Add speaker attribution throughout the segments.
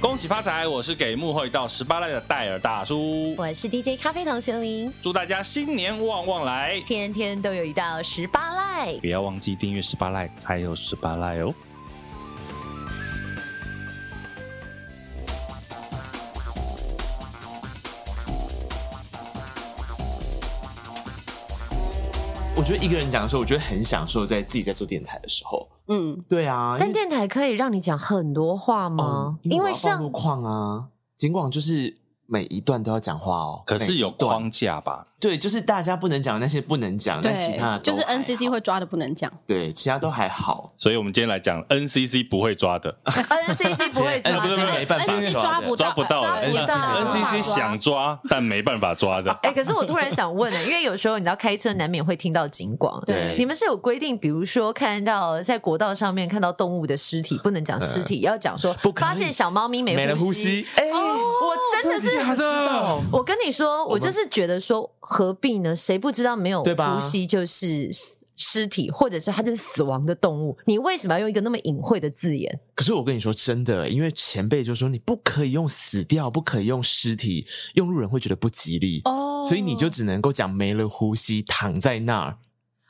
Speaker 1: 恭喜发财！我是给幕后一道十八代的戴尔大叔，
Speaker 2: 我是 DJ 咖啡糖玄灵，
Speaker 1: 祝大家新年旺旺来！
Speaker 2: 天天都有一道十八赖。
Speaker 1: 不要忘记订阅十八赖，才有十八赖哦。
Speaker 3: 我觉得一个人讲的时候，我觉得很享受在自己在做电台的时候。
Speaker 2: 嗯，
Speaker 3: 对啊，
Speaker 4: 但
Speaker 3: 因为
Speaker 4: 电台可以让你讲很多话吗
Speaker 3: 哦？
Speaker 4: 因
Speaker 3: 我
Speaker 4: 为
Speaker 3: 要放
Speaker 4: 像
Speaker 3: 路况啊，尽管就是每一段都要讲话哦，
Speaker 1: 可是有
Speaker 3: 每一段
Speaker 1: 框架吧？
Speaker 3: 对，就是大家不能讲的那些不能讲，但其他的
Speaker 5: 对，
Speaker 3: 都
Speaker 5: 就是
Speaker 3: 还好
Speaker 5: NCC 会抓的不能讲，
Speaker 3: 对，其他都还好。
Speaker 1: 所以我们今天来讲 NCC 不会抓的
Speaker 4: NCC 不会抓
Speaker 3: 哎不是不是没办法
Speaker 5: ，NCC
Speaker 3: 抓
Speaker 5: 抓
Speaker 3: 的
Speaker 5: 不
Speaker 1: 抓
Speaker 5: 到，
Speaker 1: 不到
Speaker 5: 抓
Speaker 1: 的
Speaker 5: 不到
Speaker 4: 抓不到。
Speaker 1: ，NCC 想抓但没办法抓的
Speaker 4: 哎、可是我突然想问了、 因为有时候你知道开车难免会听到警广，
Speaker 3: 对
Speaker 4: 你们是有规定，比如说看到在国道上面看到动物的尸体，不能讲尸体，要讲说
Speaker 3: 嗯不可以
Speaker 4: 发现小猫咪没
Speaker 3: 没了呼吸
Speaker 4: 吸。，
Speaker 3: 哎、
Speaker 4: 我真的是
Speaker 3: 真的假的
Speaker 4: 我跟你说，我就是觉得说何必呢？谁不知道没有
Speaker 3: 对吧
Speaker 4: 呼吸就是尸尸体，或者是它就是死亡的动物？你为什么要用一个那么隐晦的字眼？
Speaker 3: 可是我跟你说真的，因为前辈就说你不可以用死掉，不可以用尸体，用路人会觉得不吉利，
Speaker 5: 哦
Speaker 3: 所以你就只能够讲没了呼吸，躺在那儿，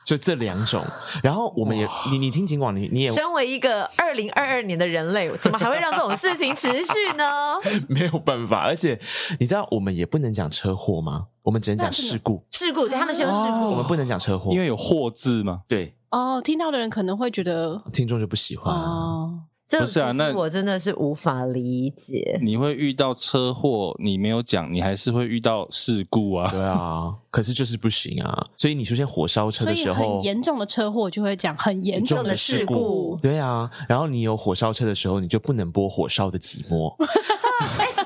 Speaker 3: 就这两种。然后我们也，你你听尽管你你也
Speaker 4: 身为一个二零二二年的人类，怎么还会让这种事情持续呢？
Speaker 3: 没有办法，而且你知道我们也不能讲车祸吗？我们只能讲事故，
Speaker 4: 事故，对他们是有事故。
Speaker 3: 我们不能讲车祸，
Speaker 1: 因为有“祸”字嘛，
Speaker 3: 对
Speaker 5: 哦，听到的人可能会觉得
Speaker 3: 听众就不喜欢啊。嗯
Speaker 5: 哦，
Speaker 4: 这
Speaker 1: 不是啊
Speaker 4: 其实
Speaker 1: 那
Speaker 4: 我真的是无法理解。
Speaker 1: 你会遇到车祸，你没有讲，你还是会遇到事故啊。
Speaker 3: 对啊，可是就是不行啊，所以你出现火烧车
Speaker 5: 所
Speaker 3: 的
Speaker 5: 以
Speaker 3: 时
Speaker 5: 很
Speaker 3: 候，
Speaker 5: 严重的车祸就会讲很严重
Speaker 4: 的事
Speaker 3: 重
Speaker 4: 故
Speaker 3: 对啊，然后你有火烧车的时候，你就不能播《火烧的寂寞》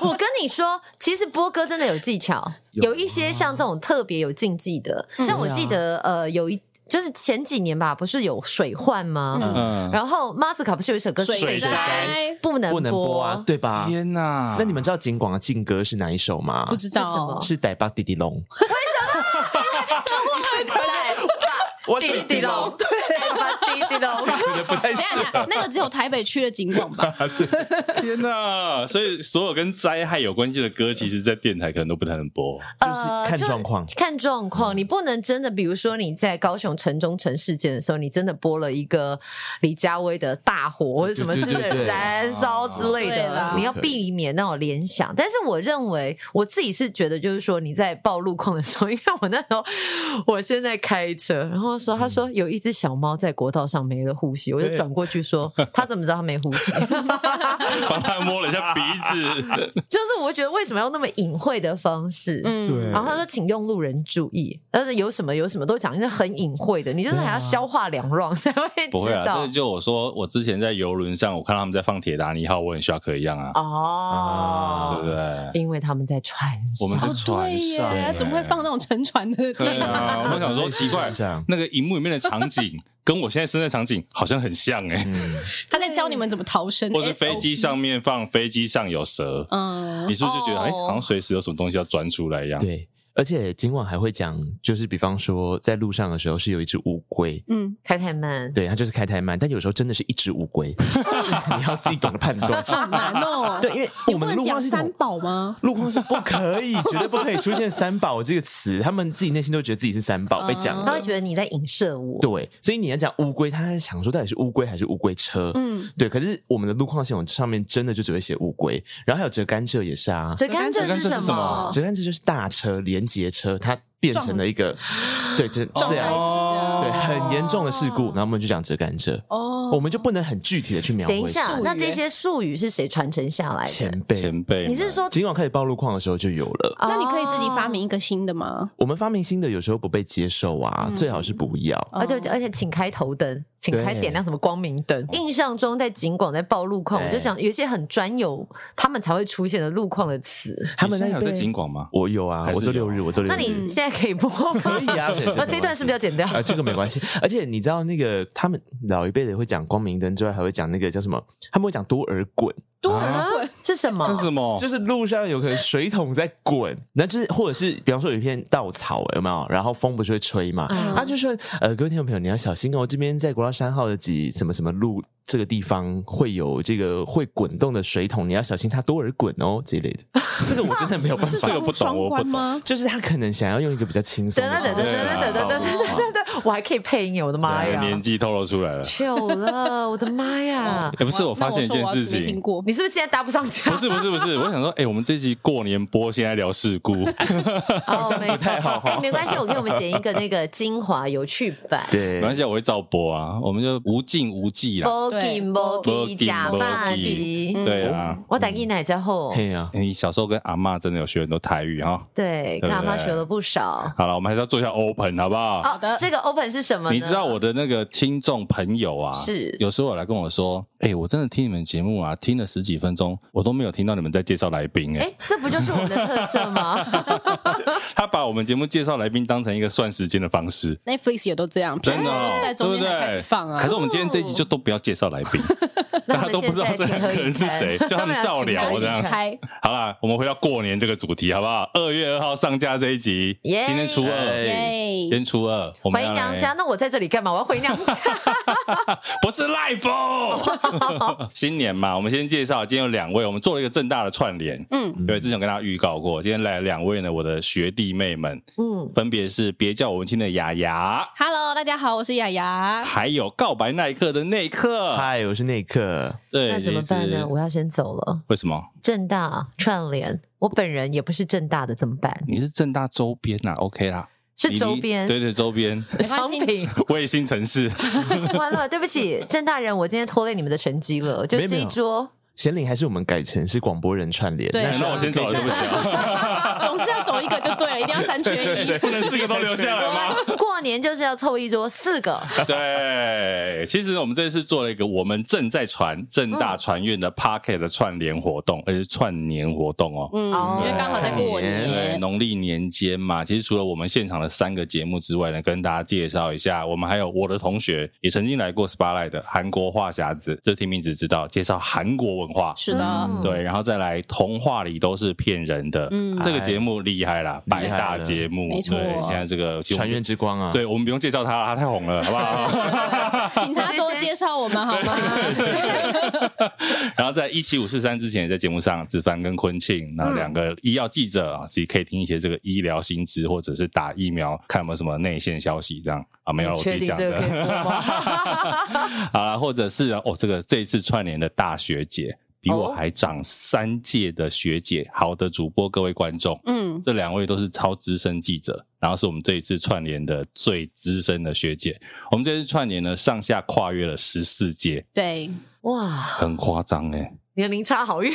Speaker 4: 我跟你说，其实播歌真的有技巧，有
Speaker 3: 有
Speaker 4: 一些像这种特别有禁忌的，像我记得呃有一就是前几年吧，不是有水患吗？
Speaker 5: 嗯
Speaker 1: 嗯，
Speaker 4: 然后马斯卡不是有一首歌《
Speaker 5: 水灾
Speaker 4: 不能
Speaker 3: 不能播啊，对吧？
Speaker 1: 天哪！
Speaker 3: 那你们知道景广的禁歌是哪一首吗？
Speaker 5: 不知
Speaker 4: 是什么
Speaker 5: 道哦
Speaker 3: 是逮巴弟弟龙，
Speaker 4: 我滴滴 龙， 对，滴滴龙。
Speaker 3: 可能不太
Speaker 5: 等一下等一下，那个只有台北区的景广吧？
Speaker 1: 天哪！所以所有跟灾害有关系的歌，其实在电台可能都不太能播。
Speaker 3: 就是看状况
Speaker 4: 呃
Speaker 3: 嗯
Speaker 4: 就看状况。你不能真的，比如说你在高雄城中城事件的时候，你真的播了一个李佳薇的大火或者什么
Speaker 3: 对对
Speaker 4: 这
Speaker 3: 对
Speaker 4: 个
Speaker 3: 对
Speaker 4: 燃烧之类
Speaker 5: 哦对
Speaker 4: 的
Speaker 5: 啦，
Speaker 4: 你要避免那种联想。但是我认为我自己是觉得，就是说你在暴露况的时候，因为我那时候我现在开车，然后说他
Speaker 3: 嗯
Speaker 4: 说有一只小猫在国道上没了呼吸，我就转过去说他怎么知道他没呼吸？
Speaker 1: 帮他摸了一下鼻子，
Speaker 4: 就是我觉得为什么要那么隐晦的方式？
Speaker 5: 嗯，
Speaker 3: 对
Speaker 4: 然后他说，请用路人注意，但是有什么有什么都讲，因为很隐晦的，你就是还要消化两 round 才会
Speaker 1: 不会
Speaker 4: 知
Speaker 1: 啊，
Speaker 4: 道
Speaker 1: 这。就我说，我之前在游轮上，我看到他们在放《铁达尼号》，我很 shock 一样啊，对不
Speaker 4: 哦，
Speaker 1: 对？
Speaker 4: 因为他们在传
Speaker 1: 我们
Speaker 4: 销，
Speaker 1: 在
Speaker 5: 哦对
Speaker 1: 船上欸，
Speaker 5: 耶，怎么
Speaker 3: 哎
Speaker 5: 会放那种沉船 的电
Speaker 1: 对
Speaker 5: 影？
Speaker 1: 啊，我想说奇怪
Speaker 3: 这样，
Speaker 1: 那个荧幕里面的场景跟我现在身在场景好像很像哎、
Speaker 3: 嗯，
Speaker 5: 他在教你们怎么逃生，
Speaker 1: 或是飞机
Speaker 5: SOP
Speaker 1: 上，面放飞机上有蛇，
Speaker 5: 嗯
Speaker 1: 你，是不是就觉得
Speaker 4: 哦
Speaker 1: 哎、好像随时有什么东西要钻出来一样？
Speaker 3: 对。啊而且景广还会讲，就是比方说在路上的时候是有一只乌龟，
Speaker 5: 嗯，
Speaker 4: 开太慢。
Speaker 3: 对，它就是开太慢，但有时候真的是一只乌 龟，你要自己懂得判断。
Speaker 5: 好难哦。
Speaker 3: 对，因为我
Speaker 5: 你不
Speaker 3: 们的
Speaker 5: 能
Speaker 3: 路
Speaker 5: 讲
Speaker 3: 况系
Speaker 5: 三
Speaker 3: 统，
Speaker 5: 宝吗？
Speaker 3: 路况是不可 以，绝对不可以出现“三宝”这个词，他们自己内心都觉得自己是三宝被讲
Speaker 4: 他会
Speaker 3: 的。
Speaker 5: 哦
Speaker 4: 觉得你在影射我，
Speaker 3: 对，所以你要讲乌龟，他在想说到底是乌龟还是乌龟车？
Speaker 5: 嗯，
Speaker 3: 对，可是我们的路况系统上面真的就只会写乌龟，然后还有折甘蔗也是啊，
Speaker 4: 折甘蔗是什
Speaker 5: 折甘蔗是什
Speaker 4: 么
Speaker 5: 么？
Speaker 3: 折甘蔗就是大车连结车，它变成了一个对，啊这
Speaker 5: 撞
Speaker 1: 啊
Speaker 3: 这
Speaker 5: 在一
Speaker 3: 样
Speaker 5: 起
Speaker 3: 对
Speaker 5: 的，
Speaker 3: 很严重的事故，然后我们就讲折甘蔗，
Speaker 5: 哦，
Speaker 3: 我们就不能很具体的去描
Speaker 4: 哦等一
Speaker 3: 绘。
Speaker 4: 下，
Speaker 5: 术语
Speaker 4: 那这些术语是谁传承下来的？
Speaker 3: 前辈，
Speaker 1: 前辈们，
Speaker 4: 你是说？
Speaker 3: 尽管开始报路况的时候就有了。
Speaker 5: 那你可以自己发
Speaker 4: 哦，
Speaker 5: 明一个新的吗？
Speaker 3: 我们发明新的有时候不被接受啊，最好是不
Speaker 1: 哦
Speaker 5: 哦
Speaker 3: 要。
Speaker 5: 啊
Speaker 4: 而且
Speaker 5: 哎
Speaker 4: 而且，请开头灯，请开
Speaker 3: 对
Speaker 4: 点亮什么光明灯。印象中在景广在报路况，我就
Speaker 3: 对
Speaker 4: 想有一些很专有他们才会出现的路况的词。
Speaker 3: 他们
Speaker 1: 你
Speaker 3: 那
Speaker 1: 现在
Speaker 3: 一
Speaker 1: 有在
Speaker 3: 辈
Speaker 1: 景，广吗？
Speaker 3: 我有啊
Speaker 1: 还，是
Speaker 3: 我周六日，我周六
Speaker 4: 那
Speaker 3: 日。
Speaker 4: 你现在可以播吗？
Speaker 3: 可以啊，
Speaker 4: 我这一段是不是要剪掉？
Speaker 3: 啊，这个没关系。而且你知道那个他们老一辈的会讲光明灯之外，还会讲那个叫什么？他们会讲多尔衮，
Speaker 5: 多尔衮
Speaker 4: 是什么
Speaker 1: 那？是什么？
Speaker 3: 就是路上有可能水桶在滚，那就是或者是比方说有一片稻草有没有？然后风不
Speaker 5: 啊嗯
Speaker 3: 啊是会吹嘛？他就说呃，各位听众朋友，你要小心哦，这边在国道三号的几什么什么路这个地方会有这个会滚动的水桶，你要小心它多尔滚哦这一类的。这个我真的没有办
Speaker 5: 是
Speaker 1: 这
Speaker 3: 法，
Speaker 1: 个不
Speaker 5: 双
Speaker 1: 懂我不
Speaker 5: 双关
Speaker 1: 懂
Speaker 5: 吗？
Speaker 3: 就是他可能想要用一个比较轻松
Speaker 4: 等等
Speaker 3: 的方式
Speaker 4: 等等
Speaker 3: 来报
Speaker 1: 对啊
Speaker 4: 等等等等等
Speaker 3: 复
Speaker 4: 等等，我还可以配音耶！我的妈
Speaker 1: 你的年
Speaker 4: 呀，
Speaker 1: 纪透露出 来了。
Speaker 4: 糗了，我的妈呀！
Speaker 1: 哎，不是，我发现一件事
Speaker 5: 那我说我要没听
Speaker 1: 情，
Speaker 5: 过，
Speaker 4: 你是不是今天搭不上架？
Speaker 1: 不是不是不是，我想说，哎，我们这集过年播，现在聊事故，
Speaker 4: 哦，没错
Speaker 3: 太好哈
Speaker 4: 哎，没关系，我给我们剪一个那个精华有趣版。
Speaker 1: 没
Speaker 3: 对，
Speaker 1: 关系啊，我会照播啊，我们就无尽无际啦。
Speaker 4: b o g
Speaker 5: 对
Speaker 4: i b o g i 假发
Speaker 5: 嗯
Speaker 4: 迪，
Speaker 1: 对啊，
Speaker 4: 我打给奶家后，
Speaker 3: 嘿呀，
Speaker 1: 你小时候跟阿嬷真的有学很多台语哈。
Speaker 4: 对，跟阿妈学了不少。
Speaker 1: 好了，我们还是要做一下 open 好不好？
Speaker 4: 好的，这个 open 是哦什么呢？
Speaker 1: 你知道我的那个听众朋友啊，
Speaker 4: 是
Speaker 1: 有时候有来跟我说，哎、我真的听你们节目啊，听了十几分钟，我都没有听到你们在介绍来宾、哎、
Speaker 4: 哎，这不就是我们的特色吗？
Speaker 1: 他把我们节目介绍来宾当成一个算时间的方式。
Speaker 5: Netflix 也都这样，
Speaker 1: 真的、哦
Speaker 5: 就是，在
Speaker 1: 对
Speaker 5: 中
Speaker 1: 不
Speaker 5: 间才开始
Speaker 1: 对？
Speaker 5: 放啊
Speaker 1: 可。是我们今天这一集就都不要介绍来宾，
Speaker 4: 那
Speaker 1: 大家
Speaker 4: 我
Speaker 1: 都
Speaker 4: 们
Speaker 1: 不
Speaker 4: 现
Speaker 1: 知道这
Speaker 4: 在
Speaker 1: 两
Speaker 4: 请何
Speaker 1: 个人
Speaker 4: 以
Speaker 1: 是谁，
Speaker 4: 琛，
Speaker 1: 叫他们照聊这样
Speaker 5: 自己。猜，
Speaker 1: 好啦，我们回到过年这个主题好不好？二月二号上架这一集，
Speaker 4: 耶
Speaker 1: 今天初
Speaker 5: 哎
Speaker 1: 二，今
Speaker 5: 耶！
Speaker 1: 天初二，我们
Speaker 4: 回
Speaker 1: 要
Speaker 4: 娘
Speaker 1: 来
Speaker 4: 家，那我在这里干嘛？我要回娘家。
Speaker 1: 不是 life 哦。 新年嘛，我们先介绍，今天有两位，我们做了一个正大的串联。
Speaker 5: 嗯，
Speaker 1: 对，之前有跟大家预告过，今天来了两位呢，我的学弟妹们，
Speaker 4: 嗯，
Speaker 1: 分别是别叫我文青的雅雅，
Speaker 5: Hello，大家好，我是雅雅。
Speaker 1: 还有告白那一刻的那一刻。
Speaker 3: 嗨，我是内克，
Speaker 1: 对，
Speaker 4: 那怎么办
Speaker 1: 其实
Speaker 4: 呢？我要先走了。
Speaker 1: 为什么？
Speaker 4: 正大串联，我本人也不是正大的，怎么办？
Speaker 1: 你是正大周边呐、o k 啦，
Speaker 4: 是
Speaker 1: 你
Speaker 4: 周边
Speaker 1: 对对，周 边
Speaker 5: 没关系
Speaker 4: 商品。
Speaker 1: 卫星城市，
Speaker 4: 完了，对不起，郑大人，我今天拖累你们的成绩了。就
Speaker 3: 没有
Speaker 4: 这
Speaker 3: 没
Speaker 4: 一
Speaker 3: 有
Speaker 4: 桌，
Speaker 3: 贤玲还是我们改成是广播人串联，
Speaker 5: 对
Speaker 3: 那
Speaker 5: 啊
Speaker 1: 那我先走了，对不起啊，
Speaker 5: 总是要走一个就对了，一定要三缺一。
Speaker 1: 不能四个都留下来 吗？
Speaker 4: 过年就是要凑一桌四个。
Speaker 1: 对，其实我们这次做了一个我们正在传正大传院的 Pocket 的串联活动，而且是串年活动哦。
Speaker 5: 嗯，因为刚好在过
Speaker 1: 哎对，
Speaker 5: 年，
Speaker 1: 农历年间嘛，其实除了我们现场的三个节目之外呢，跟大家介绍一下，我们还有我的同学也曾经来过 Spotlight 的韩国话匣子，就听名字知道介绍韩国文化。
Speaker 5: 是的，
Speaker 4: 嗯
Speaker 1: 对，然后再来童话里都是骗人的，
Speaker 5: 嗯
Speaker 1: 这个节目厉害啦，
Speaker 3: 哎厉
Speaker 1: 百
Speaker 3: 害了
Speaker 1: 大节目，
Speaker 5: 没错
Speaker 1: 对，现在这个
Speaker 3: 传院，之光啊，
Speaker 1: 对我们不用介绍他，他太红了，好不 好？
Speaker 5: 请他多介绍我们好吗？
Speaker 1: 然后在一七五四三之前，也在节目上，子凡跟昆庆，
Speaker 4: 嗯
Speaker 1: 那两个医药记者啊，其实可以听一些这个医疗新知，或者是打疫苗，看有没有什么内线消息这样啊，没有
Speaker 4: 你
Speaker 1: 啦我自
Speaker 4: 哎确
Speaker 1: 己
Speaker 4: 定
Speaker 1: 讲
Speaker 4: 这个可以播
Speaker 1: 的。
Speaker 4: 吗
Speaker 1: 好啦，或者是哦，这个这一次串联的大学姐，比我
Speaker 4: 哦
Speaker 1: 还长三届的学姐，好的主播，各位观众。
Speaker 5: 嗯，
Speaker 1: 这两位都是超资深记者，然后是我们这一次串联的最资深的学姐。我们这次串联呢，上下跨越了十四届，
Speaker 5: 对，
Speaker 4: 哇，
Speaker 1: 很夸张哎、
Speaker 4: 年龄差好远，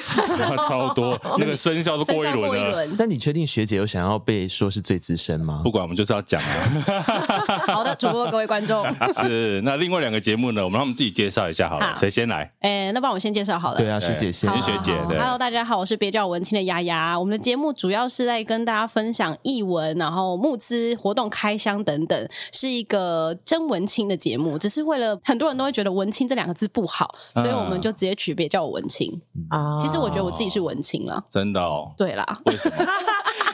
Speaker 1: 超多，那个生肖都
Speaker 5: 生
Speaker 1: 过一
Speaker 5: 肖
Speaker 1: 轮啊
Speaker 5: 过一
Speaker 1: 了。
Speaker 5: 轮。
Speaker 3: 那你确定学姐有想要被说是最资深吗
Speaker 1: 不？管，我们就是要讲啊。
Speaker 5: 好的，主播各位观众，
Speaker 1: 是，那另外两个节目呢，我们让我们自己介绍一下好了。
Speaker 5: 好
Speaker 1: 谁先来？
Speaker 5: 哎，那帮我先介绍好了。
Speaker 3: 对啊，学姐先
Speaker 1: 好，学姐
Speaker 5: 好
Speaker 1: 对
Speaker 5: Hello，大家好，我是别叫我文青的雅雅。我们的节目主要是在跟大家分享译文，然后募资活动开箱等等，是一个真文青的节目。只是为了很多人都会觉得文青这两个字不好，所以我们就直接取别叫我文青。
Speaker 4: 啊
Speaker 5: 其实我觉得我自己是文青了，
Speaker 1: 真的哦。
Speaker 5: 对啦。
Speaker 1: 为什么？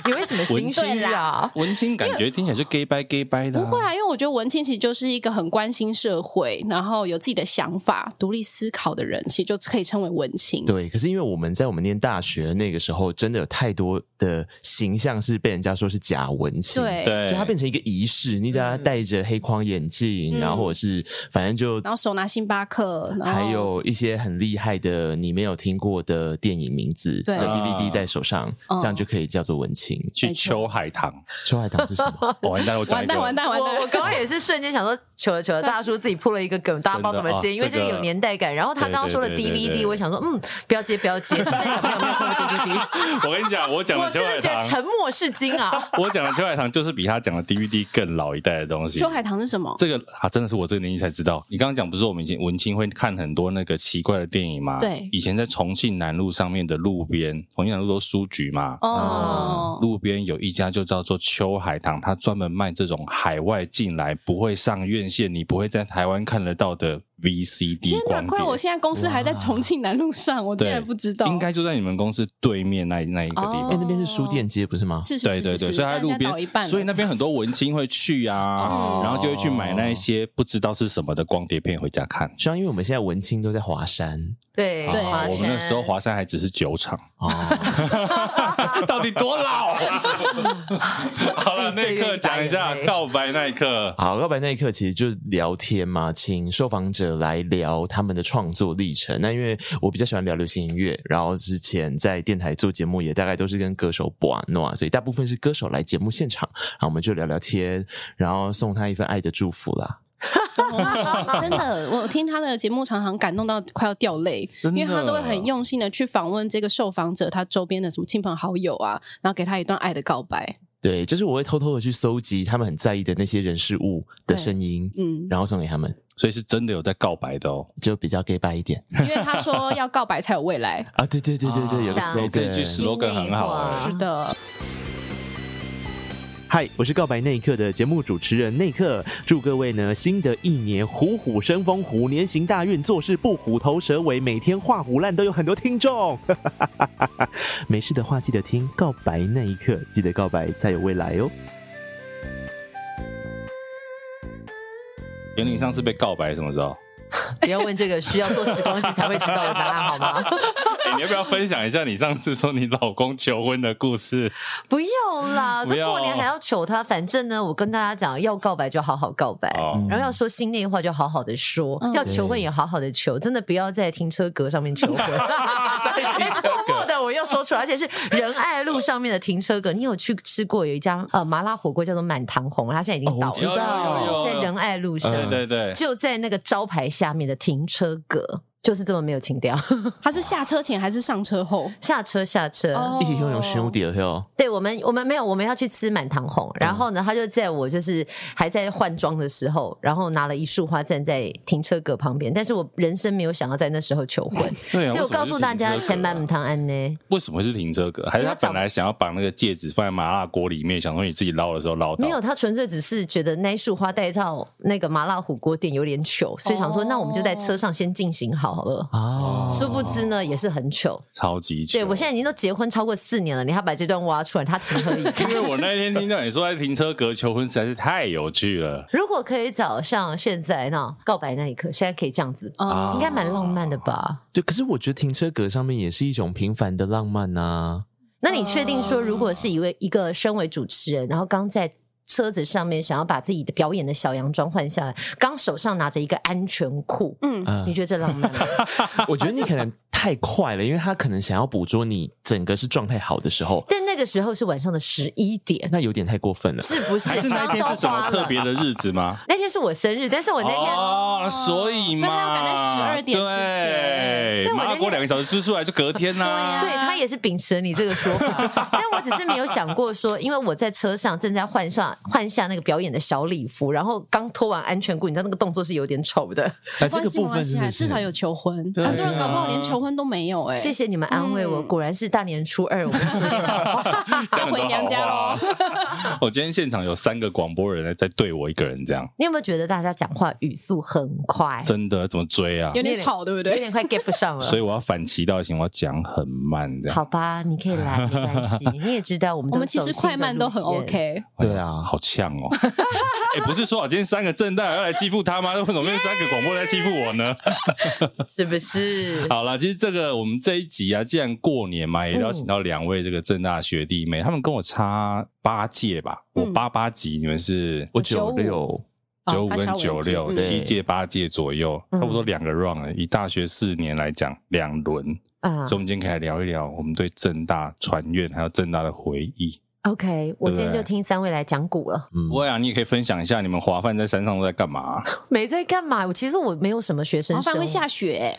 Speaker 4: 你为什么心虚啊？
Speaker 1: 文青感觉听起来就 gay 掰 gay 掰的、
Speaker 5: 不会。啊，因为我觉得文青其实就是一个很关心社会，然后有自己的想法、独立思考的人，其实就可以称为文青。
Speaker 3: 对，可是因为我们在我们念大学那个时候，真的有太多的形象是被人家说是假文青，，
Speaker 5: 对，
Speaker 1: 对，
Speaker 3: 就它变成一个仪式，你只要戴着黑框眼镜，
Speaker 5: 嗯
Speaker 3: 然后或者是反正就
Speaker 5: 然后哦手拿星巴克，然后
Speaker 3: 还有一些很厉害的你没有听过的电影名字
Speaker 5: 对
Speaker 3: 的 DVD 在手上，
Speaker 5: 嗯
Speaker 3: 这样就可以叫做文青。
Speaker 1: 去秋海棠。
Speaker 3: 秋海棠是什么？
Speaker 1: 哦完蛋了，我讲
Speaker 5: 完
Speaker 1: 一个
Speaker 5: 蛋完蛋
Speaker 4: 我
Speaker 5: 完蛋，
Speaker 4: 我刚刚也是瞬间想说，糗了糗 了，大叔自己铺了一个梗，大家不知道怎么接，因为这个有年代感。然后他刚刚说的
Speaker 1: 啊对对对对
Speaker 4: DVD，
Speaker 1: 对
Speaker 4: 我想说，嗯，不要接，不要接，现在小朋友没有看过 DVD，
Speaker 1: 我跟你讲，我讲
Speaker 4: 我
Speaker 1: 的秋
Speaker 4: 真
Speaker 1: 海
Speaker 4: 的觉得
Speaker 1: 棠，
Speaker 4: 沉默是 金啊。
Speaker 1: 我讲的秋海棠就是比他讲的 DVD 更老一代的东西。
Speaker 5: 秋海棠是什么？
Speaker 1: 这个啊，真的是我这个年纪才知道。你刚刚讲不是我们以前文青会看很多那个奇怪的电影吗？
Speaker 5: 对
Speaker 1: 以前在重庆南路上面的路边，重庆南路都是书局嘛。
Speaker 5: 哦，哦
Speaker 1: 路边有一家就叫做秋海棠，它专门卖这种海外进来不会上院线，你不会在台湾看得到的
Speaker 5: 天
Speaker 1: VCD
Speaker 5: 哪！
Speaker 1: 光碟
Speaker 5: 亏。我现在公司还在重庆南路上，我竟
Speaker 1: 对
Speaker 5: 然不知道。
Speaker 1: 应该就在你们公司对面那那一个地
Speaker 3: 哎，
Speaker 1: 方。
Speaker 5: 哦
Speaker 3: 那边是书店街不是吗？
Speaker 5: 是是
Speaker 1: 对
Speaker 5: 是
Speaker 1: 对
Speaker 5: 是
Speaker 1: 对，
Speaker 5: 是，
Speaker 1: 所以它在路
Speaker 5: 但现倒一半
Speaker 1: 边，
Speaker 5: 了，
Speaker 1: 所以那边很多文青会去啊，
Speaker 5: 嗯
Speaker 1: 然后就会去买那一些不知道是什么的光碟片回家看。
Speaker 3: 虽然啊因为我们现在文青都在华山
Speaker 4: 对
Speaker 1: 啊
Speaker 4: 华
Speaker 1: 我们那时候
Speaker 4: 山
Speaker 1: 华山还只是酒厂，
Speaker 3: 哦，
Speaker 1: 到底多老？ 啊好了，
Speaker 4: 自己
Speaker 1: 那
Speaker 4: 岁
Speaker 1: 一
Speaker 4: 月
Speaker 1: 刻
Speaker 4: 一把
Speaker 1: 讲一
Speaker 4: 眼
Speaker 1: 下
Speaker 4: 泪
Speaker 1: 告白那一 刻。
Speaker 3: 好，告白那一刻其实就是聊天嘛，请受访者来聊他们的创作历程。那因为我比较喜欢聊流行音乐，然后之前在电台做节目也大概都是跟歌手播啊弄啊，所以大部分是歌手来节目现场，然后我们就聊聊天，然后送他一份爱的祝福啦。
Speaker 5: 哦 真的，我听他的节目常常感动到快要掉泪，
Speaker 1: 真
Speaker 5: 因
Speaker 1: 的
Speaker 5: 为他都会很用心的去访问这个受访者，他周边的什么亲朋好友啊，然后给他一段爱的告白。
Speaker 3: 对，就是我会偷偷的去搜集他们很在意的那些人事物的声音，
Speaker 5: 嗯，
Speaker 3: 然后送给他们，
Speaker 1: 所以是真的有在告白的哦。
Speaker 3: 就比较 gay 白一点
Speaker 5: 因为他说要告白才有 未来。
Speaker 3: 啊。对对对对对，有
Speaker 4: 这
Speaker 3: 个
Speaker 4: 样
Speaker 3: slogan，
Speaker 1: 哦这一句 slogan 很好哎、
Speaker 4: 心里话
Speaker 5: 是的，
Speaker 3: 嗨，我是告白那一刻的节目主持人内克，祝各位呢新的一年虎虎生风，虎年行大运，做事不虎头蛇尾，每天画虎烂都有很多听众。 没事的话，记得听告白那一刻，记得告白才有未来哦。
Speaker 1: 袁林上次被告白什么时 候？
Speaker 4: 不要问这个需要做时光机才会知道的答案好 吗？
Speaker 1: 哎你要不要分享一下你上次说你老公求婚的故事？
Speaker 4: 不用啦，
Speaker 1: 不
Speaker 4: 这
Speaker 1: 要啊
Speaker 4: 过年还要求他。反正呢，我跟大家讲，要告白就好好告白，
Speaker 3: 嗯
Speaker 1: 哦，
Speaker 4: 然后要说心内话就好好的说，
Speaker 5: 嗯
Speaker 4: 要求婚也好好的求，真的不要在停车格上 面求婚。哎默默的我又说出来，而且是仁爱路上面的停车格。你有去吃过有一家呃麻辣火锅叫做满堂红，它现在已经
Speaker 3: 哦
Speaker 4: 倒
Speaker 3: 我知
Speaker 4: 了，
Speaker 3: 道
Speaker 1: 有有
Speaker 4: 在
Speaker 1: 有有
Speaker 4: 仁爱路上，
Speaker 1: 嗯对对对，
Speaker 4: 就在那个招牌下面的停车格，就是这么没有情调。
Speaker 5: 他是下车前还是上车后？
Speaker 4: 下车，下车。
Speaker 1: 呃
Speaker 5: 哦
Speaker 3: 一起用用兄弟哦，
Speaker 4: 对我们，我们没有，我们要去吃满堂红。然后呢，他就在我就是还在换装的时候，然后拿了一束花站在停车格旁边。但是我人生没有想要在那时候求婚，
Speaker 1: 对啊
Speaker 4: 所以我告诉大家，
Speaker 1: 啊
Speaker 4: 前满母堂安呢。
Speaker 1: 为什么是停车格？还是他本来想要把那个戒指放在麻辣锅里面，想说你自己捞的时候捞到？
Speaker 4: 没有，他纯粹只是觉得那一束花带到那个麻辣火锅店有点糗，所以想说，
Speaker 5: 哦
Speaker 4: 那我们就在车上先进行好了。
Speaker 5: 啊
Speaker 3: 哦
Speaker 4: 殊不知呢，也是很糗。
Speaker 1: 超级糗。
Speaker 4: 对我现在已经都结婚超过四年了，你还把这段挖出来，他情何以堪？
Speaker 1: 因为我那天听到你说在停车格求婚，实在是太有趣 了。
Speaker 4: 如果可以找像现在那告白那一刻，现在可以这样子，
Speaker 1: 啊
Speaker 5: 哦
Speaker 4: 应该蛮浪漫的吧？
Speaker 3: 对，可是我觉得停车格上面也是一种平凡的浪漫啊呐、
Speaker 4: 那你确定说，如果是一位一个身为主持人，然后刚在车子上面想要把自己的表演的小洋装换下来，刚手上拿着一个安全裤，
Speaker 5: 嗯，
Speaker 3: 啊。
Speaker 4: 你觉得这浪漫吗？
Speaker 3: 我觉得你可能太快了，因为他可能想要捕捉你整个是状态好的时候，
Speaker 4: 但那个时候是晚上的十一点，
Speaker 3: 那有点太过分了。
Speaker 4: 是不是？
Speaker 1: 还是那一天是什么特别的日子吗？
Speaker 4: 那天是我生日，但是我那天、
Speaker 1: 哦，所以嘛，
Speaker 5: 所以他要赶在12点之
Speaker 1: 对，
Speaker 4: 但我
Speaker 5: 前
Speaker 4: 那天
Speaker 1: 麻辣锅两个小时吃出来就隔天啊啦、
Speaker 4: 对他也是秉持你这个说 法，但我只是没有想过说，因为我在车上正在换上换下那个表演的小礼服，然后刚脱完安全裤，你知道那个动作是有点丑的。
Speaker 3: 那这
Speaker 5: 没关
Speaker 3: 个
Speaker 5: 系，没
Speaker 3: 部
Speaker 5: 关
Speaker 3: 分
Speaker 5: 系
Speaker 3: 真
Speaker 5: 啊，
Speaker 3: 的是
Speaker 5: 至少有求婚。
Speaker 1: 对啊
Speaker 5: 很多人搞不好连求婚都没有哎。
Speaker 4: 谢谢你们安慰我，
Speaker 5: 嗯
Speaker 4: 果然是大年初二，我们说 的好话
Speaker 1: 讲很多
Speaker 5: 啊要回娘家
Speaker 1: 好
Speaker 5: 咯
Speaker 1: 话。 我今天现场有三个广播人在对我一个人这样，
Speaker 4: 你有没有觉得大家讲话语速很快，
Speaker 1: 真的怎么追啊
Speaker 5: 有？点吵，对不
Speaker 4: 有
Speaker 5: 对？
Speaker 4: 点快 get 不上
Speaker 1: 所以
Speaker 4: 了？
Speaker 1: 我要反其道行，我要讲很慢这样。
Speaker 4: 好吧，你可以来，没关系。你也知道，我们
Speaker 5: 我
Speaker 4: 都
Speaker 5: 们其实
Speaker 4: 走新的
Speaker 5: 快慢都很
Speaker 4: 路线
Speaker 5: OK。
Speaker 1: 哎呦
Speaker 3: 对啊
Speaker 1: 好呛哦！ 哎、不是说好今天三个正大要来欺负他吗？那为 什么那三个广播在欺负我呢？
Speaker 4: 是不是？
Speaker 1: 好了，其实这个我们这一集啊，既然过年嘛，也邀请到两位这个正大学弟妹，他们跟我差八届吧，我
Speaker 5: 嗯
Speaker 1: 八八级，你们是
Speaker 3: 我
Speaker 5: 九
Speaker 3: 九
Speaker 5: 五
Speaker 3: 六，
Speaker 5: 哦
Speaker 1: 九五跟
Speaker 5: 他小
Speaker 1: 九
Speaker 5: 我一届
Speaker 1: 六
Speaker 5: 嗯
Speaker 1: 七届八届左右，差
Speaker 4: 嗯
Speaker 1: 不多两个 round 了。以大学四年来讲，两轮，
Speaker 4: 啊
Speaker 1: 所以我们今天可以来聊一聊我们对正大传院还有正大的回忆。
Speaker 4: ，OK，我今天
Speaker 1: 对
Speaker 4: 就听三位来讲股了。
Speaker 3: 嗯，
Speaker 1: 薇啊，你也可以分享一下你们华范在山上都在干嘛？啊
Speaker 4: 没在干嘛？我其实我没有什么学生
Speaker 5: 麻
Speaker 4: 生
Speaker 5: 烦
Speaker 4: 活，
Speaker 5: 会下雪，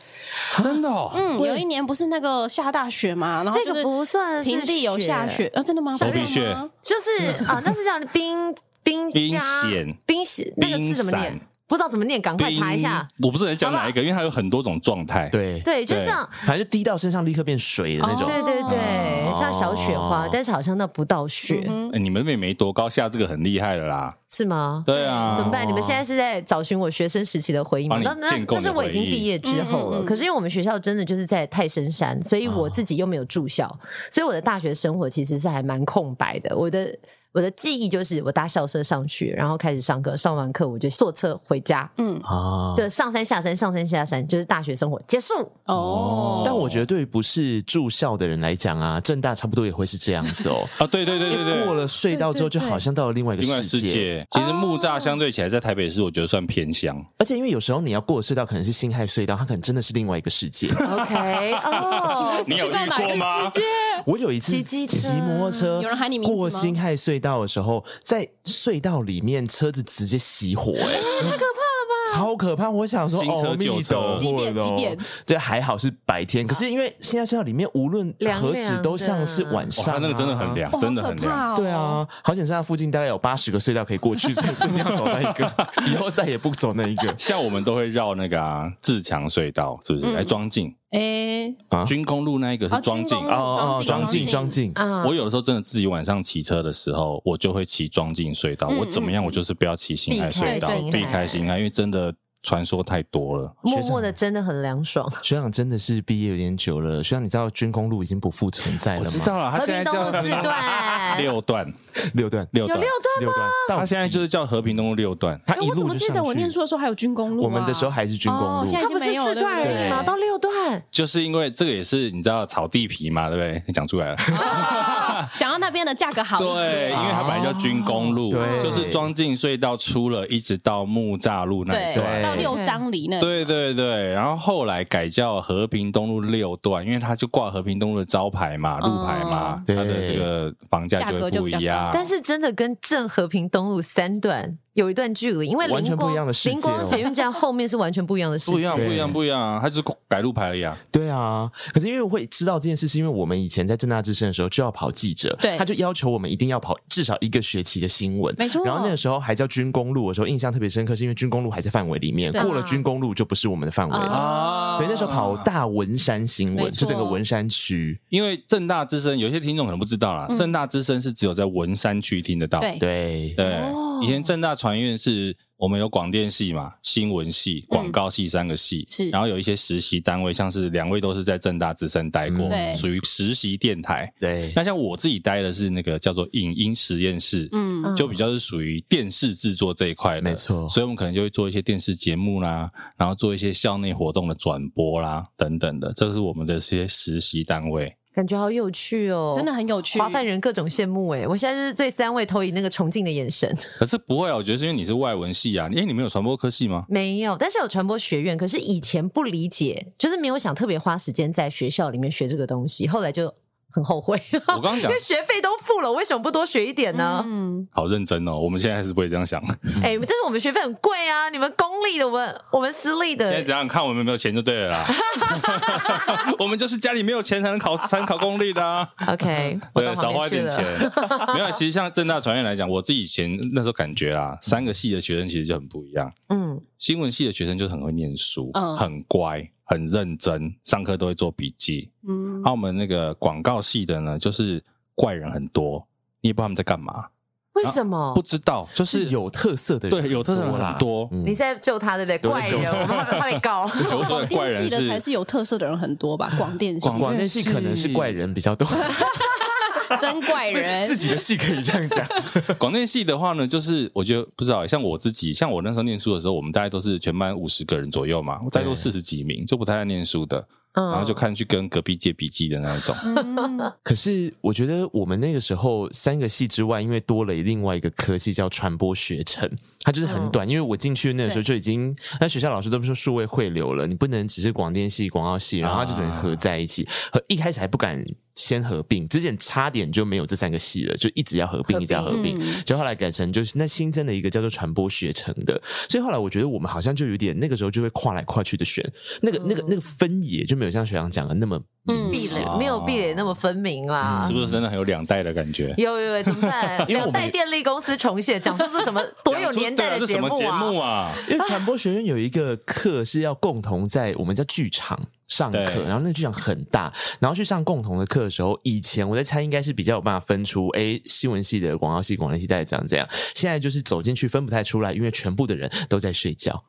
Speaker 1: 真的哦，
Speaker 5: 嗯，有一年不是那个下大雪嘛，然后
Speaker 4: 那
Speaker 5: 就
Speaker 4: 个
Speaker 5: 是
Speaker 4: 不算是
Speaker 5: 平地有下雪，，呃，真的吗？
Speaker 1: 头皮
Speaker 5: 真的
Speaker 1: 屑
Speaker 5: 吗
Speaker 4: 就是啊，那是叫冰冰
Speaker 1: 嗯冰
Speaker 4: 加
Speaker 1: 险
Speaker 4: 冰险那个
Speaker 1: 冰
Speaker 4: 字怎么
Speaker 1: 伞
Speaker 4: 念？不知道怎么念，赶快查一下。
Speaker 1: 冰。我不是很讲哪一个，因为它有很多种状态。
Speaker 3: 对，
Speaker 4: 对，就
Speaker 1: 对
Speaker 4: 像
Speaker 3: 反正就滴到身上立刻变水的那种。
Speaker 5: 哦
Speaker 4: 对对对，
Speaker 3: 哦
Speaker 4: 像小雪花，但是好像那不到雪，
Speaker 5: 嗯
Speaker 1: 哎你们妹妹没多高，下这个很厉害了啦。
Speaker 4: 是吗？
Speaker 1: 对啊，
Speaker 4: 怎么办？你们现在是在找寻我学生时期的回忆吗？
Speaker 1: 帮你
Speaker 4: 那那
Speaker 1: 建构
Speaker 4: 那
Speaker 1: 你
Speaker 4: 是
Speaker 1: 的
Speaker 4: 我已经
Speaker 1: 回忆
Speaker 4: 毕业之后
Speaker 5: 嗯
Speaker 4: 了。
Speaker 5: 嗯嗯
Speaker 4: 可是因为我们学校真的就是在太深山，所以我
Speaker 3: 哦
Speaker 4: 自己又没有住校，所以我的大学生活其实是还蛮空白的。我的我的记忆就是我搭校车上去，然后开始上课，上完课我就坐车回家，
Speaker 5: 嗯，
Speaker 3: 啊，
Speaker 4: 就上山下山，上山下山，就是大学生活结束。
Speaker 5: 哦，
Speaker 3: 但我觉得对于不是住校的人来讲啊，正大差不多也会是这样 子哦。
Speaker 1: 啊，对对对对
Speaker 3: 过
Speaker 1: 对。
Speaker 3: 了隧道之后，
Speaker 5: 对
Speaker 3: 就
Speaker 5: 对对
Speaker 3: 好像到了另外一个
Speaker 1: 另外世界，其实木栅相对起来，在台北市，我觉得算偏乡。
Speaker 3: 而且因为有时候你要过的隧道可能是辛亥隧道，它可能真的是另外一个世界。
Speaker 4: OK，哦，
Speaker 1: 你有
Speaker 5: 去到
Speaker 1: 遇
Speaker 5: 哪
Speaker 1: 过
Speaker 5: 个
Speaker 1: 吗
Speaker 5: 世界？
Speaker 3: 我有一次
Speaker 4: 骑机车
Speaker 3: 骑摩托车，
Speaker 5: 有人喊你名字吗
Speaker 3: 过辛亥隧道的时候，在隧道里面车子直接熄火、哎、
Speaker 5: 啊
Speaker 3: 太可怕了吧！超可怕！我想说，
Speaker 1: 新车
Speaker 3: 哦，密
Speaker 1: 旧车
Speaker 3: 斗
Speaker 5: 几点几点？
Speaker 3: 对，还好是白天，可是因为现在隧道里面无论
Speaker 4: 凉
Speaker 3: 何时
Speaker 4: 凉
Speaker 3: 都像
Speaker 4: 的
Speaker 3: 是晚
Speaker 1: 哇，
Speaker 3: 上、啊
Speaker 1: 它那个真的很。凉，
Speaker 5: 哇
Speaker 1: 真的很
Speaker 5: 好可
Speaker 1: 凉。
Speaker 5: 怕哦
Speaker 3: 对啊，好险！现在附近大概有八十个隧道可以过去，所以一定要走那一 个，以后再也不走那一个。
Speaker 1: 像我们都会绕那个啊自强隧道，是不是？
Speaker 5: 嗯
Speaker 1: 来庄敬，
Speaker 5: 哎，
Speaker 3: 啊
Speaker 1: 军工路那一个是
Speaker 5: 哦
Speaker 1: 庄敬
Speaker 5: 军工
Speaker 3: 哦哦，
Speaker 5: 装
Speaker 3: 装
Speaker 5: 进嗯
Speaker 3: 进
Speaker 5: 装
Speaker 3: 装进，
Speaker 4: 啊
Speaker 1: 我有的时候真的自己晚上骑车的时候，我就会骑装进隧道。
Speaker 5: 嗯
Speaker 1: 我怎么样，
Speaker 5: 嗯
Speaker 1: 我就是不要骑辛亥
Speaker 4: 避
Speaker 1: 隧
Speaker 4: 开
Speaker 1: 道
Speaker 4: 辛，亥
Speaker 1: 避开辛亥，因为真的传说太多了。
Speaker 4: 默默的真的很凉爽。
Speaker 3: 学长真的是毕业有点久了，学长你知道军工路已经不复存在了
Speaker 1: 我
Speaker 3: 吗？
Speaker 1: 知道了，他
Speaker 4: 和
Speaker 1: 现在
Speaker 4: 平东
Speaker 1: 叫
Speaker 4: 路四 段，
Speaker 1: 六段，
Speaker 3: 六段，
Speaker 1: 六段，
Speaker 3: 六段，到
Speaker 1: 他现在就是叫和平东路六段。
Speaker 3: 他
Speaker 5: 啊哎
Speaker 3: 一
Speaker 5: 我怎
Speaker 3: 路
Speaker 5: 么
Speaker 3: 就
Speaker 5: 记
Speaker 3: 上
Speaker 5: 得我
Speaker 3: 去
Speaker 5: 念书的时候还有军工路啊？
Speaker 3: 我们的时候还是军工
Speaker 5: 哦
Speaker 3: 路，
Speaker 5: 现在
Speaker 4: 它不是四段而已吗？
Speaker 5: 对
Speaker 4: 到六段，
Speaker 1: 就是因为这个也是你知道炒地皮嘛，对不对？你讲出来了，
Speaker 5: 想要那边的价格好一
Speaker 1: 对，
Speaker 5: 点
Speaker 1: 因。为它本来叫军工路，
Speaker 3: 对
Speaker 1: 就是装进隧道出了，一直到木栅路那一段
Speaker 3: 对。
Speaker 5: 到六张里那里
Speaker 1: 对对对，然后后来改叫和平东路六段，因为它就挂和平东路的招牌嘛、路牌嘛，
Speaker 3: 对
Speaker 1: 它的这个房价就会不一
Speaker 5: 价格就比较
Speaker 1: 样
Speaker 5: 高。
Speaker 4: 但是真的跟正和平东路三段有一段距离，因为
Speaker 3: 完全
Speaker 4: 灵
Speaker 3: 不一样
Speaker 4: 光
Speaker 3: 的世界哦
Speaker 4: 灵光捷运站后面是完全不一样的世界，
Speaker 1: 不一样，
Speaker 3: 对
Speaker 1: 不一样，不一样啊！它就是改路牌而已啊。
Speaker 3: 对啊。可是因为我会知道这件事，是因为我们以前在正大之声的时候就要跑记者，
Speaker 5: 对
Speaker 3: 他就要求我们一定要跑至少一个学期的新闻。
Speaker 5: 没错。
Speaker 3: 然后那个时候还叫军工路的时候，印象特别深刻，是因为军工路还在范围里面，
Speaker 5: 对啊
Speaker 3: 过了军工路就不是我们的范围
Speaker 5: 啊
Speaker 3: 了。
Speaker 1: 啊
Speaker 3: 对，那时候跑大文山新
Speaker 5: 没
Speaker 3: 闻，
Speaker 5: 错
Speaker 3: 就整个文山区。
Speaker 1: 因为正大之声，有些听众可能不知道啦，
Speaker 5: 嗯
Speaker 1: 正大之声是只有在文山区听得到。
Speaker 5: 对
Speaker 3: 对，
Speaker 1: 对
Speaker 5: 哦
Speaker 1: 以前正大传院是我们有广电系嘛、新闻系、广告系三个系，
Speaker 5: 嗯是
Speaker 1: 然后有一些实习单位，像是两位都是在正大之声待过
Speaker 3: 嗯，
Speaker 5: 对
Speaker 1: 属于实习电台。
Speaker 3: 对，
Speaker 1: 那像我自己待的是那个叫做影音实验室，
Speaker 5: 嗯
Speaker 4: 嗯
Speaker 1: 就比较是属于电视制作这一块的，
Speaker 3: 没错
Speaker 1: 所以我们可能就会做一些电视节目啦，然后做一些校内活动的转播啦等等的，这个是我们的一些实习单位。
Speaker 4: 感觉好有趣哦，
Speaker 5: 真的。很有趣。
Speaker 4: 华范人各种羡慕哎！我现在就是对三位投以那个崇敬的眼神。
Speaker 1: 可是不会啊，我觉得是因为你是外文系啊，因为你们有传播科系吗？
Speaker 4: 没有，但是有传播学院，可是以前不理解，就是没有想特别花时间在学校里面学这个东西，后来就很后悔。
Speaker 1: 我刚刚
Speaker 4: 因
Speaker 1: 讲
Speaker 4: 为学费都付了，为什么不多学一点呢？
Speaker 5: 嗯，
Speaker 1: 好认真哦，我们现在还是不会这样 想。
Speaker 4: 哎、但是我们学费很贵啊！你们公立的，我们我们私立
Speaker 1: 现在
Speaker 4: 的
Speaker 1: 只，想看我们有没有钱就对了 啦。我们就是家里没有钱才能考才能考公立的、啊，
Speaker 4: OK，我
Speaker 1: 对，
Speaker 4: 到
Speaker 1: 少
Speaker 4: 旁
Speaker 1: 花
Speaker 4: 边
Speaker 1: 一
Speaker 4: 去
Speaker 1: 点
Speaker 4: 了
Speaker 1: 钱。没有，啊其实像正大传院来讲，我自己以前那时候感觉啊，三个系的学生其实就很不一样。
Speaker 4: 嗯，
Speaker 1: 新闻系的学生就是很会念书，
Speaker 5: 嗯
Speaker 1: 很乖，很认真，上课都会做笔记。
Speaker 5: 嗯
Speaker 1: 那、我们那个广告系的呢，就是怪人很多，你也不知道他们在干嘛，
Speaker 4: 为什么？
Speaker 1: 啊不知道，就是
Speaker 3: 有特色的人
Speaker 1: 对有特色的人很多
Speaker 3: 嗯
Speaker 4: 你在救他，对不对？
Speaker 3: 对
Speaker 4: 怪人，我们怕怕 被告。
Speaker 1: 我说
Speaker 4: 哦
Speaker 5: 广
Speaker 1: 的怪
Speaker 5: 电系
Speaker 1: 人
Speaker 5: 的
Speaker 1: 是
Speaker 5: 才是有特色的人很多吧？广电系
Speaker 3: 广电系可能是怪人比较多，
Speaker 5: 真 怪
Speaker 3: 自
Speaker 5: 人，
Speaker 3: 己的戏可以这样讲。
Speaker 1: 广电系的话呢，就是我觉得不知道，欸像我自己，像我那时候念书的时候，我们大概都是全班五十个人左右嘛，我大概都四十几名，就不太爱念书的，
Speaker 4: 嗯
Speaker 1: 然后就看去跟隔壁借笔记的那一种。
Speaker 5: 嗯
Speaker 3: 可是我觉得我们那个时候三个系之外，因为多了另外一个科系叫传播学程，它就是很短。因为我进去那个时候就已经，那学校老师都说数位汇流了，你不能只是广电系、广告系，然后它就只能合在一起。和一开始还不敢先合并，之前差点就没有这三个系了，就一直要合并，
Speaker 4: 合并
Speaker 3: 一直要合并。
Speaker 5: 嗯
Speaker 3: 就后来改成就是那新增的一个叫做传播学程的，所以后来我觉得我们好像就有点那个时候就会跨来跨去的选，那个那个那个分野就没有像学长讲的那么
Speaker 5: 嗯
Speaker 4: 壁垒
Speaker 1: 哦
Speaker 4: 没有壁垒那么分明啦
Speaker 1: 嗯是。不是真的很有两代的感觉？
Speaker 4: 啊有有有，怎么办？
Speaker 1: 因为我们
Speaker 4: 两代电力公司重写，讲出是 什么多有年代的
Speaker 1: 对啊这什么节
Speaker 4: 目
Speaker 1: 目
Speaker 4: 啊！
Speaker 1: 啊？
Speaker 3: 因为传播学院有一个课是要共同在我们叫剧场上课，
Speaker 1: 对
Speaker 3: 然后那个剧场很大，然后去上共同的课的时候，以前我在猜应该是比较有办法分出，哎，新闻系的、广告系、广电系大概这样这样，现在就是走进去分不太出来，因为全部的人都在睡 觉，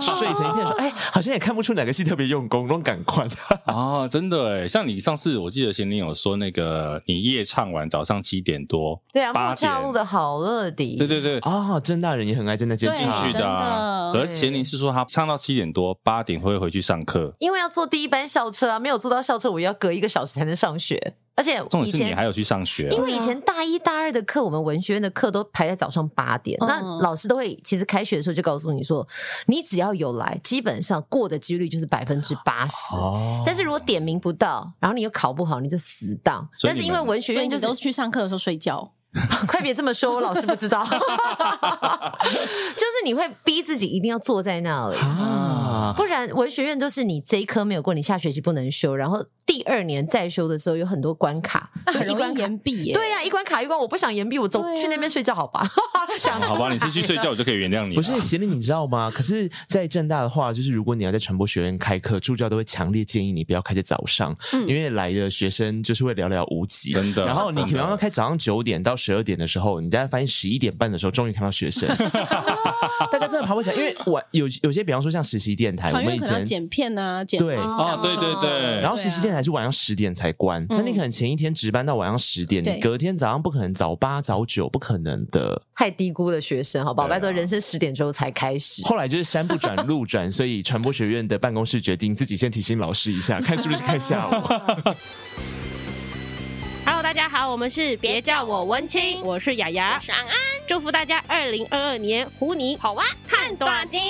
Speaker 3: 睡成一片说，哎，好像也看不出哪个系特别用功，那种感 官。
Speaker 1: 哦，真的哎，像你上次我记得贤玲有说那个，你夜唱完早上七点多，
Speaker 4: 对啊，
Speaker 1: 八
Speaker 4: 木栅路
Speaker 1: 点
Speaker 4: 的好乐迪，
Speaker 1: 对对
Speaker 4: 哦
Speaker 1: 对，
Speaker 3: 啊、郑大人也很爱在那间
Speaker 5: 对
Speaker 3: 唱
Speaker 1: 进去
Speaker 5: 真
Speaker 1: 的啊。
Speaker 5: 的
Speaker 1: 而贤玲是说她唱到七点多，八点会回去上课。
Speaker 4: 因为要坐第一班校车啊，没有坐到校车，我要隔一个小时才能上学。而且
Speaker 1: 重点
Speaker 4: 以
Speaker 1: 是你
Speaker 4: 前
Speaker 1: 还有去上学啊，
Speaker 4: 因为以前大一大二的课，我们文学院的课都排在早上八点，
Speaker 5: 嗯
Speaker 4: 那老师都会其实开学的时候就告诉你说，你只要有来，基本上过的几率就是百分之八十。
Speaker 1: 哦
Speaker 4: 但是如果点名不到，然后你又考不好，你就死当。
Speaker 1: 所以
Speaker 4: 但
Speaker 1: 你们
Speaker 4: 是因为文学
Speaker 5: 所以
Speaker 4: 院就
Speaker 5: 你
Speaker 4: 是
Speaker 5: 都是去上课的时候睡觉，
Speaker 4: 快别这么说，我老师不知道， 就是你会逼自己一定要坐在那里。
Speaker 3: 啊，
Speaker 4: 不然文学院都是你这一科没有过，你下学期不能修，然后第二年再修的时候有很多关 卡，
Speaker 5: 那很
Speaker 4: 就是一
Speaker 5: 容
Speaker 4: 关
Speaker 5: 易
Speaker 3: 啊
Speaker 4: 卡。
Speaker 5: 延毕耶。
Speaker 4: 对呀、一关卡一关，我不想延毕，我走、
Speaker 5: 对啊
Speaker 4: 去那边睡觉好吧？ 想
Speaker 1: 好吧，你是去睡觉，我就可以原谅你了。
Speaker 3: 不是贤玲，你知道
Speaker 1: 嗯
Speaker 3: 吗？可是，在正大的话，就是如果你要在传播学院开课，助教都会强烈建议你不要开在早上，
Speaker 5: 嗯
Speaker 3: 因为来的学生就是会寥寥无几。
Speaker 1: 真的
Speaker 3: 然后你可能要开早上九点到十二点的时候，你大概发现十一点半的时候，终于看到学 生，大家真的爬不起来，因为我有有些，比方说像实习电台，我
Speaker 5: 传
Speaker 3: 们
Speaker 5: 阅
Speaker 3: 以
Speaker 5: 可能要
Speaker 3: 前
Speaker 5: 剪片啊，剪
Speaker 3: 对
Speaker 1: 哦，对对对，
Speaker 3: 然后实习电台是晚上十点才关，那、你可能前一天值班到晚上十点，
Speaker 5: 对
Speaker 3: 你隔天早上不可能早八早九，不可能的。
Speaker 4: 太低估了学生，好不好？
Speaker 1: 对啊
Speaker 4: 拜托，人生十点之后才开始。
Speaker 3: 后来就是山不转路转，所以传播学院的办公室决定自己先提醒老师一 下，看是不是看下午。
Speaker 6: Hello，大家好，我们是别叫我文青，我是雅雅，我是安安，祝福大家二零二二年虎年好啊，看短金。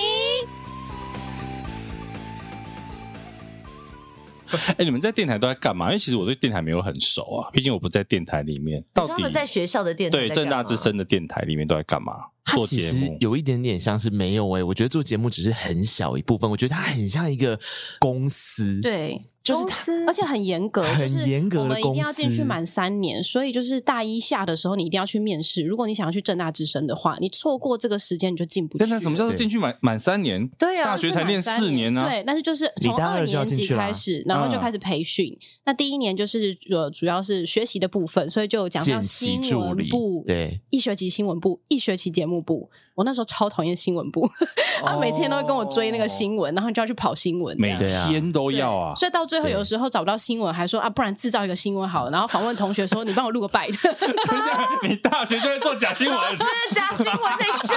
Speaker 1: 哎、你们在电台都在干嘛？因为其实我对电台没有很熟啊，毕竟我不在电台里面。
Speaker 4: 你
Speaker 1: 到
Speaker 4: 说他
Speaker 1: 底
Speaker 4: 们在学校的电台
Speaker 1: 对
Speaker 4: 在
Speaker 1: 正大
Speaker 4: 干嘛
Speaker 1: 之声的电台里面都在干嘛？
Speaker 3: 它
Speaker 1: 做
Speaker 3: 其
Speaker 1: 节
Speaker 3: 实
Speaker 1: 目
Speaker 3: 有一点点像是没有哎、我觉得做节目只是很小一部分，我觉得它很像一个公司，，
Speaker 5: 对，
Speaker 3: 就是
Speaker 4: 公
Speaker 3: 它
Speaker 4: 司
Speaker 5: 而且很严格，
Speaker 3: 很
Speaker 5: 就是
Speaker 3: 严格的
Speaker 5: 我们一定
Speaker 3: 公
Speaker 5: 要
Speaker 3: 司
Speaker 5: 进去满三年，所以就是大一下的时候，你一定要去面试。如果你想要去正大之声的话，你错过这个时间，你就进不去。
Speaker 1: 但是什么叫做
Speaker 3: 对
Speaker 1: 进去满满三年？
Speaker 4: 对
Speaker 1: 大
Speaker 4: 啊
Speaker 1: 学才念四年呢、
Speaker 5: 对，但是就是从
Speaker 3: 你大
Speaker 5: 二
Speaker 3: 二就要
Speaker 5: 年级
Speaker 3: 进去啊啦
Speaker 5: 开始，然后就
Speaker 1: 嗯
Speaker 5: 开始培训。那第一年就是呃，主要是学习的部分，所以就有讲到
Speaker 3: 见习
Speaker 5: 新
Speaker 3: 助
Speaker 5: 闻
Speaker 3: 理
Speaker 5: 部，，
Speaker 3: 对，
Speaker 5: 一学期新闻部，一学期节目部。我那时候超讨厌新闻部，
Speaker 3: 哦
Speaker 5: 他每天都会跟我追那个新闻，然后就要去跑新闻这
Speaker 1: 每
Speaker 5: 样，
Speaker 3: 对啊
Speaker 1: 天都要啊。
Speaker 5: 所以到最后，有时候找不到新闻，还说啊，不然制造一个新闻好了。然后访问同学说， 你帮我录 个拜，
Speaker 1: 等一下，你大学就在做假新闻？
Speaker 4: 啊是假新闻在这，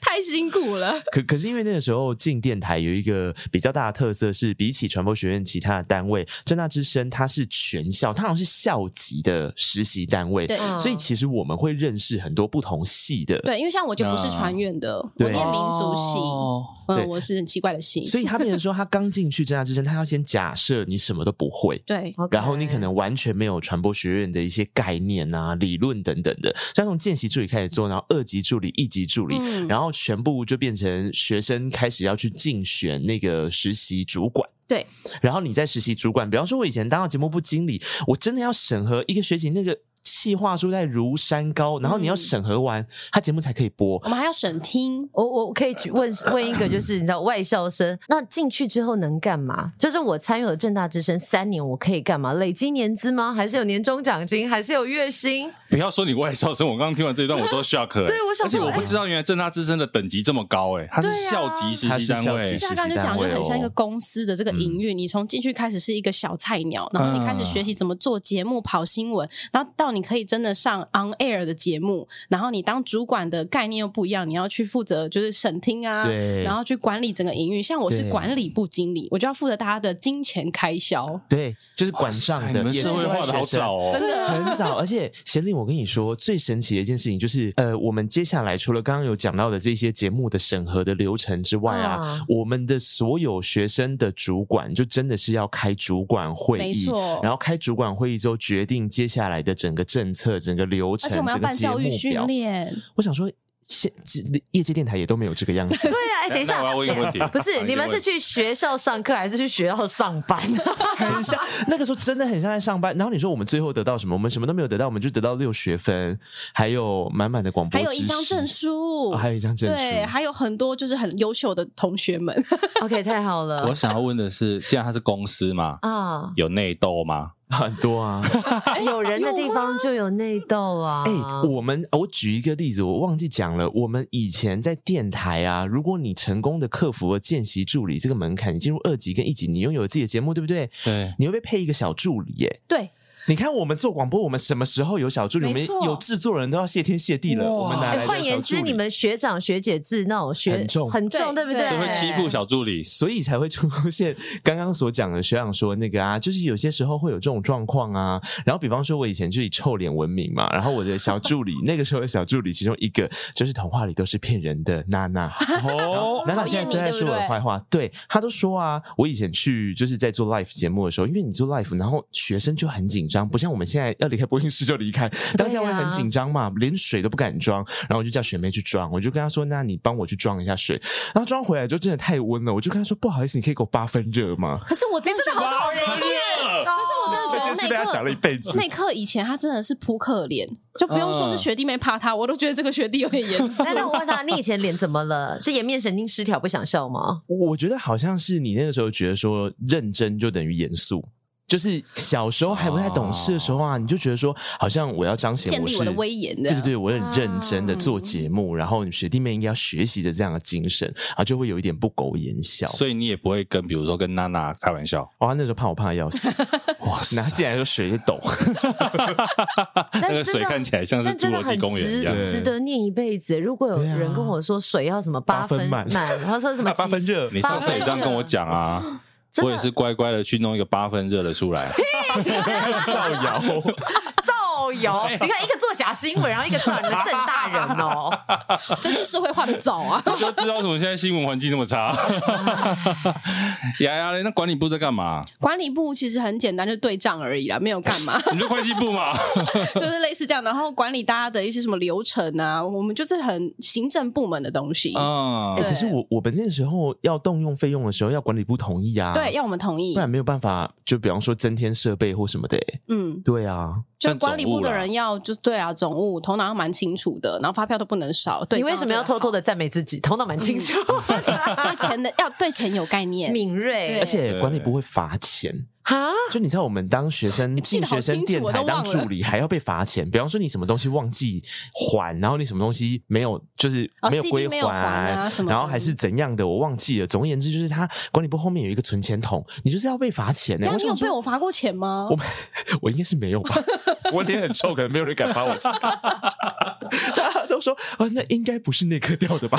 Speaker 5: 太辛苦了。
Speaker 3: 可可是因为那个时候进电台有一个比较大的特色是，比起传播学院其他的单位，正大之声它是全校，它好像是校级的实习单位，
Speaker 5: 对嗯
Speaker 3: 所以其实我们会认识很多不同系的。
Speaker 5: 对，因为像我就不是传院的，我
Speaker 3: 嗯对
Speaker 5: 念民族系，
Speaker 1: 哦
Speaker 3: 对
Speaker 5: 嗯，我是很奇怪的系。
Speaker 3: 所以他变成说，他刚进去正大之声，他要先假设你什么都不会，
Speaker 5: 对，
Speaker 4: 嗯 OK
Speaker 3: 然后你可能完全没有传播学院的一些概念啊、理论等等的。像从见习助理开始做，然后二级助理、一级助理，
Speaker 5: 嗯
Speaker 3: 然后全部就变成学生开始要去竞选那个实习主管。
Speaker 5: 对，
Speaker 3: 然后你在实习主管，比方说，我以前当到节目部经理，我真的要审核一个学期那个企划书在如山高，然后你要
Speaker 5: 嗯
Speaker 3: 审核完，他节目才可以播
Speaker 5: 我。们还要审听。
Speaker 4: 我我可以举问问一个，就是你知道外校生，那进去之后能干嘛？就是我参与了正大之声三年，我可以干嘛？累积年资吗？还是有年终奖金？还是有月薪？
Speaker 1: 不要说你外校生，我刚刚听完这一段我都 shock 哎、
Speaker 4: 对我想
Speaker 1: 而且
Speaker 4: 说
Speaker 1: 我不
Speaker 4: 哎
Speaker 1: 知道原来正大之声的等级这么高哎、它是
Speaker 4: 对啊
Speaker 1: 校级实
Speaker 3: 它
Speaker 1: 习
Speaker 3: 是
Speaker 1: 单
Speaker 3: 校
Speaker 1: 位
Speaker 3: 级
Speaker 5: 像
Speaker 3: 实习
Speaker 5: 刚刚就
Speaker 3: 单
Speaker 5: 讲，就
Speaker 3: 位
Speaker 5: 很像一个
Speaker 3: 哦
Speaker 5: 公司的这个营运。你从进去开始是一个小菜鸟，然后你开始学习
Speaker 3: 啊
Speaker 5: 怎么做节目、跑新闻，然后到你可以真的上 on air 的节目，然后你当主管的概念又不一样，你要去负责就是审听啊，
Speaker 3: 对
Speaker 5: 然后去管理整个营运。像我是
Speaker 3: 对
Speaker 5: 管理部经理，我就要负责大家的金钱开销。
Speaker 3: 对，就是管上
Speaker 1: 你
Speaker 3: 的，
Speaker 1: 们
Speaker 3: 也是
Speaker 1: 社会
Speaker 3: 都在
Speaker 1: 化的
Speaker 3: 学
Speaker 1: 好
Speaker 3: 生
Speaker 1: 早哦，
Speaker 5: 真的
Speaker 3: 很早，而且贤令，我跟你说，最神奇的一件事情就是，呃，我们接下来除了刚刚有讲到的这些节目的审核的流程之外啊，
Speaker 5: 嗯
Speaker 4: 啊
Speaker 3: 我们的所有学生的主管就真的是要开主管会
Speaker 5: 没
Speaker 3: 议
Speaker 5: 错，
Speaker 3: 然后开主管会议之后决定接下来的整个政策、整个流
Speaker 5: 而
Speaker 3: 程、
Speaker 5: 且我们要
Speaker 3: 整个
Speaker 5: 办
Speaker 3: 节
Speaker 5: 教
Speaker 3: 目
Speaker 5: 育训
Speaker 3: 表。
Speaker 5: 练，
Speaker 3: 我想说。现业界电台也都没有这个 样子。
Speaker 4: 对啊，哎，等一下，
Speaker 1: 那我要问一个问题
Speaker 4: 不
Speaker 1: 我要
Speaker 4: 是
Speaker 1: 问
Speaker 4: 你们
Speaker 1: 一个问
Speaker 4: 是去学校上课还是去学校上班？
Speaker 3: 很像，那个时候真的很像在上班。然后你说我们最后得到什么？我们什么都没有得到，我们就得到六学分，还有满满的广播
Speaker 5: 还
Speaker 3: 知识，
Speaker 5: 有一张证书，
Speaker 3: 哦还有一张证书。
Speaker 5: 对，还有很多就是很优秀的同学们。
Speaker 4: OK，太好了
Speaker 1: 我想要问的是，既然它是公司嘛，
Speaker 4: 啊！
Speaker 1: 有内斗吗？
Speaker 3: 很多啊。
Speaker 4: 有人的地方就有内斗啊！
Speaker 3: 哎、我们我举一个例子，我忘记讲了。我们以前在电台啊，如果你成功的克服了见习助理这个门槛，你进入二级跟一级，你拥有了自己的节目，对不对？
Speaker 1: 对，
Speaker 3: 你会被配一个小助理耶、
Speaker 5: 对，
Speaker 3: 你看我们做广播，我们什么时候有小助理？我
Speaker 5: 没
Speaker 3: 们
Speaker 5: 错
Speaker 3: 有制作人都要谢天谢地了，我
Speaker 1: 哇
Speaker 3: 们哪来
Speaker 4: 哎
Speaker 3: 的
Speaker 4: 换
Speaker 3: 小
Speaker 4: 言
Speaker 3: 助
Speaker 4: 之，
Speaker 3: 理
Speaker 4: 你们学长学姐制那种学
Speaker 3: 很重
Speaker 4: 很重，
Speaker 5: 对
Speaker 4: 对不对？
Speaker 5: 对
Speaker 1: 谁会欺负小助理？
Speaker 3: 所以才会出现刚刚所讲的学长说那个啊，就是有些时候会有这种状况啊。 然后比方说，我以前就以臭脸闻名嘛，然后我的小助理那个时候的小助理其中一个就是童话里都是骗人的娜娜，
Speaker 1: 哦，
Speaker 3: 娜娜现在正在说我的坏话，对她都说啊，我以前去就是在做 live 节目的时候，因为你做 live，然后学生就很紧张，不像我们现在要离开播音室就离开，当下我也很紧张嘛，连水都不敢装，然后我就叫学妹去装，我就跟她说，那你帮我去装一下水，然后装回来就真的太温了，我就跟她说，不好意思，你可以给我八分热吗？
Speaker 5: 可是我真的觉得
Speaker 1: 好热！
Speaker 5: 可是我
Speaker 4: 哦
Speaker 5: 真的
Speaker 3: 这
Speaker 5: 觉
Speaker 3: 件事
Speaker 5: 得
Speaker 3: 被她
Speaker 5: 那
Speaker 3: 讲了一
Speaker 5: 一刻，
Speaker 3: 辈子。
Speaker 5: 那一刻以前他真的是扑克脸，就不用说是学弟妹怕他，我都觉得这个学弟有点严 肃。
Speaker 4: 那那我问他，你以前脸怎么了？是颜面神经失调不想笑吗？
Speaker 3: 我我觉得好像是你那个时候觉得说认真就等于严肃，就是小时候还不太懂事的时候啊，你就觉得说好像我要彰显
Speaker 5: 建立
Speaker 3: 是
Speaker 5: 我的威严啊的
Speaker 3: 对对对，我很认真的做节目，然后你学弟妹应该要学习的这样的精神，然后就会有一点不苟言笑。
Speaker 1: 所以你也不会跟，比如说跟娜娜开玩笑。
Speaker 3: 哇，那时候怕我怕的要 死，哇，拿进来就水就抖。
Speaker 4: 但
Speaker 1: 那个水
Speaker 4: 真的
Speaker 1: 看起来像是
Speaker 4: 但真
Speaker 1: 侏
Speaker 4: 的
Speaker 1: 罗纪
Speaker 4: 很
Speaker 1: 公园一
Speaker 4: 值
Speaker 1: 样
Speaker 3: 对，
Speaker 4: 值得念一辈子。如果有
Speaker 3: 对啊
Speaker 4: 人跟我说水要什么
Speaker 3: 八分
Speaker 4: 分
Speaker 3: 满
Speaker 4: 然后说什么
Speaker 3: 八
Speaker 4: 几
Speaker 3: 分热
Speaker 1: 你上次也这样跟我讲啊，
Speaker 4: 真
Speaker 1: 我
Speaker 4: 的
Speaker 1: 也是乖乖的去弄一个八分热的出 来。
Speaker 3: 造谣，
Speaker 4: 造
Speaker 3: 哎
Speaker 4: 谣，你看一个做假新闻，然后一个做你们正大人 哦。
Speaker 5: 真是社会化的早啊！
Speaker 1: 就知道为什么现在新闻环境这么差。 呀呀嘞，那管理部在干嘛？
Speaker 5: 管理部其实很简单，就对账而已啦，没有干嘛，
Speaker 1: 你就会计部嘛？
Speaker 5: 就是类似这样。然后管理大家的一些什么流程啊，我们就是很行政部门的东西。
Speaker 1: 嗯
Speaker 3: 哎，
Speaker 5: 对
Speaker 3: 可是我我们那时候要动用费用的时候，要管理部同意啊，
Speaker 5: 对，，要我们同意
Speaker 3: 不。然没有办法，就比方说增添设备或什么的、哎
Speaker 5: 嗯，
Speaker 3: 对啊，
Speaker 5: 就
Speaker 1: 像
Speaker 5: 管理
Speaker 1: 总务
Speaker 5: 部的
Speaker 1: 啦
Speaker 5: 人要就对啊，总务头脑要蛮清楚的，然后发票都不能少。对，
Speaker 4: 你为什么要偷偷
Speaker 5: 的？
Speaker 4: 的赞美自己？头脑蛮清楚，
Speaker 5: 对钱的要对钱有概
Speaker 4: 嗯
Speaker 5: 念，
Speaker 4: 敏锐
Speaker 3: 而
Speaker 5: 对
Speaker 3: 且
Speaker 1: 对
Speaker 3: 管理部会罚钱。
Speaker 4: 啊！
Speaker 3: 就你知道，我们当学生
Speaker 5: 记
Speaker 3: 进
Speaker 5: 得好
Speaker 3: 学生
Speaker 5: 清
Speaker 3: 电
Speaker 5: 楚我
Speaker 3: 台
Speaker 5: 都
Speaker 3: 当
Speaker 5: 忘了
Speaker 3: 助理，还要被罚钱。比方说你什么东西忘记还，然后你什么东西没有，就是
Speaker 5: 哦
Speaker 3: 没有
Speaker 5: CD
Speaker 3: 归
Speaker 5: 没
Speaker 3: 还，
Speaker 5: 有还啊什么
Speaker 3: 然后还是怎样的，我忘记了。总而言之，就是他管理部后面有一个存钱筒，你就是要被罚钱的、
Speaker 5: 等一
Speaker 3: 我
Speaker 5: 下你有
Speaker 3: 想
Speaker 5: 被
Speaker 3: 说
Speaker 5: 我罚过钱吗？
Speaker 3: 我我应该是没有 吧，我脸很臭，可能没有人敢罚我钱。 大家都说啊，那应该不是那颗掉的 吧？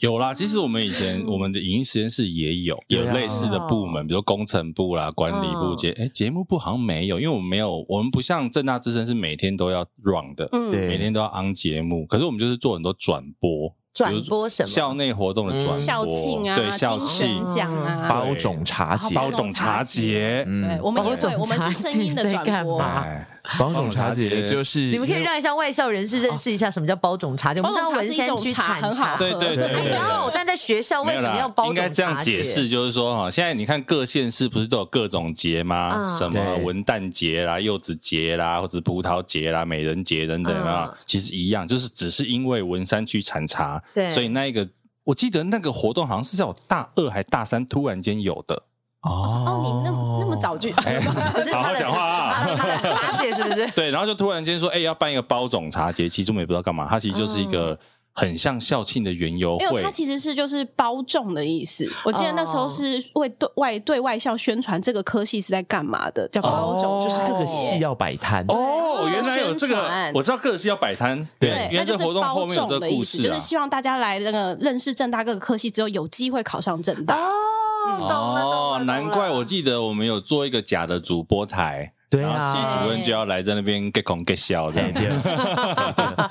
Speaker 1: 有啦，其实我们以前我们的影音实验室也有
Speaker 3: 对
Speaker 1: 有
Speaker 3: 啊
Speaker 1: 类似的部门，比如说工程部啦、管理部
Speaker 4: 嗯
Speaker 1: 节哎节目部好像没有，因为我们没有，我们不像正大之声是每天都要 run 的，
Speaker 5: 嗯，
Speaker 3: 对
Speaker 1: 每天都要 on 节目，可是我们就是做很多转播，
Speaker 4: 转
Speaker 1: 比如说
Speaker 4: 播什么
Speaker 1: 校内活动的转播，
Speaker 3: 嗯
Speaker 5: 校庆啊，
Speaker 1: 对校
Speaker 5: 金
Speaker 1: 庆
Speaker 5: 神奖啊，
Speaker 3: 包种茶
Speaker 5: 对
Speaker 3: 节，嗯
Speaker 1: 包种茶节，
Speaker 5: 对，我们也
Speaker 4: 包种
Speaker 5: 对，我们是声音的转
Speaker 4: 茶节在干
Speaker 5: 播。
Speaker 4: 嘛
Speaker 1: 哎，
Speaker 3: 包种
Speaker 1: 包
Speaker 3: 茶
Speaker 1: 种
Speaker 3: 节
Speaker 1: 茶节
Speaker 3: 就是
Speaker 4: 你们可以让一下外校人士
Speaker 3: 哦
Speaker 4: 认识一下什么叫包种茶，就我
Speaker 5: 包
Speaker 4: 们知道
Speaker 5: 种茶
Speaker 4: 文
Speaker 5: 是一
Speaker 4: 山
Speaker 5: 种
Speaker 4: 区
Speaker 5: 茶，
Speaker 4: 产
Speaker 5: 很好喝。
Speaker 1: 对对对
Speaker 4: 哎
Speaker 1: 对
Speaker 4: no！但在学
Speaker 5: 哦
Speaker 4: 校为
Speaker 1: 没有
Speaker 4: 什
Speaker 1: 啦
Speaker 4: 么要包
Speaker 1: 应
Speaker 4: 种
Speaker 1: 该
Speaker 4: 茶
Speaker 1: 这样解释，就是说哈，现在你看各县市不是都有各种节吗？
Speaker 4: 嗯
Speaker 1: 什么
Speaker 3: 对
Speaker 1: 文旦节啦、柚子节啦，或者葡萄节啦、美人节等等
Speaker 4: 嗯
Speaker 1: 啊，其实一样，就是只是因为文山区产茶，
Speaker 4: 对
Speaker 1: 所以那一个。我记得那个活动好像是在我大二还大三突然间有的，
Speaker 5: 哦，你那么那么早 就，
Speaker 4: 不是
Speaker 1: 好
Speaker 4: 差
Speaker 1: 好
Speaker 4: 了
Speaker 1: 讲话啊
Speaker 4: 差了差了八戒是不是？
Speaker 1: 对，然后就突然间说，哎、要办一个包种茶节，其实我们也不知道干嘛，它其实就是一个很像校庆的园游
Speaker 5: 因为
Speaker 1: 会
Speaker 5: 嗯哎它，其实是就是包种的意思。我记得那时候是为对外对外校宣传这个科系是在干嘛的，叫包种，
Speaker 3: 就是各个戏要摆摊
Speaker 1: 哦，
Speaker 5: 对
Speaker 1: 原来有这
Speaker 5: 宣
Speaker 1: 个
Speaker 5: 传，
Speaker 1: 我知道各个是要摆摊，
Speaker 5: 对，
Speaker 1: 原来
Speaker 5: 那就
Speaker 1: 这
Speaker 5: 是
Speaker 1: 活动后
Speaker 5: 包
Speaker 1: 面有这
Speaker 5: 种
Speaker 1: 个
Speaker 5: 的
Speaker 1: 故
Speaker 5: 意思，
Speaker 1: 事
Speaker 5: 就
Speaker 1: 啊
Speaker 5: 是。希望大家来那个认识正大各个科系之后，有机会考上正大。
Speaker 4: 哦，懂了懂了，
Speaker 1: 难怪我记得我们有做一个假的主播台，
Speaker 3: 对
Speaker 1: 然后
Speaker 3: 啊，
Speaker 1: 系主任就要来在那边 get 恐 get 笑这样。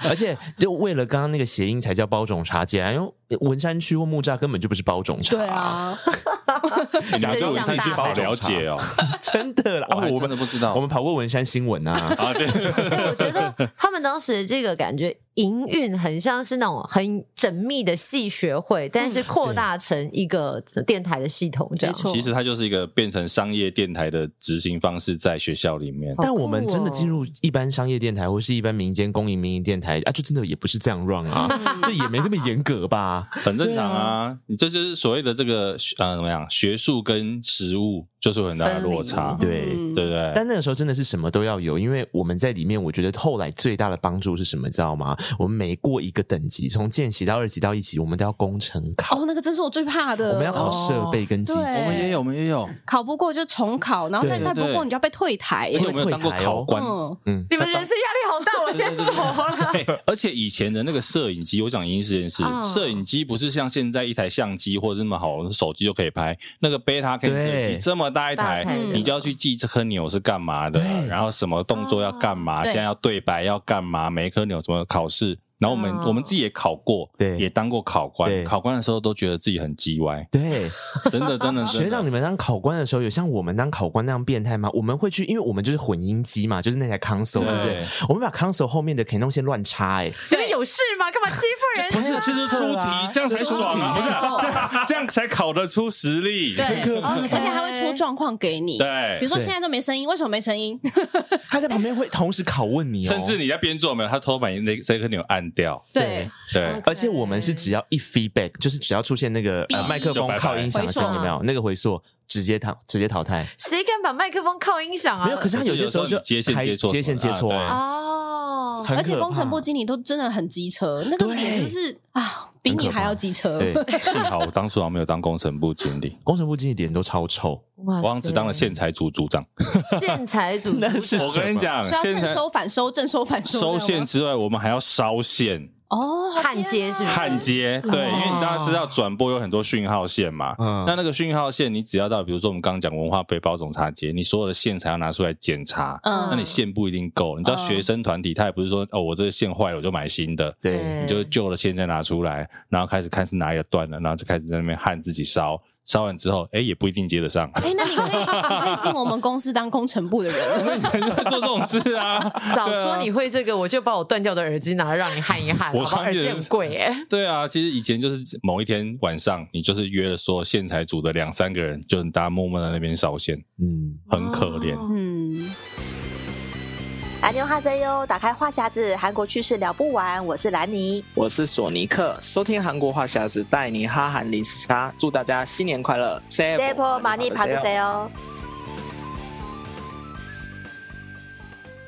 Speaker 3: 而且就为了刚刚那个谐音才叫包种茶节啊，因为文山区或木栅根本就不是包种茶，
Speaker 5: 对，啊，
Speaker 1: 你们
Speaker 4: 真
Speaker 1: 对文
Speaker 4: 相
Speaker 1: 山区
Speaker 4: 大
Speaker 1: 好
Speaker 4: 白
Speaker 1: 了解哦，
Speaker 3: 真的啦，
Speaker 1: 我还
Speaker 3: 啊我
Speaker 1: 真的
Speaker 3: 们
Speaker 1: 不知道
Speaker 3: 我们跑过文山新闻啊，
Speaker 1: 啊，对，
Speaker 4: 哎、我觉 得他们当时这个感觉营运很像是那种很缜密的系学会，但是扩大成一个电台的系统这样
Speaker 5: 没。错
Speaker 1: 其实它就是一个变成商业电台的执行方式，在学校里面。
Speaker 3: 但我们真的
Speaker 4: 酷哦
Speaker 3: 进入一般商业电台或是一般民间公营民营电台啊，就真的也不是这样 run 啊，
Speaker 5: 嗯
Speaker 3: 就也没这么严格吧？
Speaker 1: 很正常啊，你这就是所谓的这个呃怎么样，学术跟实务就是有很大的落差，
Speaker 3: 分离对
Speaker 5: 嗯
Speaker 1: 对不对？
Speaker 3: 但那个时候真的是什么都要有，因为我们在里面，我觉得后来最大的帮助是什么，知道吗？我们每过一个等级，从见习到二级到一级，我们都要工程考，
Speaker 5: 哦，那个真是我最怕的。
Speaker 3: 我们要考设备跟机器。
Speaker 5: 哦对
Speaker 1: 我们也有，我们也有，
Speaker 5: 考不过就重考，然后
Speaker 3: 对
Speaker 5: 再再不
Speaker 1: 对
Speaker 5: 过你就要被退台
Speaker 1: 而。且我们有当过
Speaker 3: 会退台哦
Speaker 1: 考官。
Speaker 5: 嗯，
Speaker 3: 嗯，
Speaker 4: 你们人生压力好 大，我先走 了。
Speaker 1: 哎而且以前的那个摄影机，我讲影音实验室
Speaker 5: 哦，
Speaker 1: 摄影机不是像现在一台相机或者那么好，手机就可以拍。那个贝塔 K 摄影
Speaker 3: 对
Speaker 1: 机这么大一
Speaker 4: 大
Speaker 1: 台
Speaker 4: 台
Speaker 5: 的，
Speaker 1: 你就要去记这颗钮是干嘛的，然后什么动作要干嘛，
Speaker 5: 对
Speaker 1: 现在要对白要干嘛，每一颗钮怎么考试。然后我们
Speaker 4: 哦
Speaker 1: 我们自己也考过，
Speaker 3: 对
Speaker 1: 也当过考官。
Speaker 3: 对
Speaker 1: 考官的时候都觉得自己很鸡歪，
Speaker 3: 对，
Speaker 1: 真的真的。真 的
Speaker 3: 学长，你们当考官的时候，有像我们当考官那样变态吗？我们会去，因为我们就是混音机嘛，就是那台 console，对不对？
Speaker 1: 对
Speaker 3: 我们把 console 后面的 Canon 线乱插、欸，
Speaker 4: 你们有事吗？干嘛欺负人家？
Speaker 1: 不是，这就是出题，这样才爽啊！不是，这样这样才考得出实力。
Speaker 5: 对，而且还会出状况给你。
Speaker 1: 对
Speaker 5: 比如说
Speaker 3: 对
Speaker 5: 现在都没声音，为什么没声音？
Speaker 3: 哎，他在旁边会同时拷问你、哦，
Speaker 1: 甚至你在边做没有，他偷把你那这颗钮按掉。
Speaker 5: 对，
Speaker 1: 对，
Speaker 3: 而且我们是
Speaker 4: 嗯
Speaker 3: 只要一 feedback，就是只要出现那个呃
Speaker 5: 哔
Speaker 3: 麦克
Speaker 1: 就
Speaker 3: 风
Speaker 1: 拜拜
Speaker 3: 靠音响的声
Speaker 5: 回
Speaker 3: 音，
Speaker 5: 溯
Speaker 3: 有没有那个回溯，直接淘直接淘汰。
Speaker 4: 谁敢把麦克风靠音响啊？
Speaker 3: 没有，可是他
Speaker 1: 可是
Speaker 3: 些时候
Speaker 1: 有时
Speaker 3: 就
Speaker 1: 候你接线
Speaker 3: 开
Speaker 1: 接错
Speaker 3: 接线接错
Speaker 1: 什么的
Speaker 3: 啊，
Speaker 4: 哦，
Speaker 3: 很
Speaker 5: 而且
Speaker 3: 可
Speaker 5: 工程
Speaker 3: 怕
Speaker 5: 部经理都真的很机车，那个
Speaker 3: 对
Speaker 5: 脸就是啊，比
Speaker 3: 很可
Speaker 5: 你还
Speaker 3: 怕
Speaker 5: 要机车。
Speaker 3: 对，
Speaker 1: 幸好我当初还没有当工程部经 理，
Speaker 3: 工程部经理脸都超臭，
Speaker 4: 哇
Speaker 1: 我
Speaker 4: 塞
Speaker 1: 好像只当了线材组组长。
Speaker 4: 线材组
Speaker 3: 那是
Speaker 1: 我跟你讲
Speaker 5: 所以，要
Speaker 1: 线
Speaker 5: 正
Speaker 1: 材
Speaker 5: 收反收，正收反收这样
Speaker 1: 收
Speaker 5: 吗，
Speaker 1: 线之外，我们还要烧线、
Speaker 5: 哦，
Speaker 4: 焊接是不是？
Speaker 1: 焊接。对，因为你大家知道转播有很多讯号线嘛，
Speaker 3: 嗯
Speaker 1: 那那个讯号线，你只要到，比如说我们刚刚讲文化背包总茶节，你所有的线材要拿出来检查。
Speaker 5: 嗯
Speaker 1: 那你线不一定够，你知道
Speaker 5: 嗯
Speaker 1: 学生团体他也不是说哦，我这个线坏了我就买新的，
Speaker 3: 对，
Speaker 1: 你就
Speaker 4: 嗯
Speaker 1: 旧的线再拿出来，然后开始看是哪里有断了，然后就开始在那边焊自己烧，烧完之后，哎，也不一定接得上。
Speaker 5: 哎、那你可以，你可以进我们公司当工程部的 人了。
Speaker 1: 你在做这种事 啊？
Speaker 4: 早
Speaker 1: 对啊
Speaker 4: 说你会这个，我就把我断掉的耳机拿来让你焊一 焊，
Speaker 1: 我
Speaker 4: 好吧
Speaker 1: 焊
Speaker 4: 耳
Speaker 1: 也
Speaker 4: 机
Speaker 1: 是
Speaker 4: 哎很贵耶。
Speaker 1: 对啊，其实以前就是某一天晚上，你就是约了说线材组的两三个人，就大家默默在那边烧线，
Speaker 3: 嗯，
Speaker 1: 很可怜。
Speaker 4: 哦
Speaker 5: 嗯，
Speaker 7: 蓝牛哈塞哟，打开话匣子，韩国趣事聊不完。我是兰尼，
Speaker 8: 我是索尼克，收听韩国话匣子带你哈韩零时差，祝大家新年快乐 s
Speaker 9: 哎
Speaker 8: a
Speaker 7: 这波马
Speaker 9: 啊
Speaker 7: 尼帕的谁哦？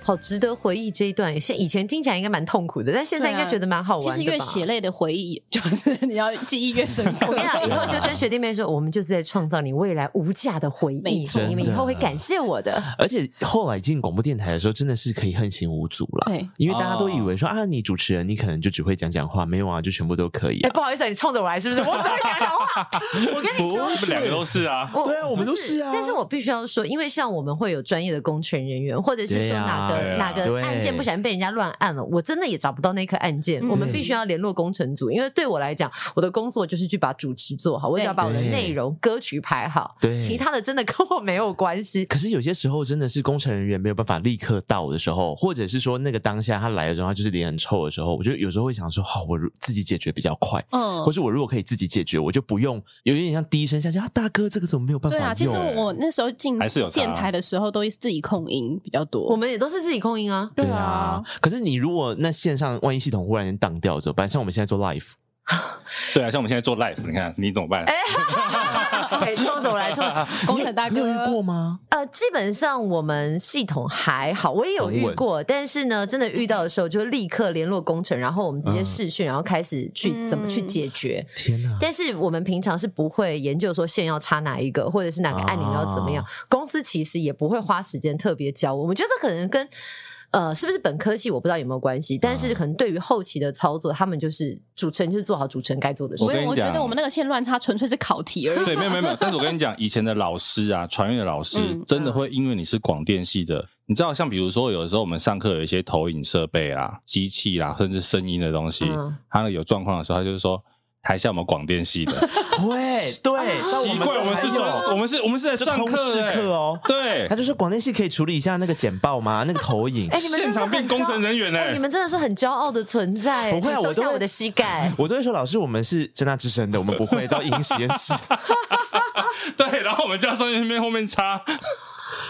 Speaker 4: 好值得回忆这一段，现以前听起来应该蛮痛苦的，但现在应该觉得蛮好玩的
Speaker 5: 其
Speaker 4: 吧。
Speaker 5: 实越血泪的回忆，就是你要记忆越深刻。
Speaker 4: 我跟你讲，以后就跟学弟妹说，我们就是在创造你未来无价的回
Speaker 5: 没
Speaker 4: 忆
Speaker 5: 错，
Speaker 4: 你们以
Speaker 3: 真的
Speaker 4: 后会感谢我的。
Speaker 3: 而且后来进广播电台的时候，真的是可以横行无阻啦。
Speaker 5: 对，
Speaker 3: 因为大家都以为说啊，你主持人你可能就只会讲讲话，没有啊，就全部都可以
Speaker 4: 哎，
Speaker 3: 啊。
Speaker 4: 不好意思啊，你冲着我来是不是？我只会讲讲话。 我跟 你说，
Speaker 1: 你们两个都是啊，
Speaker 4: 我
Speaker 3: 对啊我们
Speaker 4: 不
Speaker 3: 都是啊
Speaker 4: 但是我必须要说，因为像我们会有专业的工程人员，或者是
Speaker 3: 对
Speaker 4: 说
Speaker 3: 啊
Speaker 4: 哪个、
Speaker 1: 对啊
Speaker 4: 哪个
Speaker 3: 对
Speaker 4: 按键不小心被人家乱按了，我真的也找不到那颗按键，
Speaker 5: 嗯
Speaker 4: 我们必须要联络工程组。因为对我来讲，我的工作就是去把主持做好，我只要把我的
Speaker 3: 对
Speaker 4: 内容、歌曲排好，
Speaker 3: 对
Speaker 4: 其他的真的跟我没有关系。
Speaker 3: 可是有些时候真的是工程人员没有办法立刻到的时候，或者是说那个当下他来的时候，他就是脸很臭的时候，我就有时候会想说，好、我如自己解决比较快，
Speaker 5: 嗯
Speaker 3: 或，是我如果可以自己解决，我就不用有点像低声下气啊，大哥这个怎么没有办法
Speaker 5: 对
Speaker 3: 用？欸
Speaker 5: 啊，其实我那时候进
Speaker 1: 还是有差啊
Speaker 5: 电台的时候，都是自己控音比较多。
Speaker 4: 我们也都是自己控音啊，
Speaker 5: 对
Speaker 3: 对
Speaker 5: 啊
Speaker 3: 啊，，可是你如果那线上万一系统忽然间宕掉怎么办？像我们现在做 live，
Speaker 1: 对啊，像我们现在做 live，你看你怎么办？
Speaker 4: 哎，冲着我来冲。
Speaker 5: 工程大
Speaker 3: 你
Speaker 5: 哥
Speaker 3: 有遇过吗？
Speaker 4: 呃，基本上我们系统还好，我也有
Speaker 3: 很
Speaker 4: 遇
Speaker 3: 稳
Speaker 4: 过，但是呢，真的遇到的时候就立刻联络工程，然后我们直接
Speaker 3: 嗯
Speaker 4: 视讯，然后开始去怎么去解决。
Speaker 3: 天哪！
Speaker 4: 但是我们平常是不会研究说线要插哪一个，或者是哪个按钮要怎么样。
Speaker 3: 啊
Speaker 4: 公司其实也不会花时间特别教我，我觉得可能跟呃是不是本科系我不知道有没有关系，但是可能对于后期的操作，他们就是主持人就是做好主持人该做的事
Speaker 1: 我
Speaker 5: 所。
Speaker 1: 跟
Speaker 5: 以
Speaker 1: 你
Speaker 5: 我觉得
Speaker 1: 讲
Speaker 5: 我们那个线乱插，纯粹是考题而已。呃
Speaker 1: 对，没有没有没有。但是我跟你讲，以前的老师啊， 传阅的老师、
Speaker 5: 嗯
Speaker 1: 真的会因为你是广电系的，你知道，像比如说有的时候我们上课有一些啊投影设备啊、机器啦，甚至声音的东西，
Speaker 4: 嗯
Speaker 1: 它有状况的时候，他就是说。台下我们广电系的，
Speaker 3: 会
Speaker 5: 啊
Speaker 3: 对，像我
Speaker 1: 奇
Speaker 3: 们
Speaker 1: 怪，我们是
Speaker 3: 还
Speaker 1: 专，我
Speaker 3: 有
Speaker 1: 们是，我们是在
Speaker 3: 这
Speaker 1: 上
Speaker 3: 通
Speaker 1: 课
Speaker 3: 识
Speaker 1: 欸
Speaker 3: 课哦
Speaker 1: 对
Speaker 3: 他，就说广电系可以处理一下那个简报 吗？那个投影
Speaker 4: 哎、，你们真
Speaker 1: 现
Speaker 4: 的
Speaker 1: 场变
Speaker 4: 很骄
Speaker 1: 工程人员欸
Speaker 4: 哎、
Speaker 1: 嘞
Speaker 4: 你，们真的是很骄傲的存在。
Speaker 3: 不会啊
Speaker 4: 请收
Speaker 3: 我都嗯
Speaker 4: 下
Speaker 3: 会
Speaker 4: 我的膝盖。
Speaker 3: 我都会说老师，我们是正大之声的，我们不会到影实验 室。
Speaker 1: 对，然后我们教授在那边后面插，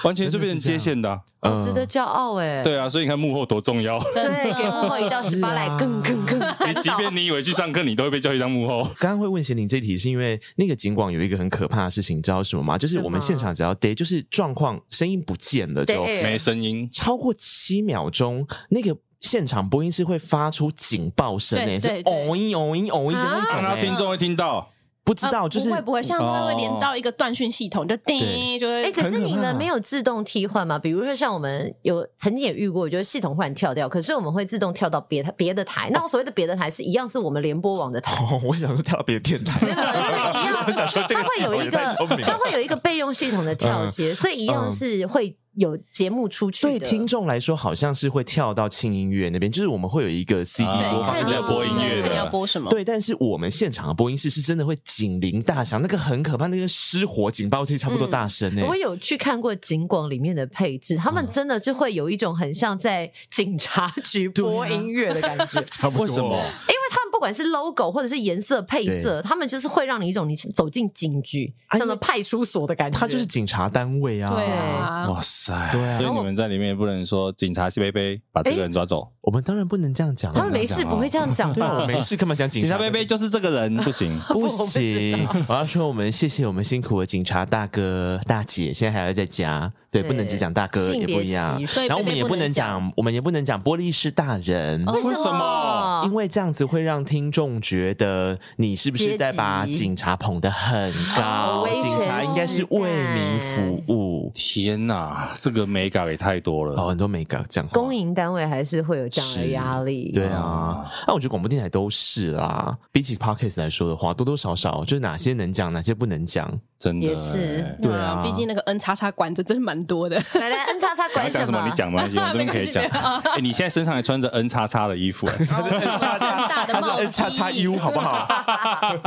Speaker 1: 完全就变成接线的啊，
Speaker 3: 嗯
Speaker 4: 值得骄傲哎、
Speaker 1: 对啊，所以你看幕后多重要，
Speaker 5: 真的
Speaker 4: 对，给幕后一道十八来，更更更三
Speaker 1: 即
Speaker 4: 道。
Speaker 1: 便你以为去上课，你都会被叫去当幕后。
Speaker 3: 嗯刚刚会问贤玲这一题，是因为那个警广有一个很可怕的事情，你知道是什么吗？就是我们
Speaker 4: 什么
Speaker 3: 现场只要得就是状况声音不见了之后，
Speaker 4: 对
Speaker 1: 没声音，
Speaker 3: 超过七秒钟，那个现场播音是会发出警报声
Speaker 5: 对
Speaker 3: 诶、
Speaker 5: 对
Speaker 3: 是
Speaker 5: 对
Speaker 3: 哦音哦音哦音的那
Speaker 1: 让
Speaker 3: 种、
Speaker 1: 他
Speaker 3: 欸
Speaker 1: 听众会听到。
Speaker 3: 不知道就是
Speaker 5: 不会不会，像它会
Speaker 1: 哦
Speaker 5: 连到一个断讯系统，就叮，
Speaker 3: 对
Speaker 5: 就
Speaker 4: 哎、
Speaker 5: 会
Speaker 4: 可是你
Speaker 3: 很可
Speaker 4: 们
Speaker 3: 怕啊
Speaker 4: 没有自动替换吗？比如说像我们有曾经也遇过，就是系统忽然跳掉，可是我们会自动跳到别的别的台。那我所谓的别的台是一样是我们联播网 的台。
Speaker 3: 哦，我想说跳到别的电台，
Speaker 4: 没有没有就是一 样
Speaker 3: 我想说这
Speaker 4: 它
Speaker 3: 个
Speaker 4: 会
Speaker 3: 系
Speaker 4: 有
Speaker 3: 统
Speaker 4: 一
Speaker 3: 也
Speaker 4: 个
Speaker 3: 太聪明，
Speaker 4: 它
Speaker 3: 了。
Speaker 4: 会有一个备用系统的跳接，所以一样
Speaker 3: 嗯
Speaker 4: 是会有节目出去的。
Speaker 3: 对听众来说，好像是会跳到轻音乐那边，就是我们会有一个 CD
Speaker 1: 啊
Speaker 3: 播放
Speaker 1: 看
Speaker 3: 器
Speaker 1: 你在播音乐的
Speaker 5: 看你要播什么？
Speaker 3: 对，但是我们现场的播音室是真的会警铃大响，那个很可怕，那个失火警报器差不多大声呢、
Speaker 4: 我有去看过警广里面的配置，他们真的就会有一种很像在警察 局播
Speaker 3: 对啊
Speaker 4: 音乐的感觉，
Speaker 3: 差不哦
Speaker 1: 为什么？
Speaker 4: 因为他们不管是 logo 或者是颜色配色，他们就是会让你一种你走进警局，
Speaker 3: 啊
Speaker 4: 像
Speaker 3: 因
Speaker 4: 个
Speaker 3: 为
Speaker 4: 派出所的感觉。
Speaker 3: 他就是警察单位啊。
Speaker 5: 对啊，
Speaker 1: 哇塞！
Speaker 3: 对啊
Speaker 1: 所以你们在里面也不能说警察贝贝把这个人抓走，
Speaker 3: 我们当然不能这样讲啊。
Speaker 4: 他们没事不会这样讲
Speaker 3: 对啊，我
Speaker 4: 吧？
Speaker 3: 没事，干嘛讲警
Speaker 1: 警察
Speaker 3: 贝
Speaker 1: 贝贝
Speaker 3: 贝？
Speaker 1: 就是这个人， 不行。
Speaker 3: 不行，我要说我们谢谢我们辛苦的警察大哥大姐，现在还要在家，对，
Speaker 4: 对
Speaker 3: 不能只讲大哥
Speaker 4: 性
Speaker 3: 也
Speaker 4: 别
Speaker 3: 不一样
Speaker 4: 歧，视
Speaker 5: 所以
Speaker 3: 然后我们
Speaker 5: 贝贝
Speaker 3: 也
Speaker 5: 不
Speaker 3: 能
Speaker 5: 能讲
Speaker 3: 讲，我们也不能讲玻璃是大人，
Speaker 5: 哦
Speaker 1: 为什么？
Speaker 3: 因为这样子会让听众觉得你是不是在把
Speaker 4: 阶级
Speaker 3: 警察捧得很
Speaker 4: 哦
Speaker 3: 高？
Speaker 4: 威权
Speaker 3: 警察应该是为民服务。
Speaker 1: 天哪，这个美感也太多
Speaker 3: 哦，
Speaker 1: 了。
Speaker 3: 很多没搞这样话。
Speaker 4: 公营单位还是会有这样的压力。
Speaker 3: 对啊，那、我觉得广播电台都是啦。比起 podcast 来说的话，多多少少就是哪些能讲，哪些不能讲。
Speaker 1: 真的
Speaker 4: 也是
Speaker 1: 哎
Speaker 3: 对啊
Speaker 5: 毕竟那个 N 叉叉管子真是蛮多的。
Speaker 4: 来来，N 叉叉
Speaker 1: 想
Speaker 4: 管
Speaker 1: 要讲什么你讲没关系，我这边可以讲
Speaker 5: 没关系没。
Speaker 1: 哎，你现在身上还穿着 N 叉叉的衣服，哎
Speaker 4: 他是 N 叉 叉大
Speaker 3: 它是 N 叉叉 U 好不 好？
Speaker 1: 啊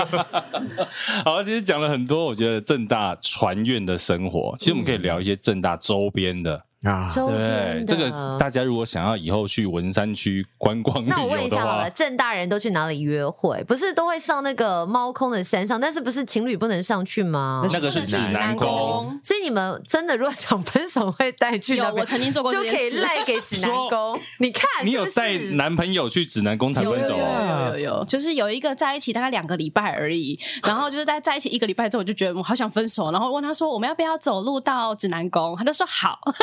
Speaker 1: 好，其实讲了很多，我觉得正大船院的生活，其实我们可以聊一些正大周边的。
Speaker 3: 啊，
Speaker 4: 嗯周
Speaker 1: 对
Speaker 4: 边的，
Speaker 1: 这个大家如果想要以后去文山区观光旅
Speaker 4: 那我问
Speaker 1: 游
Speaker 4: 一
Speaker 1: 的
Speaker 4: 下好
Speaker 1: 话
Speaker 4: 了，，郑大人都去哪里约会？不是都会上那个猫空的山上，但是不是情侣不能上去吗？
Speaker 1: 那个是指南宫。
Speaker 4: 所以你们真的如果想分手会带去那
Speaker 5: 有，
Speaker 4: 边
Speaker 5: 我曾经做过
Speaker 4: 就
Speaker 5: 这件
Speaker 4: 可以
Speaker 5: 事。
Speaker 4: 赖给指南宫。你看，
Speaker 1: 你有
Speaker 4: 是不
Speaker 1: 带
Speaker 4: 是
Speaker 1: 男朋友去指南宫谈
Speaker 5: 有
Speaker 1: 分
Speaker 5: 有
Speaker 1: 手
Speaker 5: 有
Speaker 1: 哦？
Speaker 5: 有有有，就是有一个在一起大概两个礼拜 而已，然后就是在在一起一个礼拜之后，我就觉得我好想分手，然后问他说我们要不要走路到指南宫，他就说好，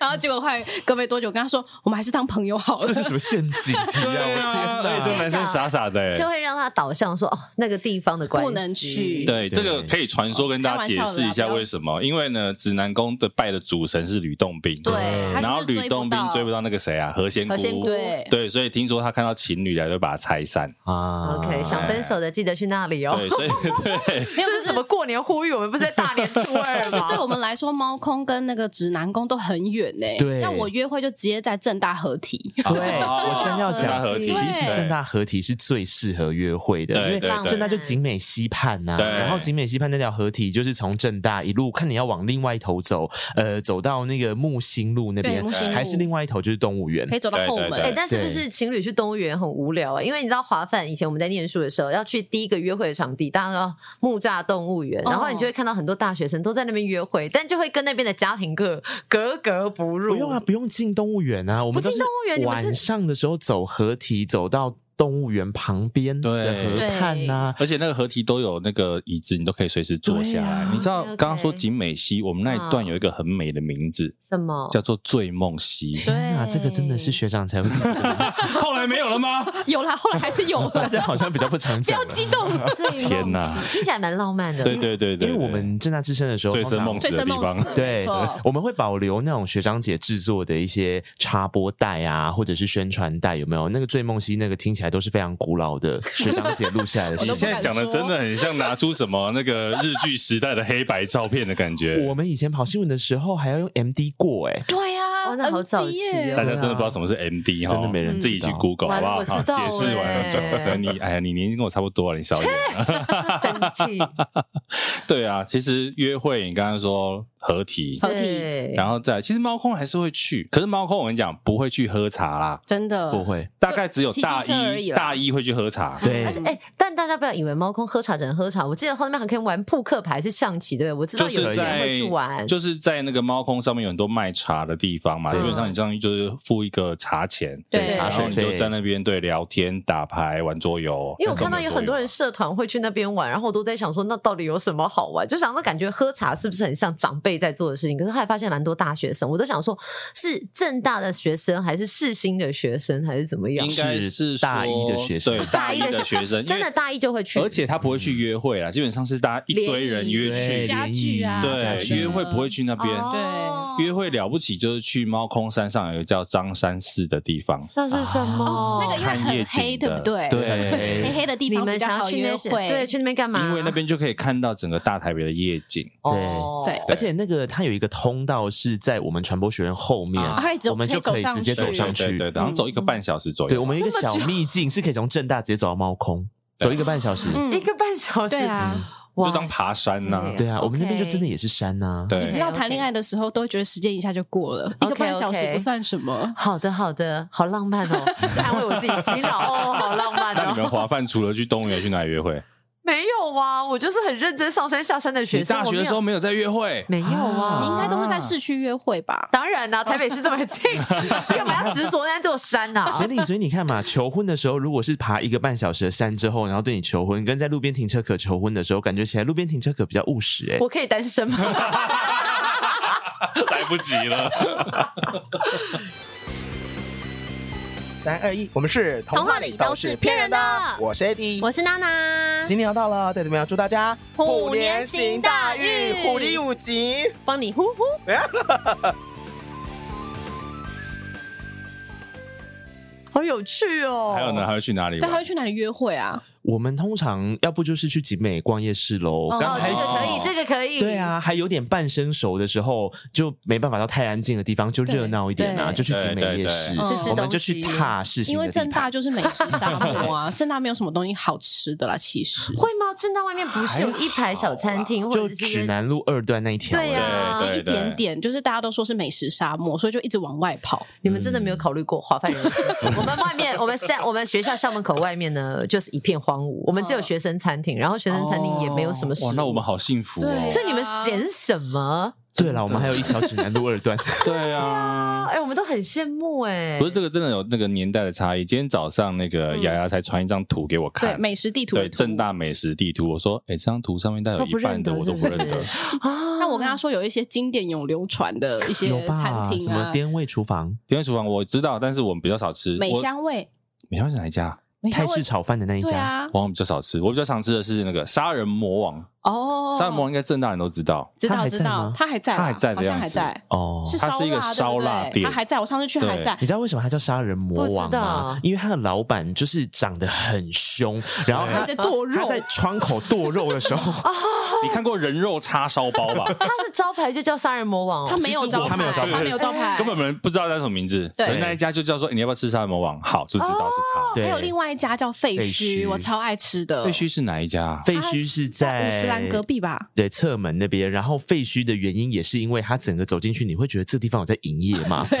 Speaker 5: 然后结果快隔没多久，我跟他说我们还是当朋友好了
Speaker 3: 这。是什么陷阱题啊！我
Speaker 1: 对啊而且
Speaker 3: 天
Speaker 1: 这
Speaker 3: 哪！
Speaker 1: 男生傻傻的欸，
Speaker 4: 就会让他导向说哦，那个地方的关系
Speaker 5: 不能去
Speaker 1: 对，这个
Speaker 3: 对
Speaker 1: 可以传说跟大家解释一下为什么？因为呢，指南宫的拜的主神是吕洞宾，
Speaker 4: 对
Speaker 3: 嗯
Speaker 5: 他就是
Speaker 1: 然后吕洞宾追不到那个谁啊，何仙 姑
Speaker 4: 何仙姑，
Speaker 5: 对
Speaker 1: 对，所以听说他看到情侣来就把他拆散，
Speaker 3: 啊
Speaker 4: OK，想分手的记得去那里哦。
Speaker 1: 对，所以 对。
Speaker 5: 没有
Speaker 4: 这是什么？啊过年呼吁？我们不是在大年初二
Speaker 5: 就是
Speaker 4: 吗？
Speaker 5: 对我们来说，猫空跟那个指南宫都很远呢、
Speaker 3: 对
Speaker 5: 要我约会就直接在正大 合体。
Speaker 3: 对，我正要
Speaker 1: 正大
Speaker 3: 讲
Speaker 1: 合体，
Speaker 3: 其实
Speaker 1: 对
Speaker 3: 正大合体是最适合约会的，
Speaker 1: 对
Speaker 3: 因为
Speaker 1: 对
Speaker 3: 正大就景美溪畔呐、
Speaker 1: 对
Speaker 3: 然后景美溪畔那条合体就是从正大一路看你要往另外一头走，呃，走到那个木星路那
Speaker 5: 对
Speaker 3: 边
Speaker 5: 木
Speaker 1: 星，路
Speaker 3: 还是另外一头就是动物园
Speaker 5: 可以。走到
Speaker 1: 对
Speaker 5: 后
Speaker 1: 对对
Speaker 5: 门，
Speaker 4: 哎、
Speaker 1: 欸
Speaker 4: 但是不
Speaker 3: 对
Speaker 4: 是情侣去动物园很无聊啊？因为你知道华范以前我们在念书的时候，要去第一个约会的场地，当然要木栅动物园，
Speaker 5: 哦
Speaker 4: 然后你就会看到很多大学生都在那边约会，但就会跟那边的家庭课格格不入。
Speaker 3: 不用啊，不用进动物园啊，我们
Speaker 4: 不进
Speaker 3: 都是
Speaker 4: 动物园你们这
Speaker 3: 晚上的时候走合体，走到动物园旁边的河
Speaker 1: 对
Speaker 3: 畔呐、
Speaker 1: 而且那个合体都有那个椅子，你都可以随时坐下来。
Speaker 3: 对啊
Speaker 1: 你知道
Speaker 4: OK，OK
Speaker 1: 刚刚说景美溪，我们那一段有一个很美的名字，
Speaker 4: 什么？
Speaker 1: 叫做醉梦溪。
Speaker 3: 天哪，这个真的是学长才会 知道的名字，
Speaker 1: 后来没有了吗？
Speaker 5: 有啦，后来还是有
Speaker 3: 大
Speaker 5: 了。
Speaker 3: 家好像比较不常
Speaker 5: 不
Speaker 3: 讲啊
Speaker 5: 要
Speaker 3: 了。
Speaker 5: 激动，
Speaker 4: 醉
Speaker 1: 天哪
Speaker 4: 梦溪听起来蛮浪漫的。
Speaker 1: 对对对对对，
Speaker 3: 因为我们正大之声的时候，
Speaker 1: 醉生
Speaker 3: 通常
Speaker 1: 梦死
Speaker 5: 醉
Speaker 1: 的
Speaker 5: 生
Speaker 1: 地
Speaker 5: 梦
Speaker 1: 方。
Speaker 5: 死，没
Speaker 3: 对
Speaker 5: 错，
Speaker 3: 我们会保留那种学长姐制作的一些插播带啊，或者是宣传带，有没有？那个醉梦溪那个听起来台都是非常古老的学长姐录下来的
Speaker 5: 我
Speaker 1: 你
Speaker 3: 事
Speaker 5: 都
Speaker 1: 现
Speaker 5: 不
Speaker 3: 情
Speaker 1: 在
Speaker 5: 敢。
Speaker 1: 讲的真的很像拿出什么那个日剧时代的黑白照片的感觉。
Speaker 3: 我们以前跑新闻的时候还要用 MD 过 哎、
Speaker 5: 对啊呀、
Speaker 4: 哇那好早期哦
Speaker 5: MD 耶
Speaker 1: 大家真的不知道什么是 MD 哈，
Speaker 3: 啊真的没人知道
Speaker 1: 自己去 Google 好
Speaker 4: 完
Speaker 1: 不
Speaker 4: 了
Speaker 1: 好？
Speaker 4: 我知道
Speaker 1: 好解释完了
Speaker 4: 欸
Speaker 1: 转等你， 哎呀，你年纪跟我差不多了，你少一点。
Speaker 4: 生气，
Speaker 1: 对啊，其实约会你刚刚说合体，
Speaker 5: 合体
Speaker 4: 对
Speaker 1: 然后再来其实猫空还是会去，可是猫空我跟你讲不会去喝茶啦，
Speaker 5: 真的
Speaker 3: 不会，
Speaker 1: 大概只有
Speaker 5: 骑机
Speaker 1: 大
Speaker 5: 车而
Speaker 1: 一
Speaker 5: 已啦
Speaker 1: 大一会去喝茶。
Speaker 3: 对
Speaker 4: 而且哎、但大家不要以为猫空喝茶只能喝茶，我记得后面还可以玩扑克牌，是象棋，对不对？我知道
Speaker 1: 就
Speaker 4: 有
Speaker 1: 是
Speaker 4: 些人
Speaker 1: 在
Speaker 4: 会去玩，
Speaker 1: 就是在那个猫空上面有很多卖茶的地方嘛，
Speaker 4: 嗯
Speaker 1: 基本上你这样就是付一个茶钱，
Speaker 5: 对
Speaker 1: 然
Speaker 3: 茶
Speaker 1: 后
Speaker 3: 水
Speaker 1: 你就
Speaker 3: 费
Speaker 1: 在那边对聊天、打牌、玩桌游。
Speaker 4: 因为我
Speaker 1: 那时候
Speaker 4: 看到
Speaker 1: 没
Speaker 4: 有很
Speaker 1: 桌
Speaker 4: 多
Speaker 1: 游
Speaker 4: 人社团会去那边玩，然后我都在想说，那到底有什么好玩？就想到感觉喝茶是不是很像长辈在做的事情？可是后来发现蛮多大学生，我都想说，是正大的学生，还是世新的学生，还是怎么样
Speaker 1: 应？该是
Speaker 3: 是大一的
Speaker 1: 说
Speaker 3: 学生
Speaker 1: 对
Speaker 4: 大
Speaker 1: 大
Speaker 4: 一
Speaker 1: 一
Speaker 4: 的
Speaker 1: 的学 生，因为
Speaker 4: 真的大一就会去，
Speaker 1: 而且他不会去约会啦，基本上是大家一堆人约
Speaker 3: 对
Speaker 1: 去，
Speaker 5: 家具啊，
Speaker 3: 联谊
Speaker 1: 对
Speaker 5: 什么的，
Speaker 1: 约会不会去那边。
Speaker 4: 哦
Speaker 1: 约会了不起就是去猫空山上有一个叫张山寺的地方，
Speaker 4: 那是什么？
Speaker 5: 那个因为
Speaker 1: 哦看夜
Speaker 5: 很黑，
Speaker 1: 景
Speaker 5: 对
Speaker 1: 的，
Speaker 5: 不对？
Speaker 1: 对
Speaker 5: 黑黑的地
Speaker 4: 你
Speaker 5: 方
Speaker 4: 们
Speaker 5: 比较
Speaker 4: 想要
Speaker 5: 好
Speaker 4: 去那
Speaker 5: 约
Speaker 4: 些
Speaker 5: 会，
Speaker 4: 对去那边干嘛？
Speaker 1: 因为那边就可以看到整个大台北的夜景。
Speaker 4: 哦
Speaker 5: 对
Speaker 3: 而且那个它有一个通道是在我们传播学院后面，
Speaker 1: 啊
Speaker 5: 可以走
Speaker 3: 我们就
Speaker 5: 可
Speaker 3: 可
Speaker 5: 以
Speaker 3: 以
Speaker 5: 走上
Speaker 3: 直接走上
Speaker 1: 对对
Speaker 3: 去。
Speaker 1: 对，对然后走一个半小时左右。
Speaker 3: 对，我们有一个小秘境是可以从正大直接走到猫空，
Speaker 1: 对
Speaker 3: 走一个半小时。嗯
Speaker 5: 嗯
Speaker 4: 一个半小时，
Speaker 5: 对啊，
Speaker 4: 哇
Speaker 1: 就当爬山呐
Speaker 4: 塞
Speaker 3: 对啊，我们那边就
Speaker 4: OK
Speaker 3: 真的也是山啊呐、
Speaker 1: 对
Speaker 5: 你知道谈恋爱的时候都会觉得时间一下就过了，一
Speaker 4: OK，
Speaker 5: 个半小时
Speaker 4: OK
Speaker 5: 不算什么。
Speaker 4: 好的，好的，好浪漫哦！ 安慰我自己洗脑哦， 好浪漫
Speaker 1: 那你们
Speaker 4: 哦。
Speaker 1: 华范除了去动物园去哪里约会？
Speaker 4: 没有啊，我就是很认真上山下山的学
Speaker 1: 你
Speaker 4: 生。
Speaker 1: 大学的时候
Speaker 4: 我
Speaker 1: 没有在约会？
Speaker 4: 没有没有啊？
Speaker 5: 你应该都会在市区约会吧？
Speaker 4: 当然啦、啊台北市这么近， 干嘛要执着在这座山啊呐、
Speaker 3: 所以你所以你看嘛，求婚的时候，如果是爬一个半小时的山之后，然后对你求婚，跟在路边停车可求婚的时候，感觉起来路边停车可比较务实哎、
Speaker 4: 我可以单身吗？
Speaker 1: 来不及了。
Speaker 10: 三二一，我们是童话里都是骗人的，我是 AD，
Speaker 6: 我是娜娜，
Speaker 10: 新年要到了，在这边要祝大家
Speaker 6: 虎年行大运
Speaker 10: 虎年五行。
Speaker 6: 帮你呼呼。
Speaker 4: 好有趣哦！
Speaker 1: 还有呢？还会去哪里
Speaker 5: 对，还会
Speaker 1: 玩？
Speaker 5: 去哪里约会啊？
Speaker 3: 我们通常要不就是去景美逛夜市喽，
Speaker 5: 哦
Speaker 3: 刚
Speaker 4: 哦，
Speaker 3: 开
Speaker 4: 这
Speaker 3: 始
Speaker 4: 个可以，
Speaker 1: 哦
Speaker 4: 这个可以。
Speaker 3: 对，啊，还有点半生熟的时候，就没办法到太安静的地方，就热闹一点啊，
Speaker 5: 对
Speaker 3: 就去集美夜市
Speaker 1: 对对
Speaker 5: 对，
Speaker 4: 吃吃
Speaker 3: 我们就去
Speaker 4: 东西
Speaker 3: 踏市
Speaker 5: 因
Speaker 3: 新的
Speaker 5: 为
Speaker 3: 地
Speaker 5: 正大
Speaker 3: 盘。
Speaker 5: 就是美食沙漠啊，正大没有什么东西好吃的啦，其实。
Speaker 4: 会吗？正大外面不是有一排小餐厅，或
Speaker 3: 就
Speaker 4: 者
Speaker 3: 指
Speaker 4: 是
Speaker 3: 南路二段那一条，
Speaker 4: 对啊
Speaker 1: 对
Speaker 5: 一点点，就是大家都说是美食沙漠，所以就一直往外跑。
Speaker 4: 你们真的
Speaker 1: 嗯
Speaker 4: 没有考虑过华范人的心 情。我们外面，我们校，我们学校校门口外面呢，就是一片荒芜。我们只有学生餐厅，然后学生餐厅也没有什么食
Speaker 1: 哦哇
Speaker 4: 物。
Speaker 1: 那我们好幸福哦。
Speaker 5: 对
Speaker 4: 所以你们嫌什么？
Speaker 3: 对了，我们还有一条指南路二 段，
Speaker 1: 对啊。
Speaker 4: 哎，我们都很羡慕哎。
Speaker 1: 不是这个真的有那个年代的差异。今天早上那个
Speaker 5: 嗯
Speaker 1: 雅雅才传一张图给我
Speaker 5: 对，
Speaker 1: 看，
Speaker 5: 美食地图的
Speaker 1: 对
Speaker 5: 图
Speaker 1: 正。大美食地图，我说，哎，这张图上面大概有
Speaker 4: 都不
Speaker 1: 一半
Speaker 4: 认
Speaker 1: 的
Speaker 4: 得
Speaker 1: 我都不认
Speaker 4: 是不
Speaker 1: 得
Speaker 4: 是。啊
Speaker 5: 那我跟他说有一些经典永流传的一些
Speaker 3: 有吧
Speaker 5: 餐？
Speaker 3: 什
Speaker 5: 厅
Speaker 3: 么
Speaker 5: 啊，
Speaker 3: 滇味厨房、
Speaker 1: 田园厨房我知道，但是我们比较少吃。
Speaker 5: 美
Speaker 1: 我
Speaker 5: 香味，
Speaker 1: 美香是哪一家？
Speaker 5: 美香
Speaker 3: 泰
Speaker 5: 味
Speaker 3: 式炒饭的那一
Speaker 5: 对
Speaker 3: 家，
Speaker 5: 啊，
Speaker 1: 我比较少吃，我比较常吃的是那个杀人魔王。
Speaker 5: 哦，
Speaker 1: 杀人魔王应该正大人都知 道，
Speaker 5: 知
Speaker 3: 他
Speaker 5: 道
Speaker 3: 还
Speaker 5: 知
Speaker 3: 在
Speaker 5: 道
Speaker 3: 吗，
Speaker 5: 他还在啦，
Speaker 1: 他还在的
Speaker 5: 好像
Speaker 1: 样
Speaker 5: 还
Speaker 1: 子
Speaker 5: 在，
Speaker 3: 哦，
Speaker 5: 是
Speaker 1: 它是一个
Speaker 5: 烧
Speaker 1: 烧腊
Speaker 5: 腊对不对
Speaker 1: 店
Speaker 5: 他还在我上次去还
Speaker 1: 对
Speaker 5: 在
Speaker 3: 你，知道为什么他叫杀人魔王
Speaker 4: 不知
Speaker 3: 吗
Speaker 4: 道？
Speaker 3: 因为他的老板就是长得很凶，然后
Speaker 5: 还
Speaker 3: 他
Speaker 5: 在剁
Speaker 3: 他
Speaker 5: 肉，
Speaker 1: 哦
Speaker 5: 哦
Speaker 3: 在窗口剁肉的时候，
Speaker 1: 你看过人肉叉烧包吧？
Speaker 4: 他是招牌就叫杀人魔王哦，
Speaker 5: 他没有
Speaker 3: 其实
Speaker 5: 招
Speaker 3: 我
Speaker 5: 牌，
Speaker 3: 他没有招牌
Speaker 5: 他没有招牌，
Speaker 1: 根本没人不知道他什么名字。
Speaker 5: 对哦
Speaker 1: 可是那一家就叫说、欸你要不要吃杀人魔王？好，就知道是他。
Speaker 3: 对，
Speaker 5: 还有另外一家叫废
Speaker 3: 废
Speaker 5: 墟，
Speaker 3: 墟
Speaker 5: 我超爱吃的
Speaker 1: 废墟是哪一家、啊？
Speaker 3: 废墟是在
Speaker 5: 五十岚隔壁吧？
Speaker 3: 对，侧门那边。然后废墟的原因也是因为它整个走进去，你会觉得这地方有在营业嘛？
Speaker 5: 对，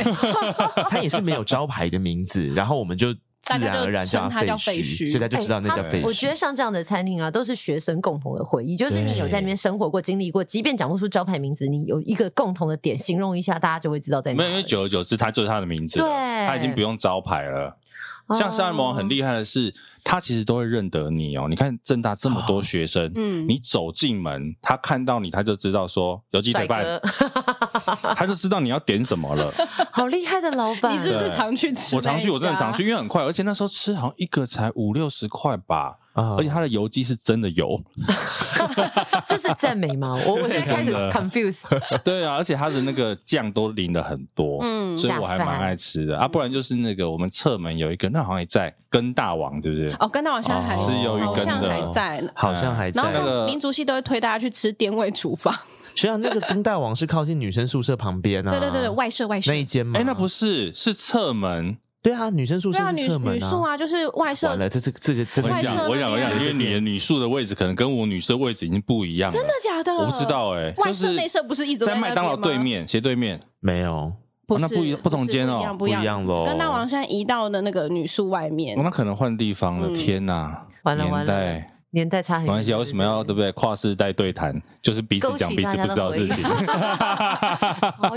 Speaker 3: 它也是没有招牌的名字，然后我们就自然而然叫
Speaker 5: 大家就称它叫废
Speaker 3: 废
Speaker 5: 墟
Speaker 3: 所以大家就知道那叫
Speaker 1: 哎
Speaker 3: 废
Speaker 1: 它
Speaker 3: 墟。
Speaker 4: 我觉得像这样的餐厅啊，都是学生共同的回忆，就是你有在那边生活过、经历过，即便讲不出招牌名字，你有一个共同的点，形容一下，大家就会知道在哪里。
Speaker 1: 没有，因为久而久之，他就是他的名字了，
Speaker 4: 对
Speaker 1: 他已经不用招牌了。像杀人魔王很厉害的是，他其实都会认得你哦。你看正大这么多学生，
Speaker 5: 嗯
Speaker 1: 你走进门，他看到你，他就知道说有鸡腿
Speaker 4: 帅
Speaker 1: 饭，
Speaker 4: 哥，
Speaker 1: 他就知道你要点什么了。
Speaker 4: 好厉害的老板，
Speaker 5: 你是不是
Speaker 1: 对
Speaker 5: 常去吃？
Speaker 1: 我常去，我真的常去，。因为很快，而且那时候吃好像一个才五六十块吧，
Speaker 3: 啊
Speaker 5: 哦
Speaker 1: 而且它的油鸡是真的油。
Speaker 4: 这是赞美吗？ 我我现在开始 confuse，
Speaker 1: 对啊，而且它的那个酱都淋了很多，
Speaker 5: 嗯
Speaker 1: 所以我还蛮爱吃的啊。不然就是那个我们侧门有一个，那好像也在跟大王，是不是？
Speaker 5: 哦，跟到好像还
Speaker 1: 哦吃鱿鱼
Speaker 5: 好
Speaker 1: 羹
Speaker 5: 像
Speaker 1: 的
Speaker 5: 还在。
Speaker 3: 好像还在
Speaker 5: 然后。
Speaker 1: 那个
Speaker 5: 像民族系都会推大家去吃滇味厨 房，
Speaker 3: 学啊 长，那个跟大王是靠近女生宿舍旁边啊。
Speaker 5: 对对对对，外设外设
Speaker 3: 那。一间吗？
Speaker 1: 哎、那不是是侧门，
Speaker 3: 对啊，女生宿
Speaker 5: 对
Speaker 3: 舍
Speaker 5: 啊，女
Speaker 3: 是侧门
Speaker 5: 女宿。啊，就是外设
Speaker 3: 完了，这这这个真
Speaker 1: 我
Speaker 3: 的
Speaker 5: 外
Speaker 1: 想
Speaker 5: 设
Speaker 1: 我想我
Speaker 5: 那边啊
Speaker 1: 想，因为你的女宿的位置可能跟我女生位置已经不一样了，
Speaker 5: 真的假的？
Speaker 1: 我不知道哎、
Speaker 5: 外
Speaker 1: 就
Speaker 5: 设
Speaker 1: 是
Speaker 5: 内设不是一直
Speaker 1: 在
Speaker 5: 在那
Speaker 1: 麦当劳
Speaker 5: 边
Speaker 1: 对
Speaker 5: 吗
Speaker 1: 面斜对面，
Speaker 3: 没有，
Speaker 5: 不
Speaker 1: 哦
Speaker 5: 是，
Speaker 1: 那不一不同
Speaker 5: 是
Speaker 1: 间哦
Speaker 5: 不一样，不一样
Speaker 3: 不一样咯
Speaker 5: 跟大王现在移到的那个女宿外面
Speaker 1: 我、，那可能换地方了，
Speaker 5: 嗯
Speaker 1: 天哪！
Speaker 4: 完了
Speaker 1: 年
Speaker 4: 完了
Speaker 1: 代，
Speaker 4: 年代差很
Speaker 1: 没
Speaker 4: 远。
Speaker 1: 关系啊，为什么要对不对？跨世代对谈，就是彼此
Speaker 4: 勾起
Speaker 1: 讲彼此
Speaker 4: 大家
Speaker 1: 不知
Speaker 4: 的
Speaker 1: 道的
Speaker 4: 回
Speaker 1: 事
Speaker 4: 忆
Speaker 1: 情。
Speaker 4: 好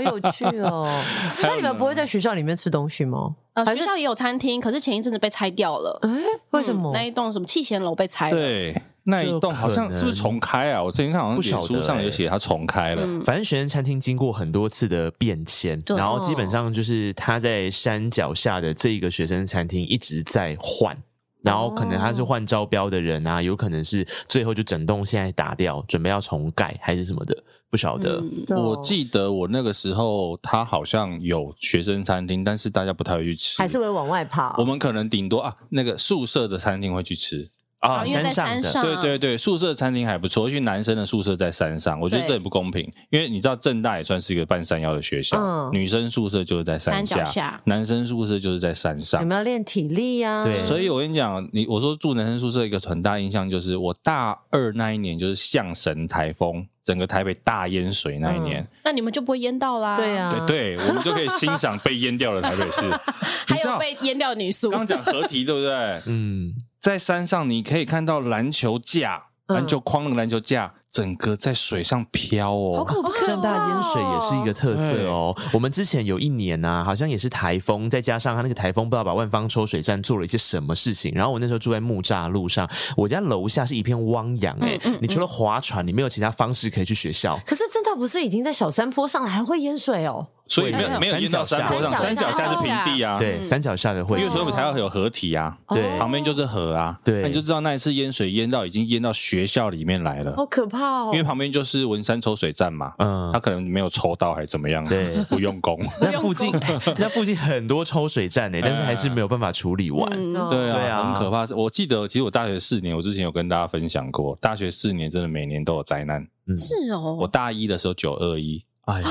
Speaker 4: 有趣哦！ 那你们不会在学校里面吃东西吗？
Speaker 5: 呃，
Speaker 4: 还
Speaker 5: 学
Speaker 4: 是
Speaker 5: 校也有餐厅，可是前一阵子被拆掉了。
Speaker 4: 哎，为什么
Speaker 5: 嗯？那一栋什么气贤楼被拆了？，
Speaker 1: 对，那一栋好像是不是重开啊？我之前看好像
Speaker 3: 不晓
Speaker 1: 脸
Speaker 3: 得欸
Speaker 1: 书上有写它重开了。
Speaker 5: 嗯，
Speaker 3: 反正学生餐厅经过很多次的变迁，
Speaker 5: 对
Speaker 3: 然后基本上就是他在山脚下的这一个学生餐厅一直在换。然后可能他是换招标的人
Speaker 5: 哦
Speaker 3: 啊，有可能是最后就整栋现在打掉，准备要重盖还是什么的，不晓得。
Speaker 5: 嗯
Speaker 1: 我记得我那个时候，它好像有学生餐厅，但是大家不太会去吃，
Speaker 4: 还是会往外跑？
Speaker 1: 我们可能顶多啊，那个宿舍的餐厅会去吃。
Speaker 3: 啊，
Speaker 5: 哦因为在
Speaker 3: 上的
Speaker 5: 山上，
Speaker 1: 对对对，宿舍餐厅还不错，因为男生的宿舍在山上，我觉得
Speaker 5: 对
Speaker 1: 这很不公平。因为你知道，正大也算是一个半山腰的学校，
Speaker 4: 嗯
Speaker 1: 女生宿舍就是在山
Speaker 5: 山
Speaker 1: 下，
Speaker 5: 脚下
Speaker 1: 男生宿舍就是在山
Speaker 4: 你
Speaker 1: 上。
Speaker 4: 们要练体力呀、
Speaker 3: 对
Speaker 1: 所以我跟你讲，你我说住男生宿舍一个很大印象就是，我大二那一年就是象神台风，整个台北大淹水那一年，
Speaker 5: 那你们就不会淹到啦。
Speaker 4: 对呀、啊，
Speaker 1: 对对，我们就可以欣赏被淹掉的台北市。你
Speaker 5: 还
Speaker 1: 知
Speaker 5: 有
Speaker 1: 道
Speaker 5: 被淹掉的女宿。
Speaker 1: 刚讲合体对不对？
Speaker 3: 嗯，
Speaker 1: 在山上你可以看到篮球架、
Speaker 4: 嗯
Speaker 1: 篮球框那个篮球架，整个在水上飘哦，
Speaker 5: 好可怕哦！
Speaker 3: 正大淹水也是一个特色哦。我们之前有一年呐、好像也是台风，再加上他那个台风，不知道把万方抽水站做了一些什么事情。然后我那时候住在木栅路上，我家楼下是一片汪洋哎、你除了划船，你没有其他方式可以去学校。
Speaker 4: 可是正大不是已经在小山坡上了，还会淹水哦？
Speaker 1: 所以没有没有淹到山坡上，山
Speaker 4: 山
Speaker 1: 脚
Speaker 4: 脚
Speaker 1: 下
Speaker 4: 下
Speaker 1: 是平地啊，
Speaker 3: 对，山脚下的会
Speaker 1: 因为所以我们才要有合体啊，
Speaker 3: 对
Speaker 1: 旁边就是河啊，
Speaker 3: 对
Speaker 1: 那你就知道那一次淹水淹到已经淹到学校里面来了
Speaker 4: 好，可怕哦！
Speaker 1: 因为旁边就是文山抽水站嘛，
Speaker 3: 嗯
Speaker 1: 他可能没有抽到还是怎么样，
Speaker 3: 对
Speaker 1: 啊不用 功，
Speaker 5: 哦
Speaker 3: 那附近 那附近很多抽水站哎、但是还是没有办法处理完。
Speaker 4: 哦
Speaker 10: 哦
Speaker 5: 嗯，
Speaker 1: 对
Speaker 3: 对啊
Speaker 1: 啊，很可怕。我记得其实我大学四年，我之前有跟大家分享过，大学四年真的每年都有灾难，
Speaker 3: 嗯，
Speaker 5: 是哦。
Speaker 1: 我大一的时候九二一，
Speaker 3: 哎呀，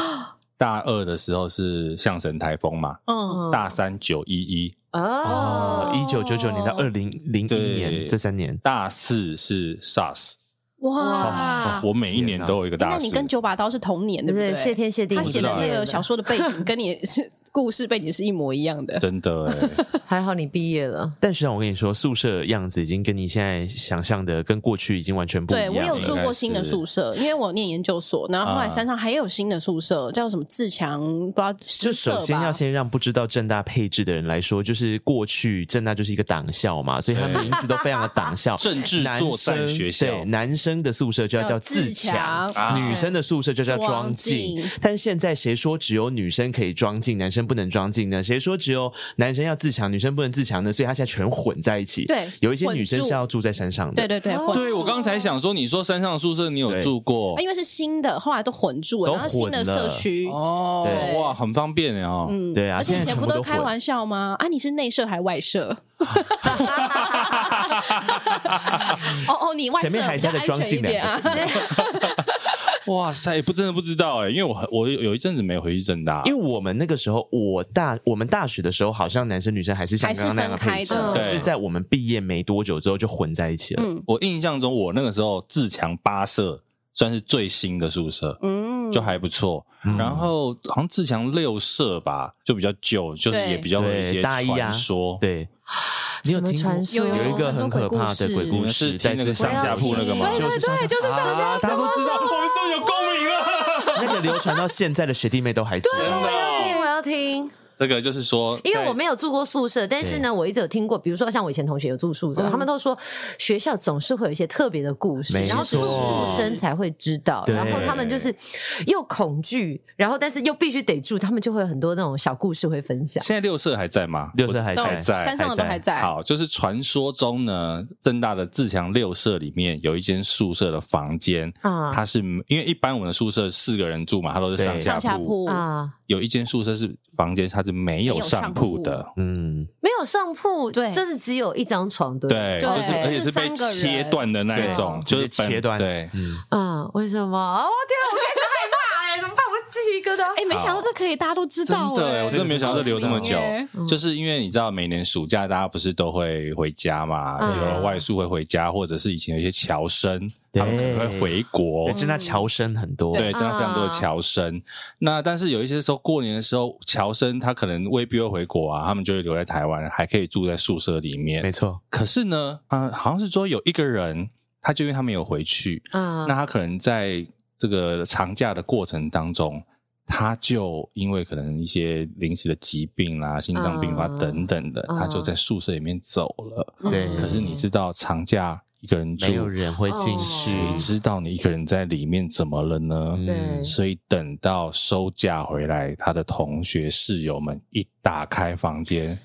Speaker 1: 大二的时候是象神台风嘛，
Speaker 5: 嗯，
Speaker 1: 大三九一一，
Speaker 4: 哦，
Speaker 3: 一九九九年到二零零嗯一
Speaker 1: 哦对
Speaker 3: 年这三年，
Speaker 1: 大四是 SARS，、哦
Speaker 5: 哇！
Speaker 1: 我每一年都有一个
Speaker 5: 诶
Speaker 1: 大
Speaker 5: 那
Speaker 1: 四。
Speaker 5: 啊你跟九把刀是同年，对
Speaker 4: 对
Speaker 5: 不对？
Speaker 4: 谢天谢地，
Speaker 5: 他写的
Speaker 1: 我不
Speaker 5: 那
Speaker 1: 知道
Speaker 5: 个小，说的背 景跟你是故事背景是一模一样的。
Speaker 1: 真 的哎、
Speaker 4: 还好你毕业了。
Speaker 3: 但实际上，我跟你说，宿舍样子已经跟你现在想象的跟过去已经完全不一
Speaker 5: 对
Speaker 3: 样
Speaker 5: 我有
Speaker 3: 了
Speaker 5: 住过新的宿舍，因为我念研究所，然后后
Speaker 1: 啊
Speaker 5: 来山上还有新的宿舍，叫什么自强，不知道
Speaker 3: 就
Speaker 5: 就
Speaker 3: 首先要先让不知道正大配置的人来说，就是过去正大就是一个党校嘛，所以它
Speaker 1: 对
Speaker 3: 名字都非常的党校。
Speaker 1: 政治
Speaker 3: 男
Speaker 1: 作战
Speaker 3: 生
Speaker 1: 学校
Speaker 3: 对男生的宿舍就要
Speaker 5: 叫
Speaker 3: 叫自
Speaker 5: 自
Speaker 3: 强，
Speaker 5: 强
Speaker 1: 啊
Speaker 3: 女生的宿舍就叫装
Speaker 5: 装
Speaker 3: 进
Speaker 5: 进。
Speaker 3: 但现在谁说只有女生可以装进，男生不能装进呢？谁说只有男生要自强，女生不能自强呢？所以它现在全混在一起。
Speaker 5: 对
Speaker 3: 有一些
Speaker 5: 混
Speaker 3: 女生
Speaker 5: 住
Speaker 3: 是要住在山上的。
Speaker 5: 对对对，
Speaker 4: 哦
Speaker 5: 混
Speaker 1: 对，我刚才想说，你说山上宿舍你有住过
Speaker 5: 啊因为是新的，后来都混住了，
Speaker 3: 都
Speaker 5: 然后新的
Speaker 3: 混
Speaker 5: 社
Speaker 3: 了
Speaker 5: 区，
Speaker 1: 哦
Speaker 5: 对，
Speaker 1: 哇，很方便哎哦。
Speaker 5: 嗯
Speaker 3: 对啊
Speaker 5: 而且以
Speaker 3: 现在
Speaker 5: 前不
Speaker 3: 全部都
Speaker 5: 开
Speaker 3: 混
Speaker 5: 玩笑吗？啊，你是内社还 外社？ 哦哦，你外
Speaker 3: 前
Speaker 5: 社
Speaker 3: 面还
Speaker 5: 比较
Speaker 3: 加了
Speaker 5: 安
Speaker 3: 装
Speaker 5: 全一
Speaker 3: 进两
Speaker 5: 点啊
Speaker 3: 个。字
Speaker 1: 哇塞，不真的不知道哎、因为我很我有有一阵子没有回去正大，
Speaker 3: 因为我们那个时候，我大我们大学的时候，好像男生女生还是像刚刚那样配置
Speaker 5: 还是分
Speaker 1: 开的
Speaker 3: 但是在我们毕业没多久之后就混在一起了。
Speaker 5: 嗯
Speaker 1: 我印象中我那个时候自强八社算是最新的宿舍，
Speaker 5: 嗯，
Speaker 1: 就还不错。
Speaker 3: 嗯
Speaker 1: 然后好像自强六社吧，就比较旧，就是
Speaker 5: 对
Speaker 1: 也比较有一些
Speaker 3: 对大一啊
Speaker 1: 传说。
Speaker 3: 对，你有听
Speaker 4: 什
Speaker 3: 过
Speaker 4: 么传说
Speaker 5: 有有
Speaker 3: 有一个很可怕的鬼
Speaker 5: 很多
Speaker 3: 故
Speaker 1: 鬼故事
Speaker 3: 事，在自
Speaker 1: 上
Speaker 4: 下铺那个吗
Speaker 5: 对对对就是上下
Speaker 3: 啊大家都知道，
Speaker 1: 我们终于有共鸣了，
Speaker 3: 那个流传到现在的学弟妹都还知
Speaker 1: 真
Speaker 3: 道。
Speaker 1: 的
Speaker 4: 我
Speaker 1: 哦。
Speaker 4: 要听，
Speaker 1: 这个就是说，
Speaker 4: 因为我没有住过宿舍，但是呢，我一直有听过，比如说像我以前同学有住宿舍，
Speaker 5: 嗯
Speaker 4: 他们都说学校总是会有一些特别的故事，
Speaker 3: 没
Speaker 4: 然后只有
Speaker 3: 错
Speaker 4: 宿生才会知道，
Speaker 3: 对
Speaker 4: 然后他们就是又恐惧，然后但是又必须得住，他们就会有很多那种小故事会分享。
Speaker 1: 现在六社还在吗？
Speaker 3: 六社还
Speaker 5: 都
Speaker 1: 还
Speaker 3: 在，
Speaker 1: 在
Speaker 5: 山上的都还在。
Speaker 1: 好，就是传说中呢，正大的自强六舍里面有一间宿舍的房间，
Speaker 4: 啊
Speaker 1: 它是因为一般我们的宿舍四个人住嘛，它都是
Speaker 3: 嗯对
Speaker 1: 上
Speaker 5: 上
Speaker 1: 下
Speaker 5: 下
Speaker 1: 铺，
Speaker 5: 铺，
Speaker 4: 啊，
Speaker 1: 有一间宿舍是房间，它是没有上铺
Speaker 5: 没有上
Speaker 1: 的，
Speaker 3: 嗯，
Speaker 4: 没有上铺，
Speaker 5: 对
Speaker 4: 就是只有一张床，对不
Speaker 1: 对，
Speaker 5: 对
Speaker 1: 就是而且
Speaker 5: 就是
Speaker 1: 是被
Speaker 5: 三个人
Speaker 1: 切断的那一种，
Speaker 3: 对
Speaker 1: 就是
Speaker 3: 直接
Speaker 1: 本
Speaker 3: 切断
Speaker 1: 对。
Speaker 3: 嗯，
Speaker 4: 啊，为什么？啊我天啊，我开始害怕哎、怎么办？我鸡皮疙瘩。
Speaker 5: 哎，没想到这可以大家都知
Speaker 1: 真
Speaker 5: 道，
Speaker 1: 的，
Speaker 4: 欸
Speaker 5: 哎
Speaker 1: 我真的没有想到这留这么久
Speaker 5: 哎，
Speaker 3: 嗯
Speaker 1: 就是因为你知道，每年暑假大家不是都会回家嘛，
Speaker 4: 嗯
Speaker 1: 有的外宿会回家，或者是以前有一些侨生，他们可能会
Speaker 3: 对
Speaker 1: 回国，
Speaker 3: 真的侨生很多，
Speaker 1: 对，真的非常多的
Speaker 4: 啊
Speaker 1: 侨生。那但是有一些时候过年的时候，侨生他可能未必会回国啊，他们就会留在台湾，还可以住在宿舍里面
Speaker 3: 没。错，
Speaker 1: 可是呢，啊、好像是说有一个人，他就因为他没有回去，
Speaker 4: 啊
Speaker 1: 那他可能在这个长假的过程当中，他就因为可能一些临时的疾病啦、心脏病发
Speaker 4: 啊
Speaker 1: 等等的，他就在宿舍里面走了。
Speaker 3: 对
Speaker 4: 嗯
Speaker 1: 可是你知道长假一个人住
Speaker 3: 没，有人会进去，
Speaker 1: 谁知道你一个人在里面怎么了呢？
Speaker 3: 嗯
Speaker 4: 对
Speaker 1: 所以等到收假回来，他的同学室友们一打开房间，